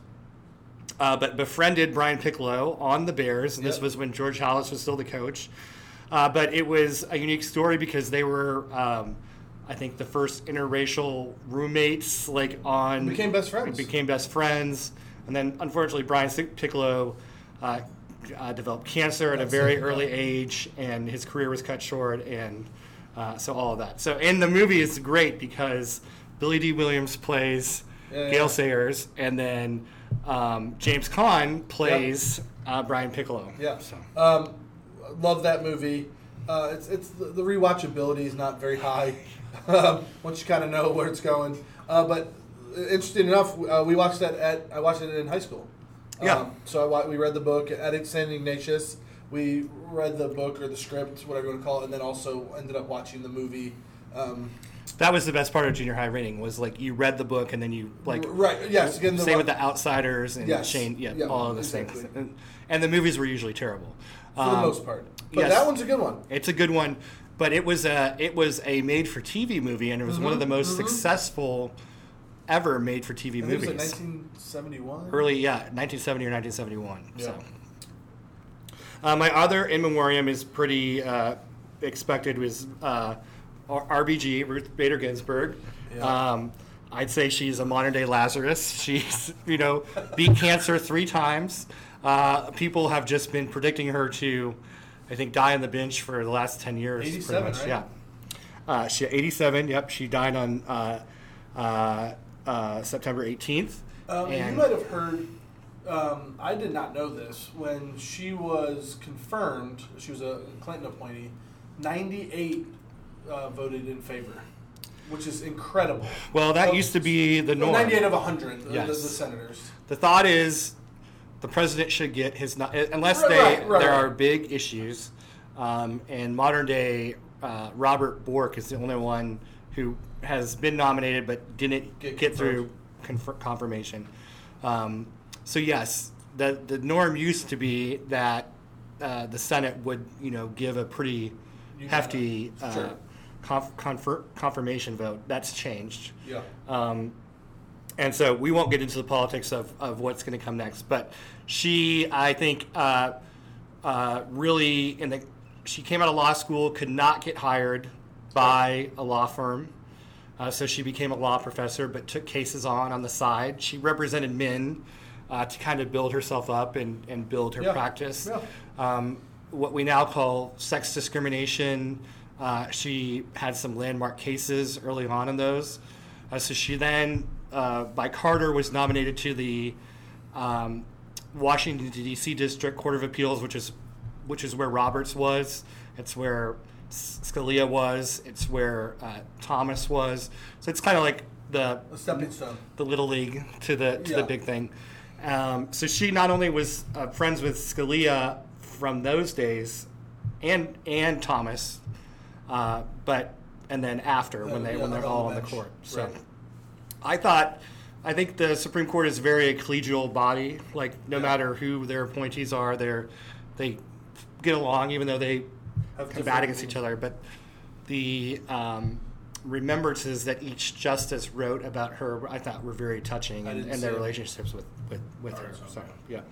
Speaker 2: Uh, but befriended Brian Piccolo on the Bears. And This
Speaker 1: Yep.
Speaker 2: was when George Hollis was still the coach. Uh, but it was a unique story because they were, um, I think, the first interracial roommates. Like on
Speaker 1: Became best friends.
Speaker 2: Became best friends, and then unfortunately Brian Piccolo uh, uh, developed cancer at a very early age, and his career was cut short, and uh, so all of that. So, and the movie is great because Billy D. Williams plays
Speaker 1: Yeah,
Speaker 2: Gail
Speaker 1: yeah.
Speaker 2: Sayers, and then um, James Caan plays uh, Brian Piccolo.
Speaker 1: Yeah.
Speaker 2: So.
Speaker 1: Um, love that movie. Uh, it's it's the, the rewatchability is not very high um, once you kind of know where it's going. Uh, but interesting enough, uh, we watched that at I watched it in high school.
Speaker 2: Yeah.
Speaker 1: Um, so I, wa- we read the book at St. Ignatius. We read the book or the script, whatever you want to call it, and then also ended up watching the movie. Um,
Speaker 2: That was the best part of junior high reading was like you read the book and then you like
Speaker 1: R- right, yes, again, the
Speaker 2: same
Speaker 1: wa-
Speaker 2: with the outsiders and
Speaker 1: Yes,
Speaker 2: Shane yeah,
Speaker 1: yeah,
Speaker 2: all of the same
Speaker 1: exactly.
Speaker 2: and, and the movies were usually terrible
Speaker 1: for the most part, but
Speaker 2: um, yes.
Speaker 1: that one's a good one.
Speaker 2: It's a good one, but it was a it was a made for TV movie and it was one of the most successful ever made for TV
Speaker 1: I think
Speaker 2: movies.
Speaker 1: Mm-hmm, it was like 1971.
Speaker 2: Early yeah, 1970 or 1971. So Uh, my other in memoriam is pretty uh, expected. Was uh, R- RBG Ruth Bader Ginsburg. Um, I'd say she's a modern day Lazarus. She's you know beat cancer three times. Uh, people have just been predicting her to, I think, die on the bench for the last ten years. pretty
Speaker 1: 87,
Speaker 2: much.
Speaker 1: right?
Speaker 2: Yeah. Uh, she 87. Yep, she died on uh, uh, uh, September 18th.
Speaker 1: Um, and
Speaker 2: And-
Speaker 1: you might have heard. Um, I did not know this when she was confirmed. She was a Clinton appointee. Ninety-eight uh, voted in favor, which is incredible.
Speaker 2: well, that
Speaker 1: So-
Speaker 2: used to be the
Speaker 1: so
Speaker 2: norm.
Speaker 1: Ninety-eight of hundred. The, the
Speaker 2: Yes.
Speaker 1: senators.
Speaker 2: The thought is, the president should get his no- unless
Speaker 1: Right,
Speaker 2: they
Speaker 1: right, right,
Speaker 2: there
Speaker 1: right.
Speaker 2: are big issues. Um, and modern day uh, Robert Bork is the only one who has been nominated but didn't
Speaker 1: Get
Speaker 2: get, through confir- confirmation. Um, so yes, the the norm used to be that uh, the Senate would you know give a pretty
Speaker 1: You got
Speaker 2: hefty
Speaker 1: it.
Speaker 2: uh,
Speaker 1: Sure.
Speaker 2: conf- confer- confirmation vote. That's changed.
Speaker 1: Yeah.
Speaker 2: Um, and so we won't get into the politics of, of what's going to come next. But she, I think, uh, uh, really in the she came out of law school, could not get hired by a law firm, uh, so she became a law professor, but took cases on on the side. She represented men uh, to kind of build herself up and, and build her
Speaker 1: Yeah.
Speaker 2: practice
Speaker 1: Yeah.
Speaker 2: um, what we now call sex discrimination. Uh, she had some landmark cases early on in those. Uh, so she then, uh, by Carter, was nominated to the um, Washington D.C. District Court of Appeals, which is which is where Roberts was. It's where S- Scalia was. It's where uh, Thomas was. So it's kind of like the
Speaker 1: A stepping stone.
Speaker 2: the little league to the to the
Speaker 1: Yeah.
Speaker 2: big thing. Um, so she not only was uh, friends with Scalia from those days, and and Thomas, uh, but and then after when
Speaker 1: Uh,
Speaker 2: they
Speaker 1: yeah,
Speaker 2: when they're
Speaker 1: they're on
Speaker 2: all
Speaker 1: the
Speaker 2: on the
Speaker 1: bench.
Speaker 2: court. So
Speaker 1: Right.
Speaker 2: I thought. I think the Supreme Court is very a collegial body. Like no matter who their appointees are, they're they get along, even though they
Speaker 1: Have
Speaker 2: combat
Speaker 1: different
Speaker 2: against each other. But the um, remembrances that each justice wrote about her, I thought, were very touching,
Speaker 1: I
Speaker 2: and,
Speaker 1: didn't
Speaker 2: and their
Speaker 1: see it. Oh,
Speaker 2: relationships with with, with her.
Speaker 3: Alright, so-
Speaker 2: So yeah,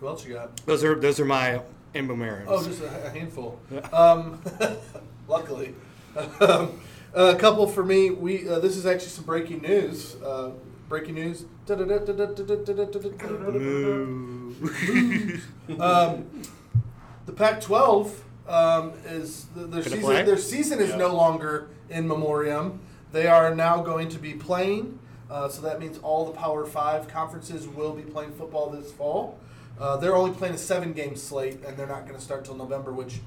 Speaker 1: Who else you got?
Speaker 2: those are those are my emblemariums.
Speaker 1: Oh, just a, a handful. Um, luckily, um, a couple for me. We uh, this is actually some breaking news. Uh, breaking news. Um, the Pac-12 um, is th- their
Speaker 2: Gonna
Speaker 1: season.
Speaker 2: play?
Speaker 1: Their season is no longer in memoriam. They are now going to be playing. Uh, so that means all the Power Five conferences will be playing football this fall. Uh, they're only playing a seven-game slate, and they're not going to start till November, which,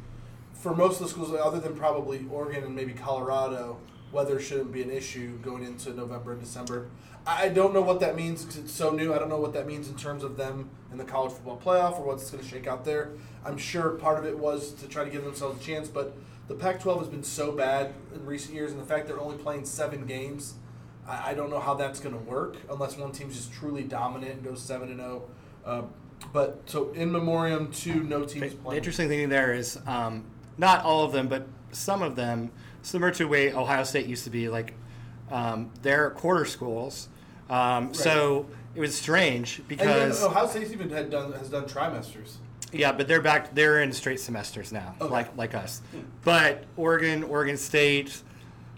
Speaker 1: for most of the schools, other than probably Oregon and maybe Colorado, weather shouldn't be an issue going into November and December. I I don't know what that means because it's so new. I don't know what that means in terms of them in the college football playoff or what's going to shake out there. I'm sure part of it was to try to give themselves a chance, but the Pac 12 has been so bad in recent years, and the fact they're only playing seven games, I, I don't know how that's going to work unless one team's just truly dominant and goes 7 and 0. Uh, But so in memoriam to no teams
Speaker 2: The
Speaker 1: playing.
Speaker 2: interesting thing there is um, not all of them, but some of them, similar to the way Ohio State used to be, like um, they're quarter schools. Um, So it was strange
Speaker 1: And then
Speaker 2: because
Speaker 1: Ohio State's even had done has done trimesters.
Speaker 2: Yeah, but they're back. They're in straight semesters now,
Speaker 1: Okay. Hmm.
Speaker 2: like like us. But Oregon, Oregon State,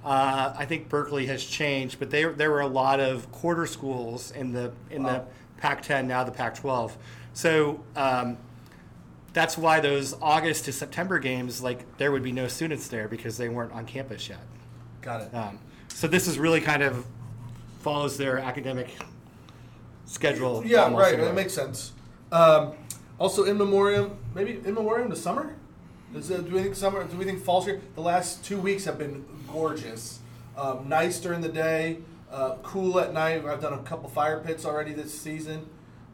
Speaker 2: uh, I think Berkeley has changed. But they, there were a lot of quarter schools in the in
Speaker 1: Wow.
Speaker 2: the Pac-10, now the Pac-12. So um, that's why those August to September games, like there would be no students there because they weren't on campus yet.
Speaker 1: Got it.
Speaker 2: Um, so this is really kind of follows their academic schedule.
Speaker 1: Yeah,
Speaker 2: almost
Speaker 1: right.
Speaker 2: in a
Speaker 1: That
Speaker 2: way.
Speaker 1: makes sense. Um, also, in memoriam, maybe in memoriam to summer. Is, uh, do we think summer? Do we think fall's here? The last two weeks have been gorgeous. Um, nice during the day, uh, cool at night. I've done a couple fire pits already this season.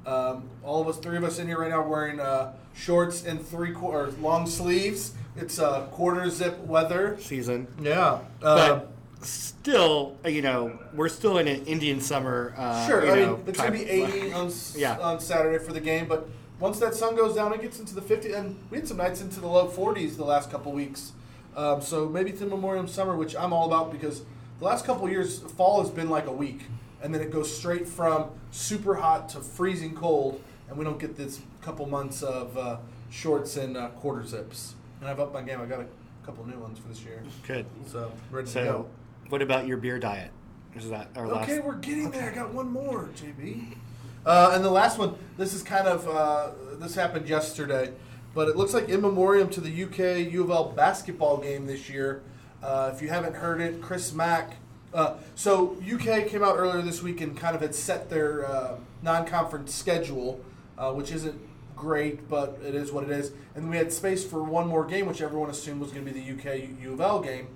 Speaker 1: Um, all of us, three of us in here right now, are wearing uh, shorts and three quarter long sleeves. It's uh, quarter zip weather.
Speaker 2: season.
Speaker 1: Yeah. Uh,
Speaker 2: but still, uh, you know, we're still in an Indian summer. Uh,
Speaker 1: Sure,
Speaker 2: you
Speaker 1: I
Speaker 2: know,
Speaker 1: mean it's
Speaker 2: type-
Speaker 1: gonna be 80 on, s-
Speaker 2: Yeah.
Speaker 1: on Saturday for the game, but once that sun goes down, it gets into the 50, and we had some nights into the low 40s the last couple weeks. Um, so maybe it's in Memoriam Summer, which I'm all about because the last couple years, fall has been like a week, and then it goes straight from super hot to freezing cold, and we don't get this couple months of uh, shorts and uh, quarter zips. And I've upped my game. I got a couple new ones for this year,
Speaker 2: Good.
Speaker 1: so ready to
Speaker 2: So,
Speaker 1: go.
Speaker 2: what about your beer diet? Is that our last?
Speaker 1: Okay, we're getting there. I got one more, JB. Uh, and the last one. This is kind of uh, this happened yesterday, but it looks like in memoriam to the UK U of L basketball game this year. Uh, if you haven't heard it, Chris Mack. Uh, so UK came out earlier this week and kind of had set their uh, non-conference schedule, uh, which isn't great, but it is what it is. And we had space for one more game, which everyone assumed was going to be the UK U of L game.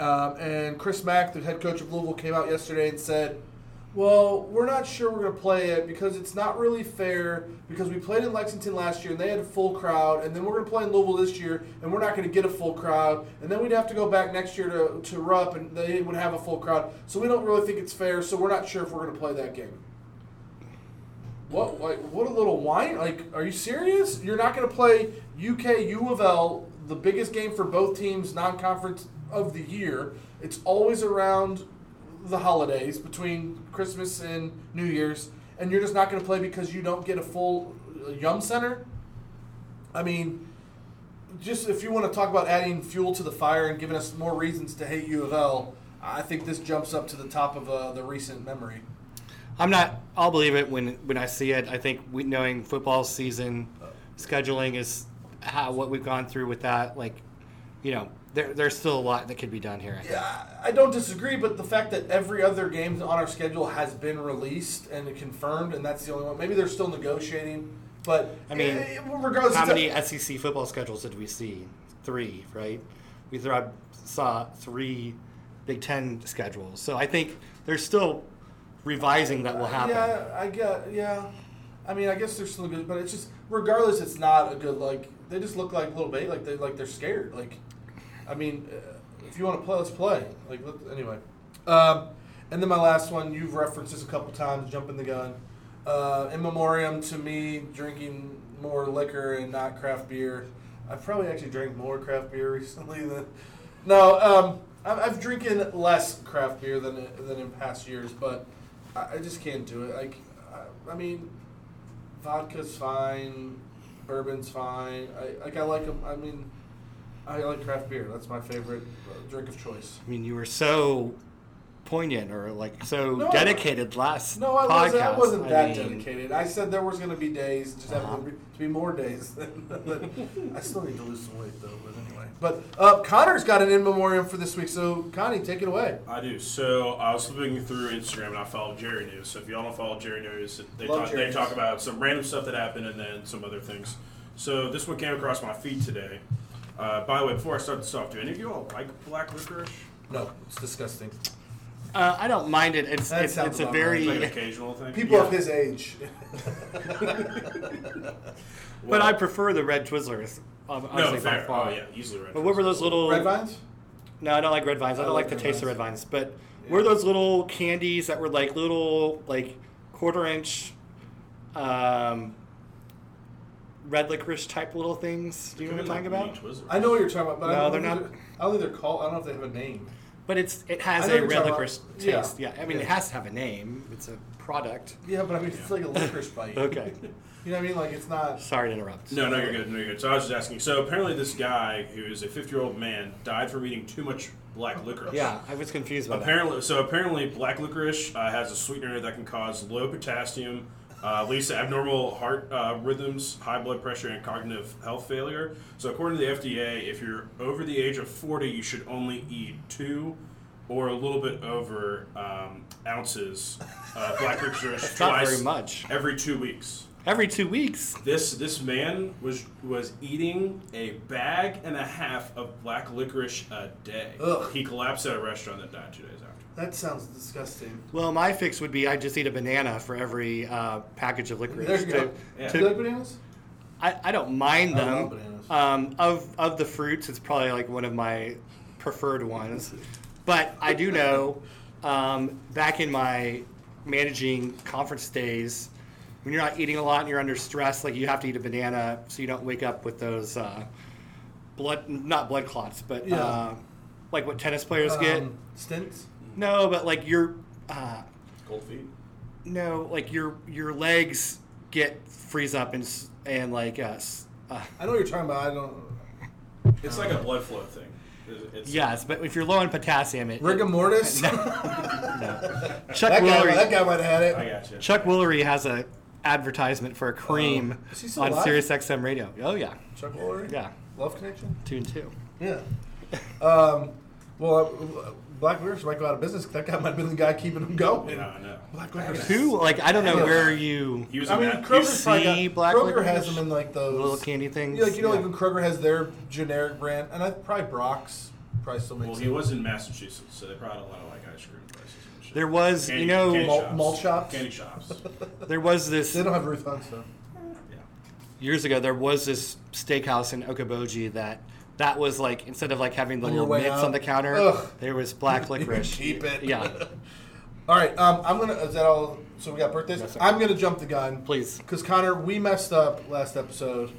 Speaker 1: Um, and Chris Mack, the head coach of Louisville, came out yesterday and said, "Well, we're not sure we're going to play it because it's not really fair because we played in Lexington last year and they had a full crowd, and then we're going to play in Louisville this year and we're not going to get a full crowd, and then we'd have to go back next year to to Rupp and they would have a full crowd. So we don't really think it's fair. So we're not sure if we're going to play that game." What like what a little whine! Like, are you serious? You're not going to play UK U of L, the biggest game for both teams, non-conference of the year. It's always around the holidays between Christmas and New Year's, and you're just not going to play because you don't get a full uh, Yum Center. I mean, just if you want to talk about adding fuel to the fire and giving us more reasons to hate U of L, I think this jumps up to the top of uh, the recent memory.
Speaker 2: I'm not. I'll believe it when when I see it. I think we, knowing football season scheduling is how what we've gone through with that. Like, you know, there, there's still a lot that could be done here. I think.
Speaker 1: Yeah, I don't disagree, but the fact that every other game on our schedule has been released and confirmed, and that's the only one. Maybe they're still negotiating, but
Speaker 2: I mean,
Speaker 1: eh, regardless, it's
Speaker 2: How
Speaker 1: a-
Speaker 2: many SEC football schedules did we see? Three, right? We thro- saw three Big Ten schedules. So I think there's still revising that will happen.
Speaker 1: Yeah, I get. Yeah, I mean, I guess they're still good, but it's just regardless, it's not a good like. They just look like little baby, like they like they're scared. Like, I mean, uh, if you want to play, let's play. Like, let, anyway. Um, and then my last one, you've referenced this a couple times, jumping the gun. Uh, in memoriam to me drinking more liquor and not craft beer. I probably actually drank more craft beer recently than. No, um, I've, I've drinking less craft beer than than in past years, but I, I just can't do it. Like, I, I mean, vodka's fine, bourbon's fine. I like I like 'em- I mean, I like craft beer. That's my favorite uh, drink of choice.
Speaker 2: I mean, you were so poignant or like so
Speaker 1: No, I-
Speaker 2: dedicated last
Speaker 1: No, I
Speaker 2: podcast.
Speaker 1: wasn't, I wasn't that
Speaker 2: mean, Uh-huh.
Speaker 1: dedicated. I said there was going to be days, just happened to be- to be more days. Than, than- I still need to lose some weight though. But anyway, but uh, Connor's got an in memoriam for this week, so Connie, take it away.
Speaker 3: I do. So I was flipping through Instagram and I follow Jerry News. So if y'all don't follow Jerry News, they,
Speaker 1: Love
Speaker 3: talk,
Speaker 1: Jerry
Speaker 3: they
Speaker 1: News.
Speaker 3: talk about some random stuff that happened and then some other things. So this one came across my feed today. Uh, by the way, before I start this off, do any of you all like black licorice?
Speaker 1: No, it's disgusting.
Speaker 2: Uh, I don't mind it. It's
Speaker 1: That
Speaker 2: it's,
Speaker 1: sounds
Speaker 2: it's a
Speaker 1: about
Speaker 2: very.
Speaker 3: Like an occasional thing?
Speaker 1: People
Speaker 3: Yeah.
Speaker 1: of his age.
Speaker 2: But I prefer the red Twizzlers. ob-
Speaker 3: No,
Speaker 2: Honestly, by
Speaker 3: fair.
Speaker 2: far.
Speaker 3: Oh, yeah, easily red.
Speaker 2: But what were those little
Speaker 1: Red vines.
Speaker 2: No, I don't like red vines. I don't like, the taste of red vines. But were those little candies that were like little like quarter inch um, red licorice type little things? Do you know what I'm talking about?
Speaker 1: I know what you're talking about, but I
Speaker 2: No,
Speaker 1: don't
Speaker 2: they're
Speaker 1: know if
Speaker 2: not-
Speaker 1: I don't think they're called. I don't know if they have a name.
Speaker 2: But it's it
Speaker 1: I
Speaker 2: has
Speaker 1: know
Speaker 2: a
Speaker 1: what you're
Speaker 2: red
Speaker 1: talking
Speaker 2: licorice
Speaker 1: about. Yeah.
Speaker 2: taste. Yeah. I mean it
Speaker 1: Yeah.
Speaker 2: has to have a name. It's a product.
Speaker 1: Yeah, but I mean, it's like a licorice bite.
Speaker 2: Okay.
Speaker 1: You know what I mean? Like, it's not.
Speaker 2: Sorry to interrupt.
Speaker 3: No, no, you're good. No, you're good. So I was just asking. So apparently, this guy who is a 50 year old man died from eating too much black licorice.
Speaker 2: Yeah, I was confused by that.
Speaker 3: Apparently, so apparently, black licorice uh, has a sweetener that can cause low potassium, uh, leads to abnormal heart uh, rhythms, high blood pressure, and cognitive health failure. So, according to the FDA, if you're over the age of 40, you should only eat two or a little bit over um, ounces of black licorice
Speaker 2: not
Speaker 3: twice
Speaker 2: very much.
Speaker 3: every two weeks.
Speaker 2: Every two weeks.
Speaker 3: This this man was was eating a bag and a half of black licorice a day.
Speaker 1: Ugh.
Speaker 3: He collapsed at a restaurant that died two days after.
Speaker 1: That sounds disgusting.
Speaker 2: Well, my fix would be I just eat a banana for every uh, package of licorice.
Speaker 1: There you
Speaker 2: to-
Speaker 1: go.
Speaker 3: Yeah.
Speaker 1: Do you like bananas?
Speaker 2: I, I don't mind
Speaker 1: I
Speaker 2: them.
Speaker 1: love bananas.
Speaker 2: Um, of of the fruits, it's probably like one of my preferred ones. But I do know, um, back in my managing conference days, when you're not eating a lot and you're under stress, like you have to eat a banana so you don't wake up with those uh, blood not blood clots, but
Speaker 1: Yeah.
Speaker 2: uh, like what tennis players get.
Speaker 1: Um, stints?
Speaker 2: No, but like your uh,
Speaker 3: Cold feet.
Speaker 2: no, like your your legs get freeze up and s- and like uh, s- uh,
Speaker 1: I know what you're talking about. I don't.
Speaker 3: It's like a blood flow thing. It's- it's-
Speaker 2: yes, but if you're low on potassium, it,
Speaker 1: Rigor mortis. that,
Speaker 2: Chuck
Speaker 1: guy,
Speaker 2: Woolery
Speaker 1: that guy might have had
Speaker 3: I
Speaker 1: it.
Speaker 3: got you.
Speaker 2: Chuck Woolery has a advertisement for a cream
Speaker 1: Oh, is he still
Speaker 2: on
Speaker 1: alive?
Speaker 2: Sirius XM radio. Oh yeah,
Speaker 1: Chuck Woolery.
Speaker 2: yeah,
Speaker 1: Love connection.
Speaker 2: tune two.
Speaker 1: Yeah. Um, well, uh, Black Bears might go out of business. 'cause That guy might have been the guy keeping them going.
Speaker 3: Yeah, I know.
Speaker 1: Black Bears.
Speaker 2: Who? Like I don't know
Speaker 1: Yeah.
Speaker 2: where you.
Speaker 3: He was
Speaker 1: I mean,
Speaker 3: a
Speaker 2: you
Speaker 1: Kroger's probably
Speaker 2: see
Speaker 1: got,
Speaker 2: black
Speaker 1: Kroger
Speaker 2: licorice?
Speaker 1: has them in like those
Speaker 2: Little candy things?
Speaker 1: Yeah, like you know,
Speaker 2: Yeah.
Speaker 1: like when Kroger has their generic brand, and I probably Brock's probably still makes
Speaker 3: Well, he
Speaker 1: it.
Speaker 3: was in Massachusetts, so they probably had a lot of like ice cream places. And shit.
Speaker 2: There was, you know,
Speaker 1: malt- malt shops?
Speaker 3: Candy shops.
Speaker 2: there was this
Speaker 1: They don't have Ruth Hunt stuff.
Speaker 3: yeah.
Speaker 2: years ago. There was this steakhouse in Okoboji that that was like instead of like having the
Speaker 1: On your
Speaker 2: little
Speaker 1: way
Speaker 2: mitts
Speaker 1: out?
Speaker 2: on the counter,
Speaker 1: Ugh.
Speaker 2: there was black licorice.
Speaker 1: Keep it.
Speaker 2: Yeah,
Speaker 1: All right, um, I'm gonna. Is that all? So we got birthdays.
Speaker 2: That's it.
Speaker 1: I'm gonna jump the gun,
Speaker 2: Please.
Speaker 1: Because Connor, we messed up last episode.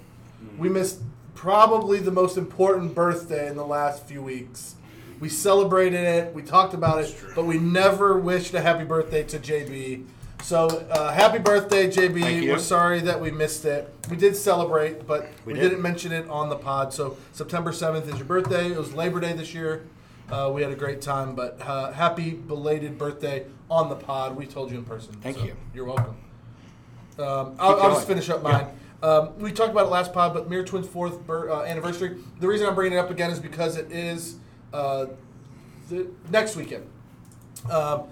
Speaker 1: We missed probably the most important birthday in the last few weeks. We celebrated it. We talked about it, but we never wished a happy birthday to JB. So uh, happy birthday, JB.
Speaker 2: Thank you.
Speaker 1: We're sorry that we missed it. We did celebrate, but we,
Speaker 2: We
Speaker 1: did.
Speaker 2: did.
Speaker 1: not mention it on the pod. So September 7th is your birthday. It was Labor Day this year. Uh, we had a great time, but uh, happy belated birthday on the pod. We told you in person.
Speaker 2: Thank you.
Speaker 1: You're welcome. Um, I'll, I'll
Speaker 2: going.
Speaker 1: just finish up mine. Um, we talked about it last pod, but Mirror Twins' fourth bir- uh, anniversary. The reason I'm bringing it up again is because it is uh, the next weekend. Um,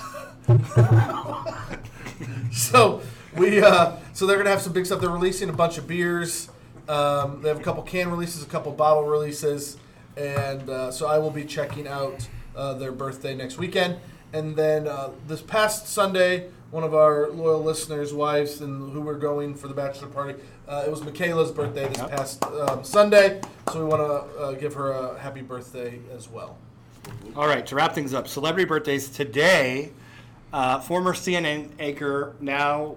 Speaker 1: so we uh, so they're gonna have some big stuff. They're releasing a bunch of beers. Um, they have a couple can releases, a couple bottle releases, and uh, so I will be checking out uh, their birthday next weekend. And then uh, this past Sunday, one of our loyal listeners' wives and who were going for the bachelor party, uh, it was Michaela's birthday this past um, Sunday, so we want to uh, give her a happy birthday as well.
Speaker 2: All right, to wrap things up, celebrity birthdays today. Uh, former CNN anchor, now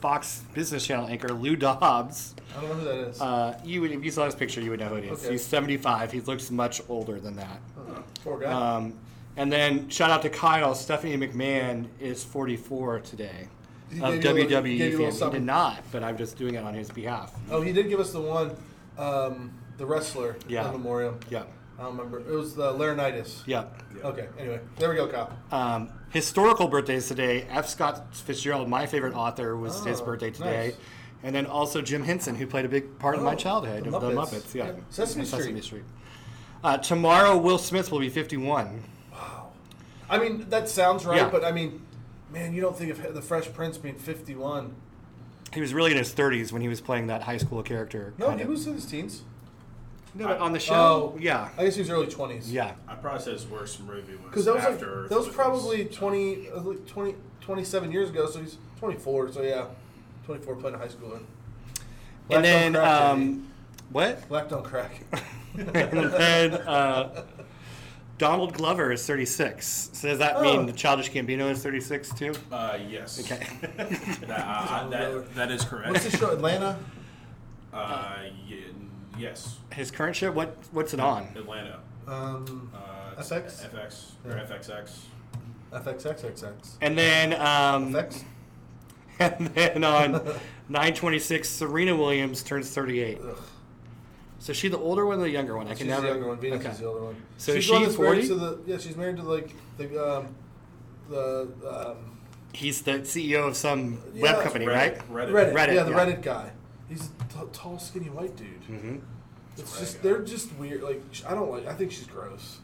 Speaker 2: Fox Business Channel anchor Lou Dobbs.
Speaker 1: I don't know who that is.
Speaker 2: Uh, you would, if you saw his picture, you would know who it is.
Speaker 1: Okay. Uh-huh.
Speaker 2: He's 75. He looks much older than that.
Speaker 1: Poor guy.
Speaker 2: Um, and then shout out to Kyle. Stephanie McMahon is 44 today.
Speaker 1: He
Speaker 2: Of
Speaker 1: gave you a little-
Speaker 2: WWE
Speaker 1: gave you a little
Speaker 2: fame. He
Speaker 1: something.
Speaker 2: did not, but I'm just doing it on his behalf.
Speaker 1: Oh, he did give us the one, um, the wrestler,
Speaker 2: Yeah.
Speaker 1: the memoriam.
Speaker 2: Yeah.
Speaker 1: I don't remember. It was the laryngitis.
Speaker 2: Yeah.
Speaker 1: Okay. Anyway, there we go, Kyle.
Speaker 2: Um, historical birthdays today. F. Scott Fitzgerald, my favorite author, was his
Speaker 1: Oh,
Speaker 2: birthday today.
Speaker 1: nice.
Speaker 2: And then also Jim Henson, who played a big part in my
Speaker 1: Oh,
Speaker 2: childhood
Speaker 1: the
Speaker 2: of the
Speaker 1: Muppets.
Speaker 2: Muppets. Yeah.
Speaker 1: Yeah. Sesame
Speaker 2: And
Speaker 1: Street.
Speaker 2: Uh, tomorrow, Will Smith will be 51.
Speaker 1: I mean, that sounds right,
Speaker 2: Yeah.
Speaker 1: but I mean, man, you don't think of the Fresh Prince being fifty-one?
Speaker 2: He was really in his 30s when he was playing that high school character.
Speaker 1: No,
Speaker 2: kind
Speaker 1: he
Speaker 2: of.
Speaker 1: was in his teens.
Speaker 2: No, but on the show.
Speaker 1: Oh,
Speaker 2: yeah.
Speaker 1: I guess he was early twenties.
Speaker 2: Yeah.
Speaker 3: I probably said his worst movie was
Speaker 1: Because that was like,
Speaker 3: After Earth.
Speaker 1: that was
Speaker 3: which
Speaker 1: probably 20, uh, like 20, 27 years ago. So he's twenty-four. So yeah, twenty-four playing high school.
Speaker 2: And
Speaker 1: Black
Speaker 2: then,
Speaker 1: don't crack,
Speaker 2: um, what?
Speaker 1: Black don't crack.
Speaker 2: and then uh, Donald Glover is 36. So does that
Speaker 1: Oh.
Speaker 2: mean the Childish Gambino is 36 too?
Speaker 3: Uh, yes.
Speaker 2: Okay.
Speaker 3: That, uh, that, that is correct.
Speaker 1: What's the show? Atlanta.
Speaker 3: Uh, ye- yes.
Speaker 2: His current show, what what's it on?
Speaker 3: Atlanta.
Speaker 1: Um,
Speaker 3: Uh, it's
Speaker 1: FX?
Speaker 3: FX. Or
Speaker 1: Yeah.
Speaker 3: FXX.
Speaker 1: FXXXX.
Speaker 2: And then um,
Speaker 1: FX.
Speaker 2: and then on 926, Serena Williams turns 38.
Speaker 1: Ugh.
Speaker 2: So is she the older one or the younger one? I
Speaker 1: She's
Speaker 2: can
Speaker 1: the
Speaker 2: never.
Speaker 1: younger one. Venus
Speaker 2: okay.
Speaker 1: is the older one.
Speaker 2: So
Speaker 1: she's
Speaker 2: is
Speaker 1: the one
Speaker 2: she
Speaker 1: that's married
Speaker 2: 40?
Speaker 1: To the, yeah, she's married to like the um, the um,
Speaker 2: He's the CEO of some
Speaker 1: Yeah,
Speaker 2: web
Speaker 1: it's
Speaker 2: company,
Speaker 3: Reddit.
Speaker 2: right?
Speaker 3: Reddit.
Speaker 1: Reddit.
Speaker 2: Reddit,
Speaker 1: Yeah, the
Speaker 2: yeah.
Speaker 1: Reddit guy. He's a t- tall, skinny white dude. Mm-hmm. It's
Speaker 3: Reddit
Speaker 1: just
Speaker 3: guy.
Speaker 1: they're just weird. Like sh- I don't like. I think she's gross.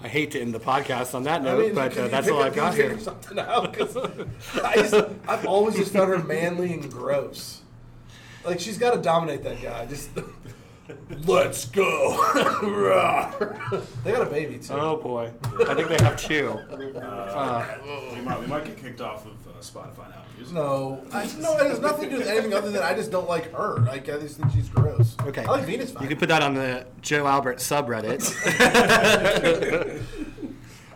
Speaker 2: I hate to end the podcast on that
Speaker 1: I
Speaker 2: note,
Speaker 1: mean,
Speaker 2: but
Speaker 1: can
Speaker 2: uh,
Speaker 1: you
Speaker 2: that's
Speaker 1: pick
Speaker 2: all
Speaker 1: a
Speaker 2: I've got
Speaker 1: dude or
Speaker 2: here.
Speaker 1: Something out 'Cause I just, I've always just found her manly and gross. Like she's got to dominate that guy. Just let's go. Rawr. they got a baby too.
Speaker 2: Oh boy, I think they have two. Uh,
Speaker 3: We might, we might get kicked off of uh, Spotify now. Music.
Speaker 1: No, I, no, it has nothing to do with anything other than I just don't like her. Like I just think she's gross.
Speaker 2: Okay.
Speaker 1: I like Venus. Fine.
Speaker 2: You can put that on the Joe Albert subreddit.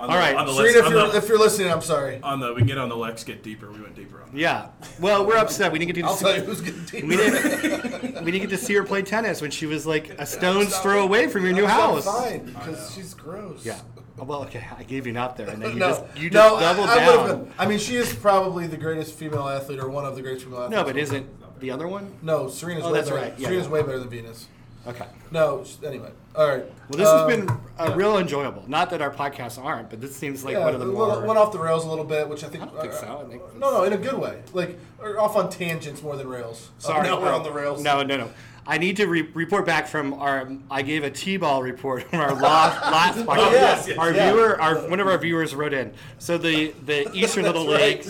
Speaker 3: On
Speaker 2: All
Speaker 3: the,
Speaker 2: right,
Speaker 3: on the
Speaker 1: Serena,
Speaker 3: Lex,
Speaker 1: if
Speaker 3: on
Speaker 1: you're,
Speaker 3: the,
Speaker 1: if you're listening, I'm sorry.
Speaker 3: on the we can get on the Lex get deeper. We went deeper on that.
Speaker 2: Yeah. Well, we're upset. We didn't get to
Speaker 1: I'll
Speaker 2: see,
Speaker 1: tell you who's getting deep.
Speaker 2: we didn't we didn't get to see her play tennis when she was like a stone's throw away from your new house.
Speaker 1: Fine, because she's gross.
Speaker 2: Yeah. Oh, Well, okay, I gave you an up there, and then you
Speaker 1: no,
Speaker 2: just you just
Speaker 1: no,
Speaker 2: doubled
Speaker 1: I, I would've
Speaker 2: down.
Speaker 1: been- I mean, she is probably the greatest female athlete, or one of the greatest female athletes.
Speaker 2: No, but isn't the other one?
Speaker 1: No, Serena's
Speaker 2: Oh,
Speaker 1: way
Speaker 2: that's
Speaker 1: better.
Speaker 2: right, yeah.
Speaker 1: Serena's way better than Venus.
Speaker 2: Okay.
Speaker 1: No, sh- anyway. All right.
Speaker 2: Well, this
Speaker 1: Um,
Speaker 2: has been uh, real enjoyable. Not that our podcasts aren't, but this seems like
Speaker 1: yeah,
Speaker 2: one of the
Speaker 1: a
Speaker 2: more.
Speaker 1: little- went off the rails a little bit, which I think.
Speaker 2: I don't think so. I think
Speaker 1: No, no, in a good way. Like or off on tangents more than rails. Oh,
Speaker 2: Sorry,
Speaker 1: now we're on the rails.
Speaker 2: No, no, no. I need to re- report back from our. I gave a T-ball report from our last last podcast.
Speaker 1: Oh, yes, yes,
Speaker 2: our
Speaker 1: yeah.
Speaker 2: viewer, our one of our viewers wrote in. So the the Eastern Little League,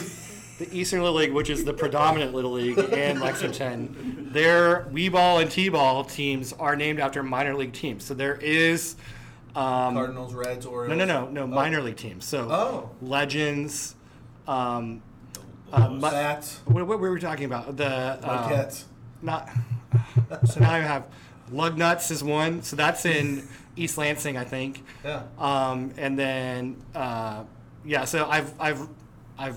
Speaker 2: the Eastern Little League, which is the predominant Little League in Lexington, their wee ball and T-ball teams are named after minor league teams. So there is. Um,
Speaker 1: Cardinals, Reds, Orioles. Uh,
Speaker 2: no, no, no, no. Minor league teams. So
Speaker 1: Oh.
Speaker 2: legends. Um, uh, mu-
Speaker 1: Bats,
Speaker 2: what, what were we talking about? The um,
Speaker 1: Mudcats.
Speaker 2: not. So now I have lug nuts is one. So that's in East Lansing, I think.
Speaker 1: Yeah.
Speaker 2: Um, and then uh, yeah. So I've I've I've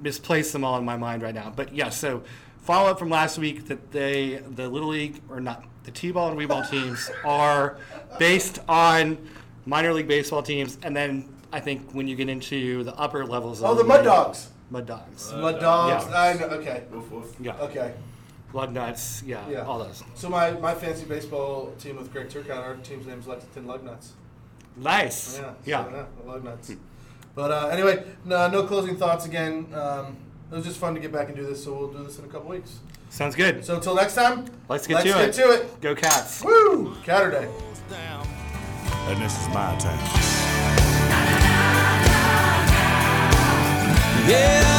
Speaker 2: misplaced them all in my mind right now. But yeah. So follow up from last week that they the little league or not the t-ball and wee-ball teams are based on minor league baseball teams, and then I think when you get into the upper levels.
Speaker 1: Oh,
Speaker 2: of
Speaker 1: the Mud
Speaker 2: league-
Speaker 1: Dogs.
Speaker 2: Mud Dogs.
Speaker 1: Mud Uh, Dogs.
Speaker 2: Yeah.
Speaker 1: I know, okay.
Speaker 3: Woof, woof.
Speaker 2: yeah.
Speaker 1: Okay.
Speaker 2: Lug nuts. Yeah,
Speaker 1: Yeah.
Speaker 2: All those.
Speaker 1: So my, my fantasy baseball team with Greg Turcotte, our team's name is Lexington Lugnuts.
Speaker 2: Nice.
Speaker 1: Yeah,
Speaker 2: Yeah. Hmm.
Speaker 1: so, I love nuts. But uh, anyway, no, no closing thoughts again. Um, it was just fun to get back and do this, so we'll do this in a couple weeks.
Speaker 2: Sounds good.
Speaker 1: So until next time,
Speaker 2: let's get to
Speaker 1: let's
Speaker 2: it.
Speaker 1: get to it.
Speaker 2: Go Cats.
Speaker 1: Woo! Catterday.
Speaker 4: down.
Speaker 7: And this is my time.
Speaker 4: Yeah.